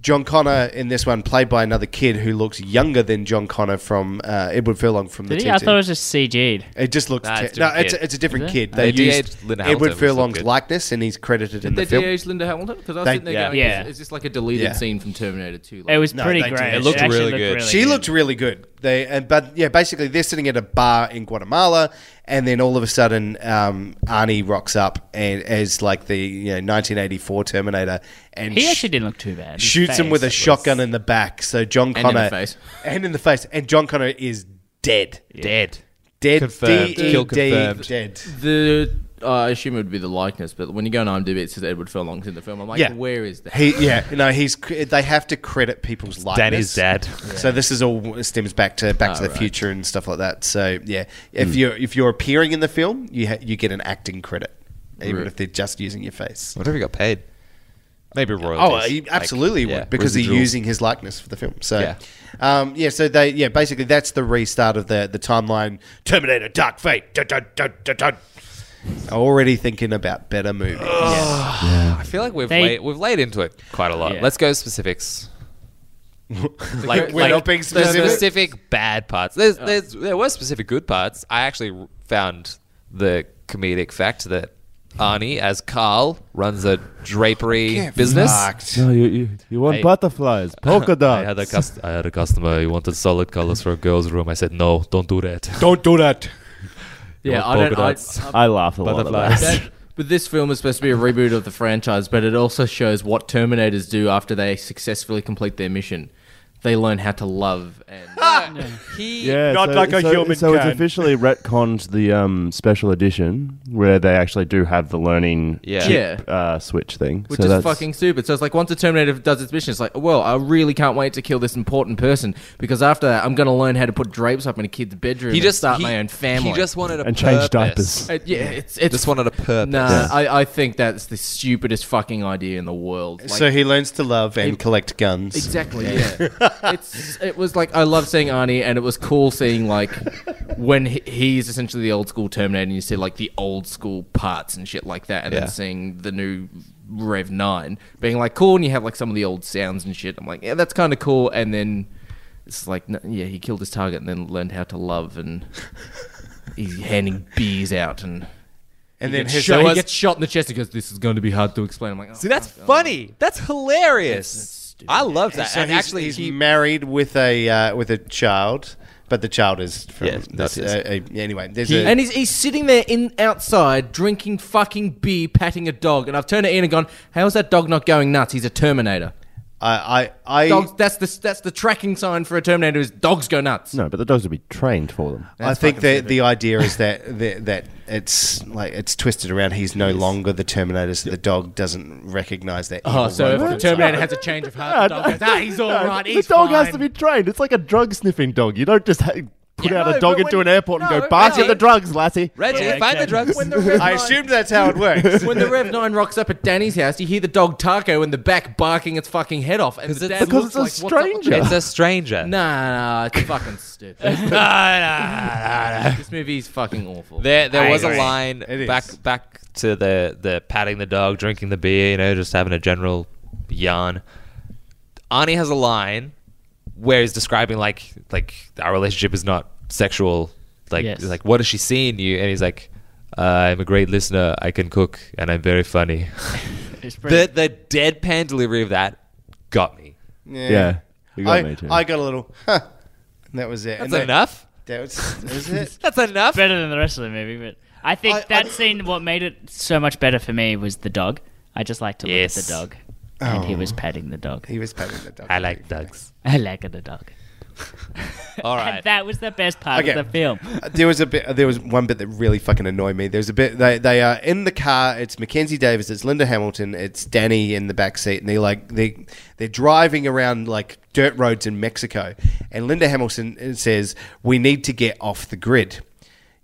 Speaker 7: John Connor in this one, played by another kid who looks younger than John Connor from uh, Edward Furlong from
Speaker 4: Did
Speaker 7: the
Speaker 4: he? I
Speaker 7: T2.
Speaker 4: thought it was just CG'd.
Speaker 7: It just looks.
Speaker 3: Nah, it's
Speaker 7: te- no,
Speaker 3: different
Speaker 7: it's
Speaker 3: kid.
Speaker 7: a, it's a different
Speaker 4: Is it?
Speaker 7: kid. They
Speaker 3: They
Speaker 7: used
Speaker 3: de-aged Linda Hamilton,
Speaker 7: Edward
Speaker 3: which looked
Speaker 7: Furlong's
Speaker 3: good.
Speaker 7: likeness, and he's credited in
Speaker 8: They
Speaker 7: the film.
Speaker 8: DH Linda Hamilton because I was
Speaker 7: They-
Speaker 8: sitting there
Speaker 7: yeah.
Speaker 8: going,
Speaker 4: Yeah.
Speaker 8: is, is this like a deleted
Speaker 7: Yeah.
Speaker 8: scene from Terminator Two? Like,
Speaker 4: It was
Speaker 7: No,
Speaker 4: pretty
Speaker 7: they did.
Speaker 4: great.
Speaker 7: It looked
Speaker 4: actually
Speaker 3: really good.
Speaker 7: She
Speaker 4: good.
Speaker 7: looked really good. They, and, but yeah, basically they're sitting at a bar in Guatemala, and then all of a sudden, um, Arnie rocks up and as like the you know, 1984 Terminator, and
Speaker 4: He
Speaker 7: sh-
Speaker 4: actually didn't look too bad. His
Speaker 7: shoots him
Speaker 4: face
Speaker 7: with a
Speaker 4: was-
Speaker 7: shotgun in the back. So John
Speaker 8: in
Speaker 7: Connor
Speaker 8: the face.
Speaker 7: and in the face, and John Connor is dead,
Speaker 3: Dead.
Speaker 7: dead,
Speaker 3: Confirmed.
Speaker 7: D-E-D,
Speaker 3: Kill confirmed.
Speaker 7: dead.
Speaker 8: The uh, I assume it would be the likeness, but when you go on IMDb, it says Edward Furlong's in the film. I'm like,
Speaker 7: Yeah.
Speaker 8: where is that?
Speaker 7: He, yeah, no, he's. cre- They have to credit people's
Speaker 3: Danny's
Speaker 7: likeness.
Speaker 3: dad.
Speaker 7: So this is all stems back to Back to the Future and stuff like that. So yeah,
Speaker 3: Hmm.
Speaker 7: if you're if you're appearing in the film, you ha- you get an acting credit, even
Speaker 8: Right.
Speaker 7: if they're just using your face.
Speaker 3: Whatever he got paid. Maybe royalties.
Speaker 7: Oh, he
Speaker 3: Like,
Speaker 7: absolutely
Speaker 3: yeah,
Speaker 7: would because they're
Speaker 3: residuals.
Speaker 7: using his likeness for the film. So
Speaker 3: Yeah.
Speaker 7: yeah. Um, yeah, so they yeah basically that's the restart of the the timeline. Terminator Dark Fate. Dun, dun, dun, dun, dun. Already thinking about better movies.
Speaker 3: I feel like we've
Speaker 4: They-
Speaker 3: laid, we've laid into it quite a lot.
Speaker 4: Yeah.
Speaker 3: Let's go specifics. like,
Speaker 7: We're not being
Speaker 3: the
Speaker 7: specific?
Speaker 3: specific Oh. bad parts. There's, there's, there were specific good parts. I actually r- found the comedic fact that Arnie, as Carl, runs a drapery business.
Speaker 7: Fucked.
Speaker 5: No, you, you, you want
Speaker 3: I-
Speaker 5: butterflies, polka
Speaker 3: I
Speaker 5: dots.
Speaker 3: had, a cust- I had a customer who wanted solid colors for a girl's room. I said, no, don't do that.
Speaker 7: Don't do that.
Speaker 3: You
Speaker 8: yeah, I
Speaker 3: want
Speaker 8: don't.
Speaker 3: polka
Speaker 8: I,
Speaker 3: dots.
Speaker 8: I-
Speaker 5: I laughed a lot at
Speaker 3: Butterflies.
Speaker 5: that.
Speaker 8: that- but this film is supposed to be a reboot of the franchise, but it also shows what Terminators do after they successfully complete their mission. They learn how to love and
Speaker 3: He,
Speaker 5: Yeah,
Speaker 7: Not
Speaker 5: so,
Speaker 7: like a
Speaker 5: so,
Speaker 7: human
Speaker 5: So
Speaker 7: can.
Speaker 5: it's officially retconned the um, special edition where they actually do have the learning
Speaker 3: Yeah.
Speaker 8: yeah.
Speaker 5: uh, switch thing.
Speaker 8: Which
Speaker 5: so
Speaker 8: is
Speaker 5: that's,
Speaker 8: fucking stupid. So it's like once a Terminator does its mission, it's like, well, I really can't wait to kill this important person because after that, I'm going to learn how to put drapes up in a kid's bedroom
Speaker 3: he
Speaker 8: and
Speaker 3: just
Speaker 8: start
Speaker 3: he-
Speaker 8: my own family.
Speaker 3: He just wanted a
Speaker 5: and change
Speaker 3: purpose.
Speaker 5: diapers.
Speaker 8: Uh, yeah, it's it's
Speaker 3: Just wanted a purpose.
Speaker 8: Nah,
Speaker 5: Yeah.
Speaker 8: I, I think that's the stupidest fucking idea in the world. Like,
Speaker 7: so he learns to love and collect guns.
Speaker 8: Exactly. Yeah. it's it was like I love seeing Arnie, and it was cool seeing like when he, he's essentially the old school Terminator, and you see like the old school parts and shit like that, and
Speaker 3: Yeah.
Speaker 8: then seeing the new Rev Nine being like cool, and you have like some of the old sounds and shit. I'm like, yeah, that's kind of cool, and then it's like, no, yeah, he killed his target, and then learned how to love, and he's handing beers out and.
Speaker 7: And
Speaker 8: he
Speaker 7: then
Speaker 8: gets
Speaker 7: his
Speaker 8: shot,
Speaker 7: so
Speaker 8: he
Speaker 7: his-
Speaker 8: gets shot in the chest and goes, This is going to be hard to explain. I'm like, oh,
Speaker 3: See, that's
Speaker 8: fuck.
Speaker 3: funny. That's
Speaker 8: That's
Speaker 3: hilarious.
Speaker 8: stupid.
Speaker 3: I love that.
Speaker 7: So
Speaker 3: and
Speaker 7: he's,
Speaker 3: actually,
Speaker 7: he's
Speaker 3: he,
Speaker 7: married with a uh, with a child, but the child is from
Speaker 3: Yes,
Speaker 7: this.
Speaker 3: that is.
Speaker 7: Uh, uh, anyway, there's a,
Speaker 8: And he's, he's sitting there in outside drinking fucking beer, patting a dog. And I've turned to Ian and gone, "How is that dog not going nuts? He's a Terminator.
Speaker 7: I I I,
Speaker 8: Dogs. That's the that's the tracking sign for a Terminator is dogs go nuts.
Speaker 5: No, but the dogs would be trained for them.
Speaker 7: I think that the idea is that, that that it's like it's twisted around. He's no longer the Terminator, so the dog doesn't recognize that.
Speaker 8: Oh,
Speaker 7: evil
Speaker 8: so if
Speaker 7: rover
Speaker 8: the
Speaker 7: inside.
Speaker 8: Terminator has a change of heart, the dog goes, "Ah, he's all
Speaker 5: No,
Speaker 8: right. He's
Speaker 5: the dog
Speaker 8: fine."
Speaker 5: has to be trained. It's like a drug sniffing dog. You don't just ha- put
Speaker 3: Yeah.
Speaker 5: out
Speaker 3: No,
Speaker 5: a dog
Speaker 3: but
Speaker 5: into
Speaker 3: when-
Speaker 5: an airport and
Speaker 3: no,
Speaker 5: go, "Bark
Speaker 3: Reggie-
Speaker 5: at the drugs, lassie."
Speaker 3: Reggie,
Speaker 4: Yeah,
Speaker 3: find the
Speaker 4: exactly.
Speaker 3: drugs.
Speaker 8: When the Rev
Speaker 7: I
Speaker 8: 9
Speaker 7: assume that's how it works.
Speaker 8: when the Rev Nine rocks up at Danny's house, you hear the dog Taco in the back barking its fucking head off, and
Speaker 3: 'Cause
Speaker 8: the
Speaker 3: it's-
Speaker 8: dad
Speaker 5: Because
Speaker 8: looks
Speaker 5: it's a
Speaker 8: like, "What's up with
Speaker 5: stranger.
Speaker 3: it's a stranger.
Speaker 8: that?" Nah, nah, it's fucking stupid. this movie is fucking awful.
Speaker 3: There, there
Speaker 4: I
Speaker 3: was a
Speaker 4: agree.
Speaker 3: line
Speaker 7: It
Speaker 3: back
Speaker 7: is.
Speaker 3: back to the the patting the dog, drinking the beer, you know, just having a general yarn. Arnie has a line where he's describing like like our relationship is not sexual. Like
Speaker 4: Yes.
Speaker 3: like what does she see in you? And he's like, uh, I'm a great listener. I can cook, and I'm very funny.
Speaker 4: It's pretty-
Speaker 3: the the deadpan delivery of that got me.
Speaker 7: yeah,
Speaker 5: Yeah, you got
Speaker 7: I,
Speaker 5: me too.
Speaker 7: I got a little. Huh, and that was it.
Speaker 3: That's
Speaker 7: and that-
Speaker 3: enough.
Speaker 7: That was, was it.
Speaker 3: That's enough.
Speaker 4: better than the rest of the movie, but I think
Speaker 7: I-
Speaker 4: that
Speaker 7: I-
Speaker 4: scene what made it so much better for me was the dog. I just like to look at
Speaker 3: Yes.
Speaker 4: the dog, and he
Speaker 7: Oh.
Speaker 4: was patting the dog.
Speaker 7: He was patting the dog.
Speaker 3: I like dogs.
Speaker 4: I like the dog.
Speaker 10: All
Speaker 4: And
Speaker 10: right.
Speaker 4: that was the best part
Speaker 7: Okay.
Speaker 4: of the film.
Speaker 7: There was a bit. There was one bit that really fucking annoyed me. There's a bit. They, they are in the car. It's Mackenzie Davis. It's Linda Hamilton. It's Danny in the back seat, and they like they they're driving around like dirt roads in Mexico. And Linda Hamilton says, "We need to get off the grid."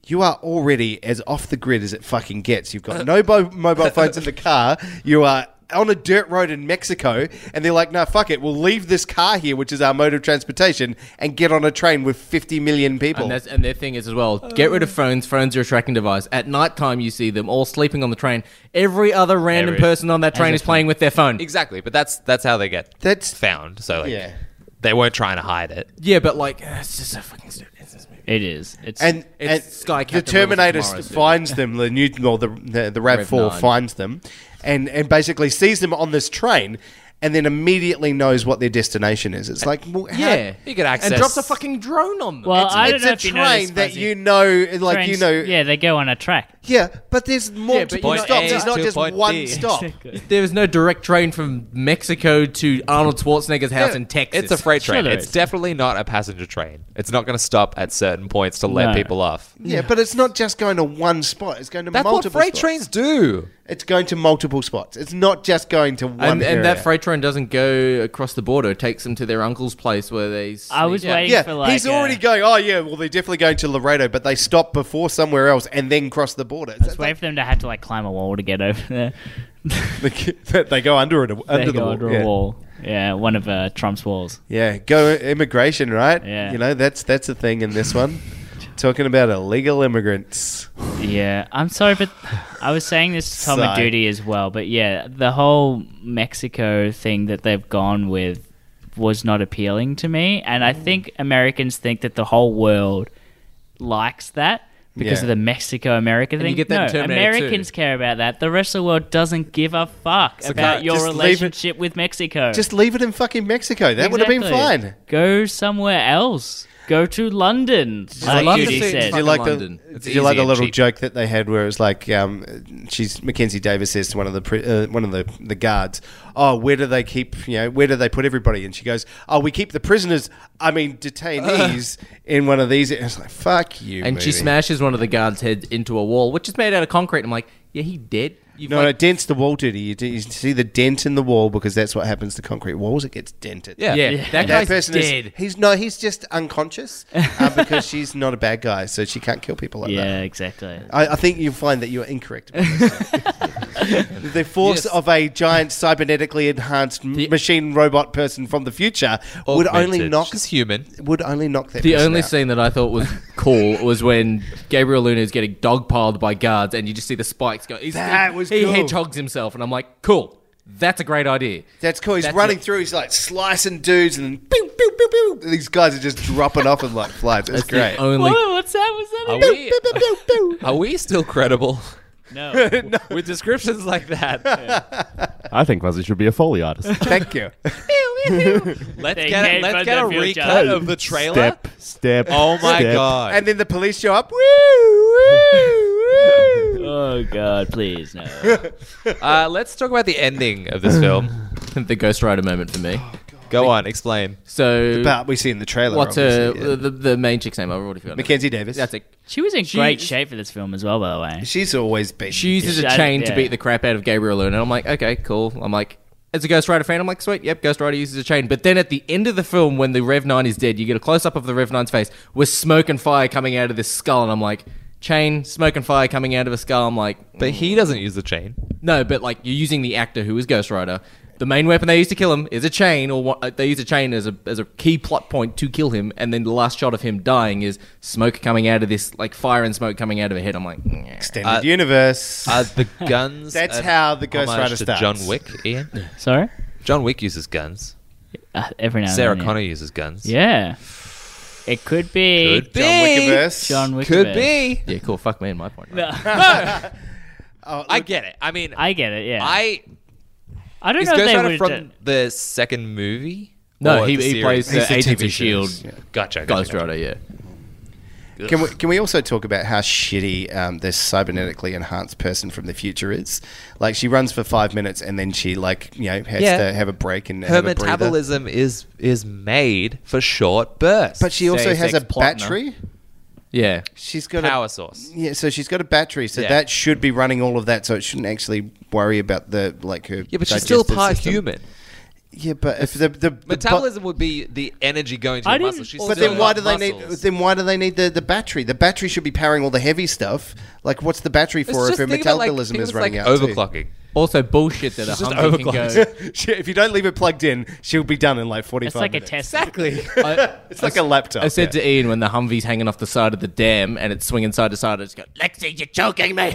Speaker 7: You are already as off the grid as it fucking gets. You've got no bo- mobile phones in the car. You are on a dirt road in Mexico, and they're like, "No, fuck it. We'll leave this car here, which is our mode of transportation, and get on a train with 50 million people."
Speaker 8: And, that's, and their thing is as well, get rid of
Speaker 7: Uh.
Speaker 8: phones. Phones are a tracking device. At night time, you see them all sleeping on the train. Every other random
Speaker 10: Every-
Speaker 8: person on that train is playing with their phone.
Speaker 10: Exactly, but that's that's how they get
Speaker 7: That's-
Speaker 10: found. So like,
Speaker 7: Yeah.
Speaker 10: they weren't trying to hide it.
Speaker 8: Yeah, but like, ah, it's just so fucking stupid. It's this movie.
Speaker 4: It is. It's
Speaker 7: and,
Speaker 8: It's
Speaker 7: and
Speaker 8: Sky
Speaker 7: the
Speaker 8: Captain
Speaker 7: Terminator
Speaker 8: Marvel tomorrow, so-
Speaker 7: finds them. The new, well, the the, the Rav Four
Speaker 8: Nine.
Speaker 7: finds them, and and basically sees them on this train, and then immediately knows what their destination is. It's like, well, how-
Speaker 8: Yeah,
Speaker 10: You could access-
Speaker 8: and drops a fucking drone on them.
Speaker 4: well, I don't
Speaker 7: it's
Speaker 4: know
Speaker 7: a
Speaker 4: if you know this,
Speaker 7: train that
Speaker 4: Fuzzy.
Speaker 7: you know, like
Speaker 4: Trains-
Speaker 7: you know, yeah.
Speaker 4: Yeah, they go on a track.
Speaker 7: but there's more
Speaker 8: Yeah,
Speaker 7: to
Speaker 8: but you
Speaker 7: stops.
Speaker 8: know-
Speaker 7: There's
Speaker 8: A
Speaker 7: not
Speaker 10: to
Speaker 7: just
Speaker 10: point
Speaker 7: one
Speaker 10: B.
Speaker 7: stop.
Speaker 8: There was no direct train from Mexico to Arnold Schwarzenegger's house
Speaker 10: Yeah,
Speaker 8: in Texas.
Speaker 10: It's a freight train.
Speaker 4: there
Speaker 10: it's
Speaker 4: is.
Speaker 10: definitely not a passenger train. It's not going to stop at certain points to let
Speaker 4: No.
Speaker 10: people off.
Speaker 7: Yeah, but it's not just going to one spot. It's going to
Speaker 10: That's
Speaker 7: multiple
Speaker 10: what freight
Speaker 7: spots.
Speaker 10: trains do.
Speaker 7: It's going to multiple spots. It's not just going to one.
Speaker 8: And, and that
Speaker 7: area.
Speaker 8: freight train doesn't go across the border. It takes them to their uncle's place where they.
Speaker 4: I was
Speaker 8: sneak out.
Speaker 4: waiting
Speaker 7: Yeah,
Speaker 4: for like uh,
Speaker 7: he's
Speaker 4: a-
Speaker 7: already going. Oh yeah, well they're definitely going to Laredo, but they stop before somewhere else and then cross the border.
Speaker 4: Let's wait for them to have to like climb a wall to get over there.
Speaker 7: they go under it, under
Speaker 4: they
Speaker 7: the
Speaker 4: go
Speaker 7: wall.
Speaker 4: under
Speaker 7: yeah.
Speaker 4: a wall. Yeah, one of uh, Trump's walls.
Speaker 7: Yeah, go immigration, right?
Speaker 4: Yeah.
Speaker 7: you know that's that's a thing in this one. Talking about illegal immigrants.
Speaker 4: Yeah, I'm sorry, but I was saying this to Tom
Speaker 7: Sigh.
Speaker 4: and Duty as well. But yeah, the whole Mexico thing that they've gone with was not appealing to me, and
Speaker 7: Mm.
Speaker 4: I think Americans think that the whole world likes that because
Speaker 7: Yeah.
Speaker 4: of the Mexico America thing.
Speaker 8: you get that in
Speaker 4: no,
Speaker 8: Terminator too.
Speaker 4: Americans care about that. The rest of the world doesn't give a fuck about
Speaker 7: can't-
Speaker 4: your
Speaker 7: just leave it-
Speaker 4: relationship with Mexico.
Speaker 7: Just leave it in fucking Mexico. That would have been
Speaker 4: Exactly.
Speaker 7: fine.
Speaker 4: Go somewhere else. Go to London, like
Speaker 8: love to
Speaker 4: Judy
Speaker 8: see it in
Speaker 4: said.
Speaker 7: Did you
Speaker 8: fucking
Speaker 7: like the,
Speaker 8: London.
Speaker 7: did
Speaker 10: It's
Speaker 7: you like
Speaker 10: easy
Speaker 7: the
Speaker 10: and
Speaker 7: little
Speaker 10: cheap.
Speaker 7: joke that they had where it was like, um, she's Mackenzie Davis says to one of the pri- uh, one of the, the guards, "Oh, where do they keep? You know, where do they put everybody?" And she goes, "Oh, we keep the prisoners. I mean, detainees in one of these." And it's like, "Fuck you!"
Speaker 8: And she
Speaker 7: movie.
Speaker 8: smashes one of the guards' heads into a wall, which is made out of concrete. I'm like, yeah, he dead. You've
Speaker 7: No,
Speaker 8: like,
Speaker 7: it dents the wall, duty. You, do- you see the dent in the wall because that's what happens to concrete walls. It gets dented.
Speaker 10: Yeah.
Speaker 8: yeah, that
Speaker 7: That
Speaker 8: guy's
Speaker 7: person
Speaker 8: dead.
Speaker 7: is. He's no. He's just unconscious uh, because she's not a bad guy, so she can't kill people like that.
Speaker 4: Yeah, exactly.
Speaker 7: I, I think you'll find that you're incorrect. about this. the force
Speaker 8: Yes.
Speaker 7: of a giant cybernetically enhanced m machine robot person from the future would only
Speaker 10: Augmented.
Speaker 7: knock
Speaker 10: She's human.
Speaker 7: would only knock that.
Speaker 8: The
Speaker 7: person
Speaker 8: only
Speaker 7: out.
Speaker 8: scene that I thought was cool was when Gabriel Luna is getting dogpiled by guards, and you just see the spikes go. He's,
Speaker 7: That was
Speaker 8: he
Speaker 7: cool.
Speaker 8: hedgehogs himself, and I'm like, cool. That's a great idea.
Speaker 7: That's cool. He's
Speaker 8: That's
Speaker 7: running
Speaker 8: it.
Speaker 7: through. He's like slicing dudes, and then pew, pew, pew, pew. And these guys are just dropping off and like flies. It's
Speaker 8: That's
Speaker 7: great.
Speaker 8: the only.
Speaker 4: Whoa, what's that? Was that?
Speaker 10: Are
Speaker 4: again?
Speaker 10: we, are we still credible
Speaker 4: No.
Speaker 10: with descriptions like that?
Speaker 5: I think Fuzzy should be a Foley artist.
Speaker 7: Thank you.
Speaker 10: Let's
Speaker 4: They
Speaker 10: get a,
Speaker 4: gave
Speaker 10: let's
Speaker 4: us
Speaker 10: get a
Speaker 4: the future.
Speaker 10: recut of the trailer.
Speaker 5: Step, step.
Speaker 10: Oh my
Speaker 5: step.
Speaker 10: god!
Speaker 7: and then the police show up. Woo, woo, woo.
Speaker 4: Oh God, please no.
Speaker 10: Uh, let's talk about the ending of this film.
Speaker 8: the Ghost Rider moment for me.
Speaker 10: Go on, explain.
Speaker 8: So,
Speaker 7: But we see in the trailer.
Speaker 8: what's her,
Speaker 7: obviously, yeah.
Speaker 8: uh, the, the main chick's name? I've already forgotten. it.
Speaker 7: Mackenzie Davis.
Speaker 8: That's it.
Speaker 4: She was in great
Speaker 8: She's-
Speaker 4: shape for this film as well, by the way.
Speaker 7: She's always been.
Speaker 8: She uses a
Speaker 4: Yeah.
Speaker 8: chain to
Speaker 4: Yeah.
Speaker 8: beat the crap out of Gabriel Luna. I'm like, okay, cool. I'm like, as a Ghost Rider fan, I'm like, sweet, yep, Ghost Rider uses a chain. But then at the end of the film, when the Rev 9 is dead, you get a close up of the Rev 9's face with smoke and fire coming out of this skull. And I'm like, chain, smoke and fire coming out of a skull. I'm like, "Mm."
Speaker 10: But he doesn't use the chain.
Speaker 8: no, but like, you're using the actor who is Ghost Rider. The main weapon they use to kill him is a chain, or what, uh, they use a chain as a, as a key plot point to kill him. And then the last shot of him dying is smoke coming out of this, like fire and smoke coming out of a head. I'm like, "Mm." "Nyeh."
Speaker 7: extended universe.
Speaker 10: Are the guns?
Speaker 7: That's
Speaker 10: an
Speaker 7: how the Ghost
Speaker 10: homage
Speaker 7: Rider
Speaker 10: to
Speaker 7: starts.
Speaker 10: John Wick, Ian.
Speaker 4: Sorry.
Speaker 10: John Wick uses guns.
Speaker 4: Uh, every now and
Speaker 10: Sarah
Speaker 4: then,
Speaker 10: Connor uses guns.
Speaker 4: Yeah. Yeah. It could be
Speaker 10: Could
Speaker 7: John Wickiverse.
Speaker 4: John Wick.
Speaker 10: Could be.
Speaker 8: yeah, cool. Fuck me and my point. right?
Speaker 10: I get it. I mean, I,
Speaker 4: I get it. Yeah. I, don't
Speaker 10: is
Speaker 4: know if
Speaker 10: Ghost
Speaker 4: they
Speaker 10: Rider
Speaker 4: would.
Speaker 10: from the second movie?
Speaker 8: No,
Speaker 10: Or
Speaker 8: he,
Speaker 10: the
Speaker 8: he
Speaker 10: series?
Speaker 8: plays the
Speaker 7: He's the
Speaker 8: Agent
Speaker 7: TV
Speaker 8: of Shield
Speaker 7: series, yeah.
Speaker 10: Gotcha. gotcha,
Speaker 8: E Ghost
Speaker 10: gotcha.
Speaker 8: Rider. Yeah,
Speaker 7: Can we, can we also talk about how shitty um, this cybernetically enhanced person from the future is? Like she runs for five minutes and then she like you know has
Speaker 10: Yeah.
Speaker 7: to have a break and
Speaker 10: Her
Speaker 7: have a breather.
Speaker 10: metabolism is is made for short bursts.
Speaker 7: But she also
Speaker 8: Deus
Speaker 7: has a
Speaker 8: Ex Plotner.
Speaker 7: battery.
Speaker 8: Yeah.
Speaker 7: She's got
Speaker 10: power
Speaker 7: a
Speaker 10: source.
Speaker 7: yeah, so she's got a battery, so
Speaker 10: Yeah.
Speaker 7: that should be running all of that. So it shouldn't actually worry about the like her.
Speaker 10: Yeah, but she's still
Speaker 7: digestive
Speaker 10: part
Speaker 7: system.
Speaker 10: human.
Speaker 7: Yeah, but if the, the the
Speaker 10: Metabolism would be the energy going to
Speaker 4: I
Speaker 10: your
Speaker 4: didn't-
Speaker 10: muscles. She's
Speaker 7: bu-
Speaker 10: still
Speaker 7: but then why
Speaker 10: got
Speaker 7: do they need?
Speaker 10: muscles.
Speaker 7: Then why do they need the, the battery? The battery should be powering all the heavy stuff. Like, what's the battery for if
Speaker 10: just
Speaker 7: her
Speaker 10: think about, like,
Speaker 7: metabolism
Speaker 10: things
Speaker 7: is running
Speaker 10: like
Speaker 7: out? too?
Speaker 10: Overclocking.
Speaker 8: Also bullshit that a
Speaker 10: just
Speaker 8: humvee can go.
Speaker 7: She- if you don't leave it plugged in, she'll be done in like forty
Speaker 4: It's
Speaker 7: five.
Speaker 4: like a
Speaker 7: minutes.
Speaker 4: test.
Speaker 10: Exactly.
Speaker 8: I,
Speaker 7: It's like a laptop.
Speaker 8: I said
Speaker 7: yeah.
Speaker 8: to Ian when the Humvee's hanging off the side of the dam and it's swinging side to side, I just go, Lexi, you're choking me.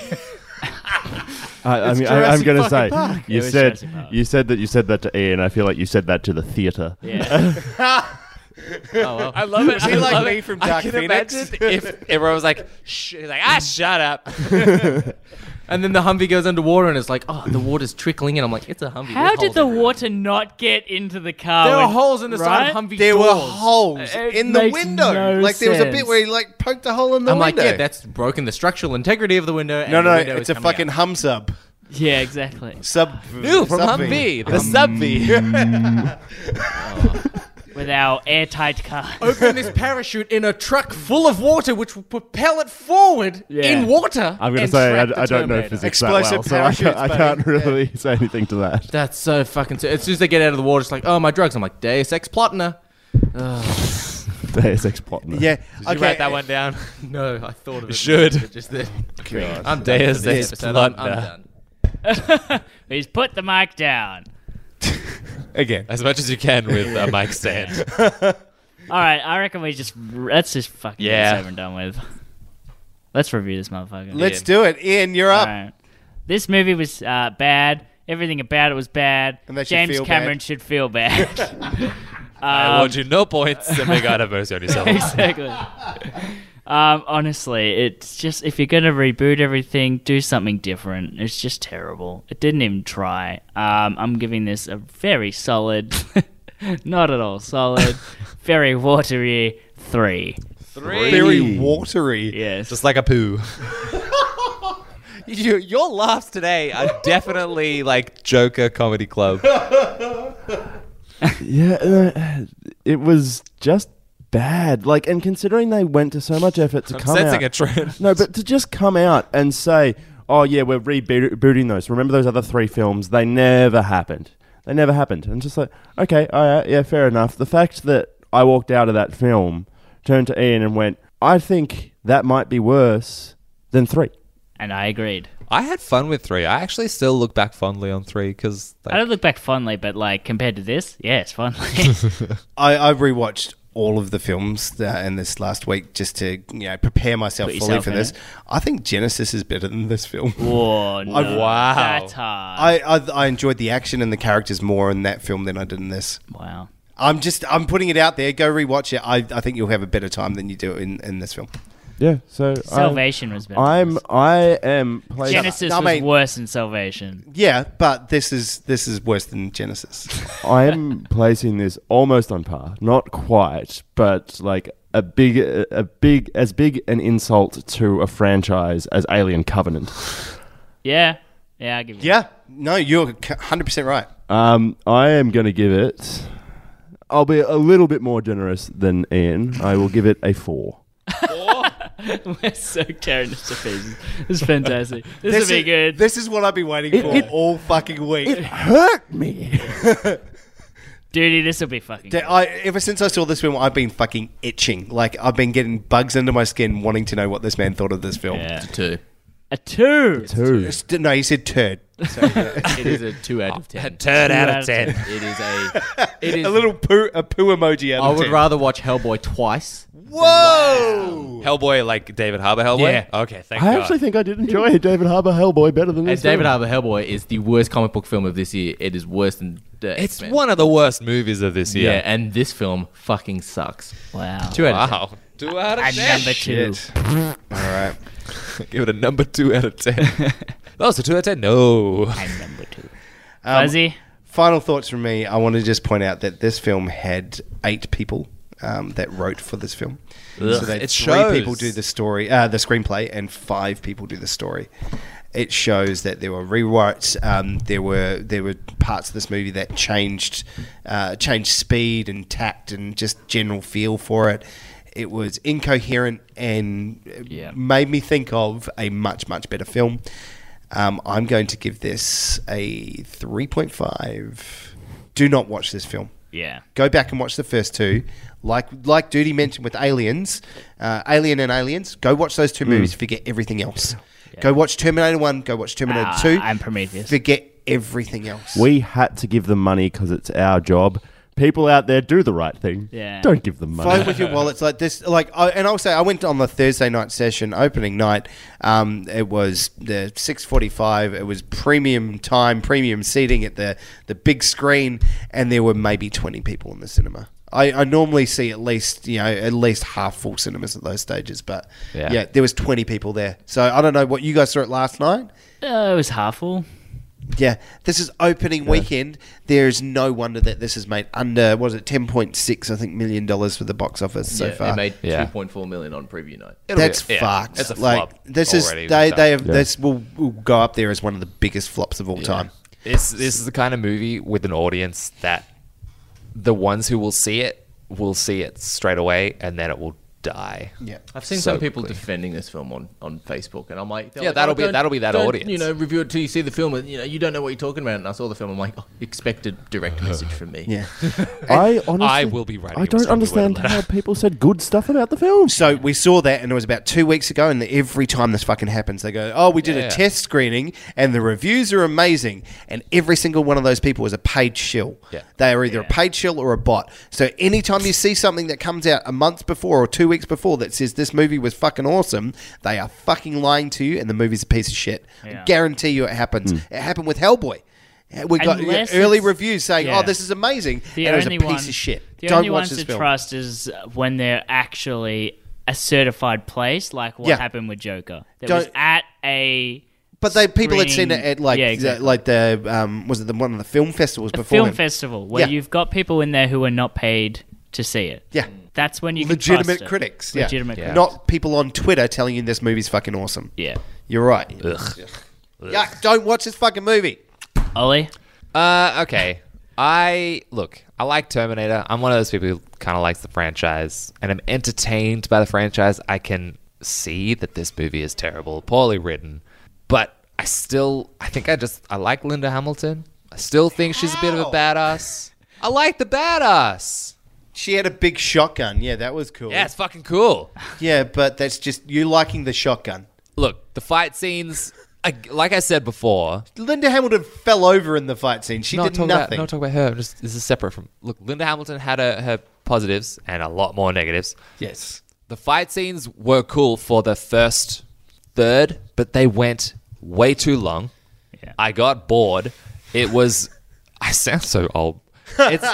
Speaker 5: I, I
Speaker 7: It's
Speaker 5: mean, I, I'm
Speaker 7: Jurassic
Speaker 5: going to say
Speaker 7: fucking Park.
Speaker 5: you
Speaker 4: It was
Speaker 5: said
Speaker 4: Jurassic Park.
Speaker 5: you said that you said that to Ian. I feel like you said that to the theater.
Speaker 4: Yeah.
Speaker 8: Oh,
Speaker 4: I love it.
Speaker 7: Is he
Speaker 4: I love
Speaker 7: like
Speaker 4: it.
Speaker 7: me from Dark
Speaker 10: Can you
Speaker 7: Phoenix?
Speaker 10: imagine if everyone was like, sh- like ah, shut up.
Speaker 8: and then the Humvee goes underwater and it's like, oh, the water's trickling. And I'm like, it's a Humvee.
Speaker 4: How
Speaker 8: There's
Speaker 4: did
Speaker 8: holes
Speaker 4: the
Speaker 8: everywhere."
Speaker 4: water not get into the car?
Speaker 8: There
Speaker 4: when-
Speaker 8: were holes in the side
Speaker 4: right?
Speaker 8: of Humvee
Speaker 7: There were
Speaker 8: doors.
Speaker 7: holes
Speaker 4: It
Speaker 7: in the
Speaker 4: makes
Speaker 7: window.
Speaker 4: no
Speaker 7: like there was a
Speaker 4: sense.
Speaker 7: bit where he like poked a hole in the
Speaker 8: I'm like,
Speaker 7: window.
Speaker 8: yeah, that's broken the structural integrity of the window. And
Speaker 7: no, no,
Speaker 8: the window
Speaker 7: it's a
Speaker 8: is coming
Speaker 7: fucking
Speaker 8: out.
Speaker 7: hum sub.
Speaker 4: Yeah, exactly.
Speaker 7: Sub.
Speaker 10: Ooh, from
Speaker 7: subvee.
Speaker 10: Humvee, the subvee.
Speaker 4: With our airtight car.
Speaker 8: Open this parachute in a truck full of water, which will propel it forward
Speaker 4: Yeah.
Speaker 8: in water.
Speaker 5: I'm going to
Speaker 8: and
Speaker 5: say I,
Speaker 8: trap the
Speaker 5: I don't know
Speaker 8: Terminator.
Speaker 5: physics
Speaker 7: Explosive
Speaker 5: that well, so I,
Speaker 7: parachutes,
Speaker 5: ca- I can't
Speaker 7: buddy.
Speaker 5: really say anything to that.
Speaker 8: That's so fucking. T- as soon as they get out of the water, it's like, oh, my drugs. I'm like, Deus Ex Plotner.
Speaker 5: Deus Ex Plotner.
Speaker 7: Yeah. okay.
Speaker 10: You write that one down.
Speaker 8: No, I thought of it.
Speaker 10: should.
Speaker 8: It Just then. I'm
Speaker 10: Deus
Speaker 8: Deus
Speaker 10: Ex
Speaker 8: Ex Plotner. I'm
Speaker 10: Plotner.
Speaker 8: done.
Speaker 4: He's put the mic down.
Speaker 7: again.
Speaker 10: As much as you can with a mic stand.
Speaker 4: All right, I reckon we just let's just fucking
Speaker 10: Yeah.
Speaker 4: get this over and done with. Let's review this motherfucker.
Speaker 7: Let's do it. Ian, you're
Speaker 4: All
Speaker 7: up.
Speaker 4: right. This movie was uh, bad. Everything about it was bad.
Speaker 7: And they should
Speaker 4: James
Speaker 7: feel
Speaker 4: Cameron
Speaker 7: bad.
Speaker 4: should feel bad.
Speaker 10: I award you no points and may God have mercy on yourself.
Speaker 4: exactly. Um, honestly, it's just if you're gonna reboot everything, do something different. It's just terrible. It didn't even try. Um, I'm giving this a very solid, not at all solid, very watery three.
Speaker 7: Very watery.
Speaker 4: Yes.
Speaker 10: Just like a poo. You, your laughs today are definitely like Joker Comedy Club.
Speaker 5: Yeah, uh, it was just bad. Like, and considering they went to so much effort to
Speaker 10: I'm
Speaker 5: come
Speaker 10: sensing
Speaker 5: out,
Speaker 10: a trend.
Speaker 5: No, but to just come out and say, "Oh yeah, we're rebooting those." Remember those other three films? They never happened. They never happened. And just like, okay, all right, yeah, fair enough. The fact that I walked out of that film, turned to Ian and went, "I think that might be worse than three.
Speaker 4: and I agreed.
Speaker 10: I had fun with three. I actually still look back fondly on three because
Speaker 4: I
Speaker 10: like,
Speaker 4: don't look back fondly, but like compared to this, yes, fondly.
Speaker 7: I, I rewatched all of the films that, in this last week just to you know prepare myself
Speaker 4: Put
Speaker 7: fully
Speaker 4: yourself
Speaker 7: for
Speaker 4: in
Speaker 7: this.
Speaker 4: it.
Speaker 7: I think Genesis is better than this film.
Speaker 4: Whoa, no,
Speaker 10: Wow.
Speaker 4: that's hard.
Speaker 7: I, I I enjoyed the action and the characters more in that film than I did in this.
Speaker 4: wow.
Speaker 7: I'm just I'm putting it out there. Go rewatch it. I, I think you'll have a better time than you do in, in this film.
Speaker 5: Yeah, so I-
Speaker 4: Salvation was better.
Speaker 5: I'm I am playing.
Speaker 4: Genesis
Speaker 7: No,
Speaker 4: was
Speaker 7: mate.
Speaker 4: worse than Salvation.
Speaker 7: Yeah, but this is this is worse than Genesis.
Speaker 5: I am placing this almost on par, not quite, but like a big, a big, as big an insult to a franchise as Alien Covenant.
Speaker 4: Yeah, yeah, I give you.
Speaker 7: yeah, no, you're 100 percent right.
Speaker 5: Um, I am going to give it. I'll be a little bit more generous than Ian. I will give it a four.
Speaker 4: We're so tearing this to pieces. This is fantastic. This,
Speaker 7: This
Speaker 4: will be
Speaker 7: is,
Speaker 4: good.
Speaker 7: This is what I've been waiting for
Speaker 5: it-
Speaker 7: all fucking week.
Speaker 5: Hurt me.
Speaker 4: Dude, this will be fucking.
Speaker 7: Da- I, ever since I saw this film, I've been fucking itching. Like I've been getting bugs under my skin, wanting to know what this man thought of this film.
Speaker 4: good. Yeah.
Speaker 8: Two.
Speaker 4: A two.
Speaker 5: Two.
Speaker 7: It's- No, he said turd.
Speaker 8: It is a two out of ten.
Speaker 10: turn out of
Speaker 4: out of
Speaker 10: ten.
Speaker 8: It is a. It is.
Speaker 7: A little poo, a poo emoji. Out
Speaker 8: I
Speaker 7: of
Speaker 8: would
Speaker 7: 10.
Speaker 8: rather watch Hellboy twice.
Speaker 7: Whoa!
Speaker 10: Hellboy, like David Harbour Hellboy.
Speaker 8: Yeah.
Speaker 10: Okay, thank
Speaker 5: I
Speaker 10: God.
Speaker 5: actually think I did enjoy David Harbour Hellboy better than
Speaker 8: And
Speaker 5: this.
Speaker 8: David
Speaker 5: film.
Speaker 8: Harbour Hellboy is the worst comic book film of this year. It is worse than. Uh,
Speaker 10: it's
Speaker 8: X-Men.
Speaker 10: one of the worst movies of this
Speaker 8: Yeah.
Speaker 10: year.
Speaker 8: and this film fucking sucks.
Speaker 4: Wow.
Speaker 8: Two out of ten.
Speaker 10: Wow. Two out of
Speaker 4: And
Speaker 10: ten.
Speaker 4: number two.
Speaker 7: All right.
Speaker 10: Give it a number two out of ten. that was a two out of ten. No.
Speaker 4: And number two.
Speaker 7: Um,
Speaker 4: Fuzzy.
Speaker 7: Final thoughts from me. I want to just point out that this film had eight people um, that wrote for this film. So they had
Speaker 3: It
Speaker 7: three
Speaker 3: shows.
Speaker 7: people do the story, uh, the screenplay, and five people do the story. It shows that there were rewrites. Um, there were there were parts of this movie that changed uh, changed speed and tact and just general feel for it. It was incoherent and it
Speaker 4: Yeah.
Speaker 7: made me think of a much much better film. Um, I'm going to give this a 3.5. Do not watch this film
Speaker 4: Yeah.
Speaker 7: go back and watch the first two. Like like Duty mentioned with Aliens, uh, Alien and Aliens, go watch those
Speaker 4: Mm.
Speaker 7: two movies. Forget everything else. Go watch Terminator One. Go watch Terminator
Speaker 4: Ah,
Speaker 7: Two.
Speaker 4: and Prometheus.
Speaker 7: Forget everything else.
Speaker 5: We had to give them money because it's our job. People out there do the right thing.
Speaker 4: Yeah.
Speaker 5: Don't give them money.
Speaker 7: Vote with your wallets like this. Like, I, and I'll say, I went on the Thursday night session opening night. Um, it was the six forty-five. It was premium time, premium seating at the the big screen, and there were maybe twenty people in the cinema. I, I normally see at least you know at least half full cinemas at those stages, but yeah.
Speaker 3: Yeah.
Speaker 7: there was twenty people there. So I don't know what you guys saw it last night.
Speaker 4: Uh, it was halfful.
Speaker 7: Yeah, this is opening weekend. There is no wonder that this has made under what was it ten point six I think million dollars for the box office so
Speaker 8: yeah,
Speaker 7: far.
Speaker 8: It made
Speaker 3: Yeah.
Speaker 8: 2.4 million on preview night.
Speaker 7: That's
Speaker 3: yeah,
Speaker 7: fucked.
Speaker 3: it's a
Speaker 7: like,
Speaker 3: flop
Speaker 7: This
Speaker 3: already,
Speaker 7: is they,
Speaker 3: so-
Speaker 7: they have this will, will go up there as one of the biggest flops of all time.
Speaker 3: This this is the kind of movie with an audience that the ones who will see it will see it straight away, and then it will die.
Speaker 7: Yeah.
Speaker 8: I've seen
Speaker 3: So
Speaker 8: some people
Speaker 3: quick.
Speaker 8: defending this film on, on Facebook, and I'm like, they're
Speaker 3: Yeah,
Speaker 8: like, "Oh,
Speaker 3: that'll be-
Speaker 8: don't-
Speaker 3: that'll be that
Speaker 8: don't,
Speaker 3: audience.
Speaker 8: You know, review it till you see the film, and you know, you don't know what you're talking about. And I saw the film, I'm like, oh, expected direct message from me.
Speaker 7: Yeah.
Speaker 5: I honestly,
Speaker 3: I will be writing
Speaker 5: I
Speaker 3: a
Speaker 5: don't
Speaker 3: strongly
Speaker 5: understand
Speaker 3: worded
Speaker 5: how
Speaker 3: letter.
Speaker 5: people said good stuff about the film.
Speaker 7: So we saw that, and it was about two weeks ago. And every time this fucking happens, they go, "Oh, we did a
Speaker 3: Yeah.
Speaker 7: test screening, and the reviews are amazing." And every single one of those people is a paid shill.
Speaker 3: Yeah.
Speaker 7: They are either a paid shill or a bot. So anytime you see something that comes out a month before or two weeks before that says this movie was fucking awesome, they are fucking lying to you, and the movie's a piece of shit. I
Speaker 4: Yeah.
Speaker 7: guarantee you, it happens. It happened with Hellboy. We got
Speaker 4: Unless
Speaker 7: early
Speaker 4: it's-
Speaker 7: reviews saying,
Speaker 4: yeah.
Speaker 7: "Oh, this is amazing,"
Speaker 4: The
Speaker 7: and it was a
Speaker 4: only
Speaker 7: piece
Speaker 4: one,
Speaker 7: of shit.
Speaker 4: The
Speaker 7: Don't
Speaker 4: only
Speaker 7: watch
Speaker 4: ones
Speaker 7: this
Speaker 4: to
Speaker 7: film.
Speaker 4: trust is when they're actually a certified place, like what
Speaker 7: Yeah.
Speaker 4: happened with Joker. That was
Speaker 7: Don't-
Speaker 4: at a
Speaker 7: But they people had seen it at like
Speaker 4: Yeah,
Speaker 7: the-
Speaker 4: exactly.
Speaker 7: like the um, was it the one of the film festivals
Speaker 4: a
Speaker 7: before
Speaker 4: film
Speaker 7: then?
Speaker 4: festival where
Speaker 7: Yeah.
Speaker 4: you've got people in there who are not paid to see it.
Speaker 7: Yeah.
Speaker 4: That's when you can trust
Speaker 7: legitimate
Speaker 4: it.
Speaker 7: critics, yeah.
Speaker 4: Legitimate critics.
Speaker 7: not people on Twitter telling you this movie's fucking awesome.
Speaker 4: Yeah.
Speaker 7: You're right. Yuck! Don't watch this fucking movie.
Speaker 4: Ollie?
Speaker 3: Uh, okay. I look. I like Terminator. I'm one of those people who kind of likes the franchise, and I'm entertained by the franchise. I can see that this movie is terrible, poorly written, but I still, I think I just, I like Linda Hamilton. I still think she's a bit of a badass. I like the badass.
Speaker 7: She had a big shotgun. Yeah, that was cool.
Speaker 3: Yeah, it's fucking cool.
Speaker 7: Yeah, but that's just you liking the shotgun.
Speaker 3: Look, the fight scenes. I, like I said before,
Speaker 7: Linda Hamilton fell over in the fight scene. She
Speaker 3: not
Speaker 7: did
Speaker 3: talk
Speaker 7: nothing.
Speaker 3: About, not talk about her. Just this is separate from. Look, Linda Hamilton had her, her positives and a lot more negatives.
Speaker 7: yes.
Speaker 3: The fight scenes were cool for the first third, but they went way too long.
Speaker 4: Yeah.
Speaker 3: I got bored. It was. I sound so old. It's,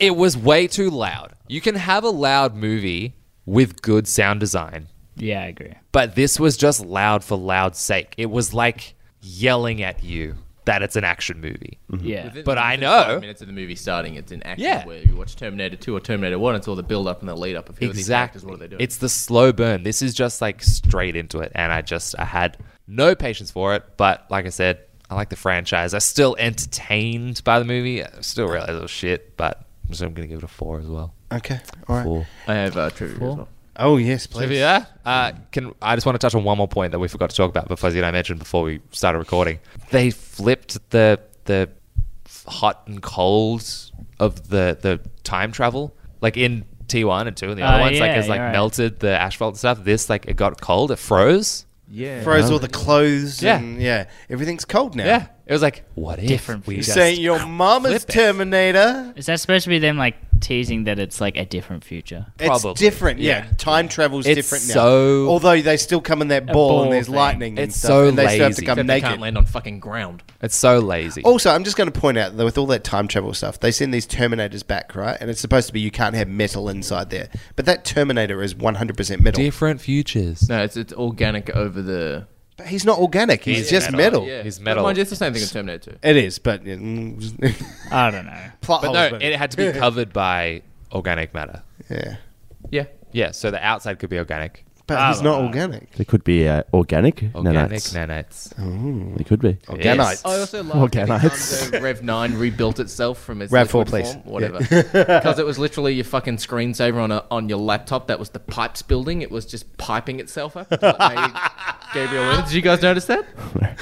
Speaker 3: it was way too loud. You can have a loud movie with good sound design,
Speaker 4: Yeah, I agree.
Speaker 3: but this was just loud for loud's sake. It was like yelling at you that it's an action movie.
Speaker 7: Mm-hmm.
Speaker 4: Yeah.
Speaker 8: Within-
Speaker 3: But I
Speaker 8: within
Speaker 3: know-
Speaker 8: five minutes of the movie starting, it's in action.
Speaker 3: Yeah.
Speaker 8: Where you watch Terminator 2 or Terminator 1, it's all the build up and the lead up of who are these actors,
Speaker 3: Exactly.
Speaker 8: what are they doing?
Speaker 3: It's the slow burn. This is just like straight into it, and I just I had no patience for it. But like I said, I like the franchise. I still entertained by the movie. I still realize it was shit, but so I'm gonna give it a four as well.
Speaker 7: Okay. All right.
Speaker 3: Four.
Speaker 8: I have uh, trivia as well.
Speaker 7: Oh yes, please.
Speaker 3: Yeah. Uh, can I just want to touch on one more point that we forgot to talk about, but Fuzzy and I mentioned before we started recording. They flipped the the hot and cold of the the time travel, like in T one and two, and the other
Speaker 4: Oh,
Speaker 3: ones like
Speaker 4: yeah,
Speaker 3: it's like
Speaker 4: you're right.
Speaker 3: melted the asphalt and stuff. This like it got cold, it froze.
Speaker 8: Yeah.
Speaker 7: Froze all the clothes.
Speaker 3: Yeah.
Speaker 7: And, yeah. Everything's cold now.
Speaker 3: Yeah, it was like what if
Speaker 4: Different
Speaker 3: we
Speaker 7: You
Speaker 3: just
Speaker 7: saying your mama's
Speaker 3: flip it.
Speaker 7: Terminator?
Speaker 4: Is that supposed to be them like teasing that it's like a different future?
Speaker 3: Probably.
Speaker 7: It's different, yeah. Time travel's
Speaker 3: It's
Speaker 7: different now.
Speaker 3: so-
Speaker 7: Although they still come in that ball,
Speaker 4: ball
Speaker 7: and there's
Speaker 4: thing.
Speaker 7: lightning. and
Speaker 3: It's
Speaker 7: stuff,
Speaker 3: so
Speaker 7: and they still have to
Speaker 3: lazy.
Speaker 7: come
Speaker 8: Except they
Speaker 7: naked.
Speaker 8: can't land on fucking ground.
Speaker 3: It's so lazy.
Speaker 7: Also, I'm just going to point out that with all that time travel stuff, they send these Terminators back, right? And it's supposed to be you can't have metal inside there, but that Terminator is 100% metal.
Speaker 3: different futures.
Speaker 8: No, it's it's organic over the.
Speaker 7: But he's not organic; he's, just metal.
Speaker 8: Yeah.
Speaker 3: He's
Speaker 8: But
Speaker 3: metal.
Speaker 8: Mind you, it's the same thing as Terminator 2.
Speaker 7: It is, but mm,
Speaker 4: I don't know.
Speaker 7: plot
Speaker 3: But
Speaker 7: holes.
Speaker 3: no,
Speaker 7: but-
Speaker 3: it had to be covered by organic matter.
Speaker 7: Yeah.
Speaker 3: Yeah. Yeah. So the outside could be organic.
Speaker 7: But
Speaker 4: Ah,
Speaker 7: he's not
Speaker 4: la, la.
Speaker 7: organic.
Speaker 5: They could be uh, organic,
Speaker 3: Organic
Speaker 5: nanites.
Speaker 3: nanites.
Speaker 5: They could be.
Speaker 7: Ganites.
Speaker 8: I also love
Speaker 5: Well, Ganites.
Speaker 8: the Rev Nine rebuilt itself from its
Speaker 7: Rev four,
Speaker 8: liquid
Speaker 7: please.
Speaker 8: form, whatever, because it was literally your fucking screensaver on a, on your laptop. That was the pipes building. It was just piping itself up. That's what made Gabriel, Luna. did you guys notice that?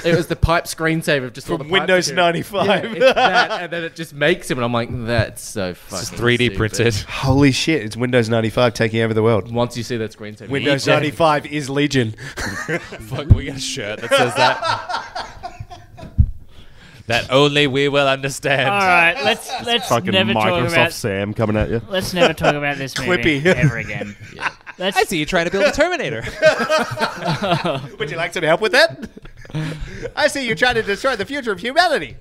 Speaker 8: It was the pipe screensaver of just all the pipes appearing. Yeah,
Speaker 7: 95.
Speaker 8: it's that, and then it just makes him, and I'm like, that's so fucking.
Speaker 3: It's 3D
Speaker 8: stupid.
Speaker 3: printed.
Speaker 7: Holy shit, it's Windows 95 taking over the world.
Speaker 8: Once you see that screensaver,
Speaker 7: Windows
Speaker 8: you-
Speaker 7: 95 is Legion.
Speaker 3: Fuck, we got a shirt that says that. that only we will understand.
Speaker 4: All right, let's let's
Speaker 5: Fucking
Speaker 4: never
Speaker 5: Microsoft
Speaker 4: talk about
Speaker 5: Sam coming at you.
Speaker 4: let's never talk about this movie
Speaker 7: Clippy.
Speaker 4: ever again. Let's,
Speaker 3: I see you trying to build a Terminator.
Speaker 7: Would you like some help with that? I see you're trying to destroy the future of humanity.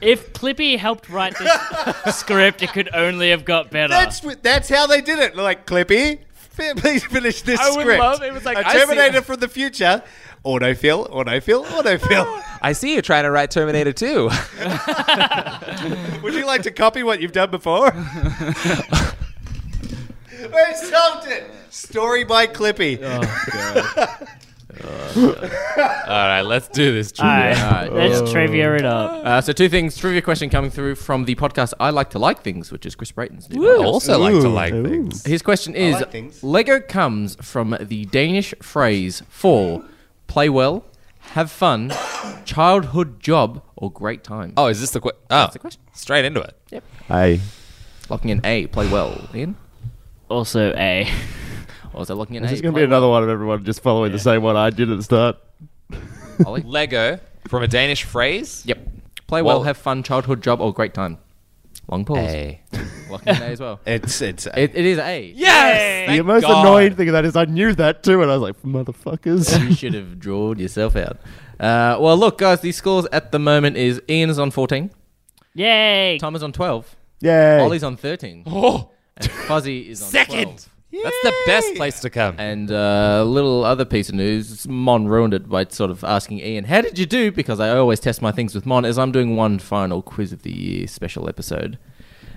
Speaker 4: If Clippy helped write this script, it could only have got better.
Speaker 7: That's
Speaker 3: Uh.
Speaker 7: wh- that's how they did it. Like Clippy, fi- please finish this
Speaker 3: I would
Speaker 7: script.
Speaker 3: love- it was like,
Speaker 7: a
Speaker 3: I see-
Speaker 7: Terminator from the future. Autofill, autofill, autofill.
Speaker 3: I see you trying to write Terminator 2.
Speaker 7: Would you like to copy what you've done before? We solved it. Story by Clippy.
Speaker 3: All right, let's do this,
Speaker 4: All right,
Speaker 8: Alright,
Speaker 4: let's trivia it up.
Speaker 8: Uh, so two things, trivia question coming through from the podcast I Like to Like Things, which is Chris Brayton's new
Speaker 3: I
Speaker 8: podcast.
Speaker 3: also like to like things.
Speaker 8: His question is
Speaker 7: like things.
Speaker 8: Lego comes from the Danish phrase for play well, have fun, childhood job, or great time.
Speaker 3: Oh, is this the question? Oh,
Speaker 8: the question.
Speaker 3: straight into it.
Speaker 5: Hey,
Speaker 8: Locking in A, play well, Ian.
Speaker 4: Also, a
Speaker 8: Or is that locking in
Speaker 5: this
Speaker 8: A?
Speaker 5: is going to
Speaker 8: play
Speaker 5: be another one of everyone just following the same one I did at the start.
Speaker 8: well, Ollie?
Speaker 3: Lego from a Danish phrase.
Speaker 8: Yep. Play well,
Speaker 3: Well-
Speaker 8: have fun, childhood job, or great time. Long pause.
Speaker 3: A.
Speaker 8: Locking in A as well.
Speaker 7: It's it's
Speaker 8: It, it is A.
Speaker 3: Yes.
Speaker 5: the
Speaker 3: Thank
Speaker 5: most
Speaker 3: God.
Speaker 5: annoying thing of that is I knew that too, and I was like, motherfuckers.
Speaker 8: you should have drawn yourself out. Uh, well, look, guys, the scores at the moment is Ian is on 14,
Speaker 4: yay!
Speaker 8: Tom is on 12,
Speaker 5: Yay.
Speaker 8: Ollie's on 13,
Speaker 3: Oh,
Speaker 8: and Fuzzy is on
Speaker 3: Second.
Speaker 8: 12.
Speaker 3: that's the best place to come.
Speaker 8: And uh, little other piece of news, Mon ruined it by sort of asking Ian, how did you do? Because I always test my things with Mon as I'm doing one final quiz of the year special episome.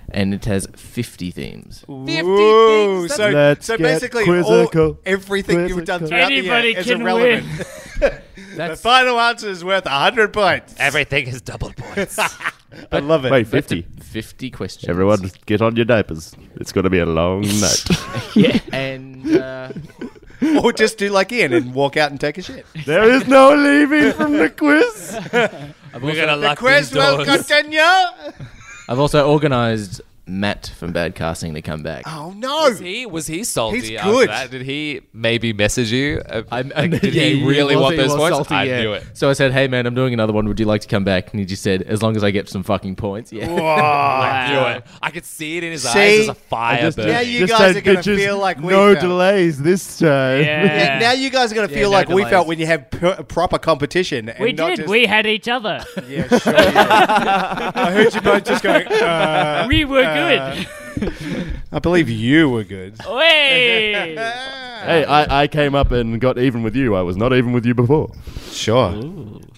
Speaker 8: And it has 50 themes.
Speaker 3: 50
Speaker 7: Ooh,
Speaker 3: things.
Speaker 7: so
Speaker 5: Let's
Speaker 7: so
Speaker 5: get
Speaker 7: basically all,
Speaker 5: quizzical.
Speaker 7: everything you've done
Speaker 5: Quizzical.
Speaker 7: throughout
Speaker 4: Anybody
Speaker 7: the year is
Speaker 4: can
Speaker 7: irrelevant. the
Speaker 8: That's,
Speaker 7: final answer is worth hundred points.
Speaker 3: Everything is double points.
Speaker 7: I love it.
Speaker 5: Wait, 50.
Speaker 8: 50 questions.
Speaker 5: Everyone, get on your diapers. It's going to be a long night.
Speaker 8: And uh,
Speaker 7: or just do like Ian and walk out and take a shit.
Speaker 5: there is no leaving from the quiz.
Speaker 3: We're gonna lock these
Speaker 7: Quiz will
Speaker 3: doors.
Speaker 7: continue.
Speaker 8: I've also organised Matt from Bad Casting to come back.
Speaker 7: Oh no!
Speaker 3: Was he was he salty?
Speaker 7: He's
Speaker 3: after
Speaker 7: good.
Speaker 3: that? Did he maybe message you? Uh,
Speaker 8: I'm,
Speaker 3: like, did he really want those points? I knew it.
Speaker 8: So I said, "Hey man, I'm doing another one. Would you like to come back?" And he just said, "As long as I get some fucking points." Yeah.
Speaker 7: Ah.
Speaker 3: I knew it. I could see it in his eyes
Speaker 7: See?
Speaker 3: as a fire
Speaker 5: just-
Speaker 3: burning.
Speaker 7: Now you guys are gonna feel like we
Speaker 5: no
Speaker 7: felt."
Speaker 5: delays this time.
Speaker 4: Yeah.
Speaker 7: Yeah, now you guys are gonna feel
Speaker 8: no
Speaker 7: like we
Speaker 8: delays.
Speaker 7: felt when you have pr- proper competition. And
Speaker 4: we
Speaker 7: not
Speaker 4: did.
Speaker 7: Just,
Speaker 4: We had each other.
Speaker 7: Yeah, sure, yeah. I heard you both just going. Uh,
Speaker 4: we were
Speaker 7: uh,
Speaker 4: good.
Speaker 7: I believe you were good.
Speaker 4: Hey,
Speaker 5: Hey, I, I came up and got even with you. I was not even with you before.
Speaker 7: Sure.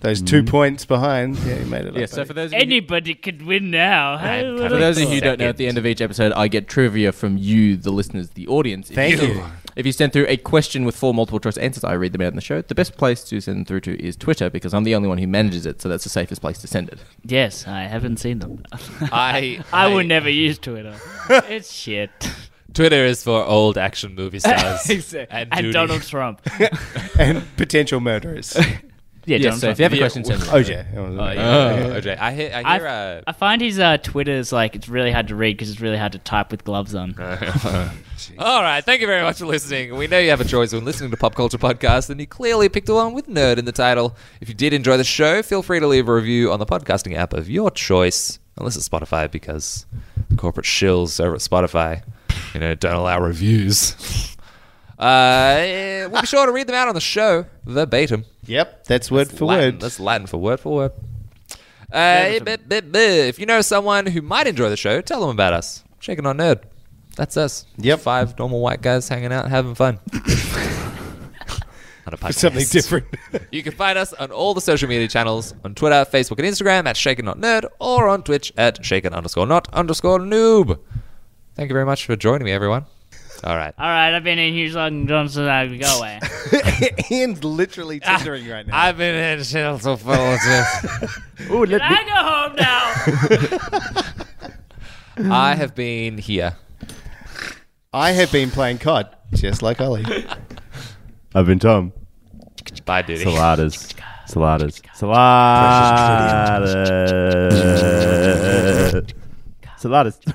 Speaker 7: Those two points behind. Yeah, you made it.
Speaker 8: yeah.
Speaker 7: up,
Speaker 8: So for those of you,
Speaker 4: anybody could win now.
Speaker 8: for those of you who don't know, at the end of each episode, I get trivia from you, the listeners, the audience. If
Speaker 7: Thank you.
Speaker 8: If you send through a question with four multiple choice answers, I read them out in the show. The best place to send through to is Twitter because I'm the only one who manages it, so that's the safest place to send it.
Speaker 4: Yes, I haven't seen them.
Speaker 3: I,
Speaker 4: I will never use Twitter. it's shit.
Speaker 3: Twitter is for old action movie stars and,
Speaker 4: and
Speaker 3: duty.
Speaker 4: Donald Trump.
Speaker 7: and potential murderers.
Speaker 4: Yeah, Donald
Speaker 8: Yes. So
Speaker 4: Trump.
Speaker 8: if you have a
Speaker 3: Yeah.
Speaker 8: question, send it.
Speaker 7: Oh yeah.
Speaker 3: Oh, OJ. I hear. I
Speaker 4: I,
Speaker 3: hear. uh,
Speaker 4: I find his uh, Twitter's like it's really hard to read because it's really hard to type with gloves on.
Speaker 3: All right. Thank you very much for listening. We know you have a choice when listening to Pop Culture Podcast, and you clearly picked the one with nerd in the title. If you did enjoy the show, feel free to leave a review on the podcasting app of your choice, unless it's Spotify, because the corporate shills over at Spotify, you know, don't allow reviews. Uh, eh, we'll be sure to read them out on the show verbatim.
Speaker 7: Yep. That's word for
Speaker 3: Latin.
Speaker 7: word.
Speaker 3: That's Latin for word for word. Uh, bit, bit, bit. If you know someone who might enjoy the show, tell them about us. Shaking on Nerd. That's us.
Speaker 7: Yep.
Speaker 3: Five normal white guys hanging out, having fun. On a podcast.
Speaker 7: Something different.
Speaker 3: You can find us on all the social media channels on Twitter, Facebook, and Instagram at Shaken Not Nerd, or on Twitch at Shaken underscore Not underscore Noob. Thank you very much for joining me, everyone. All right.
Speaker 4: All right, I've been in Hughes Logan Johnson. I go away.
Speaker 7: Ian's literally tittering right now.
Speaker 3: I've been in jail so full
Speaker 5: Ooh, let
Speaker 4: I go home now.
Speaker 3: I have been here.
Speaker 7: I have been playing COD, just like Ollie.
Speaker 5: I've been Tom.
Speaker 3: Bye, duty.
Speaker 5: Saladas. Saladas. Saladas. Saladas.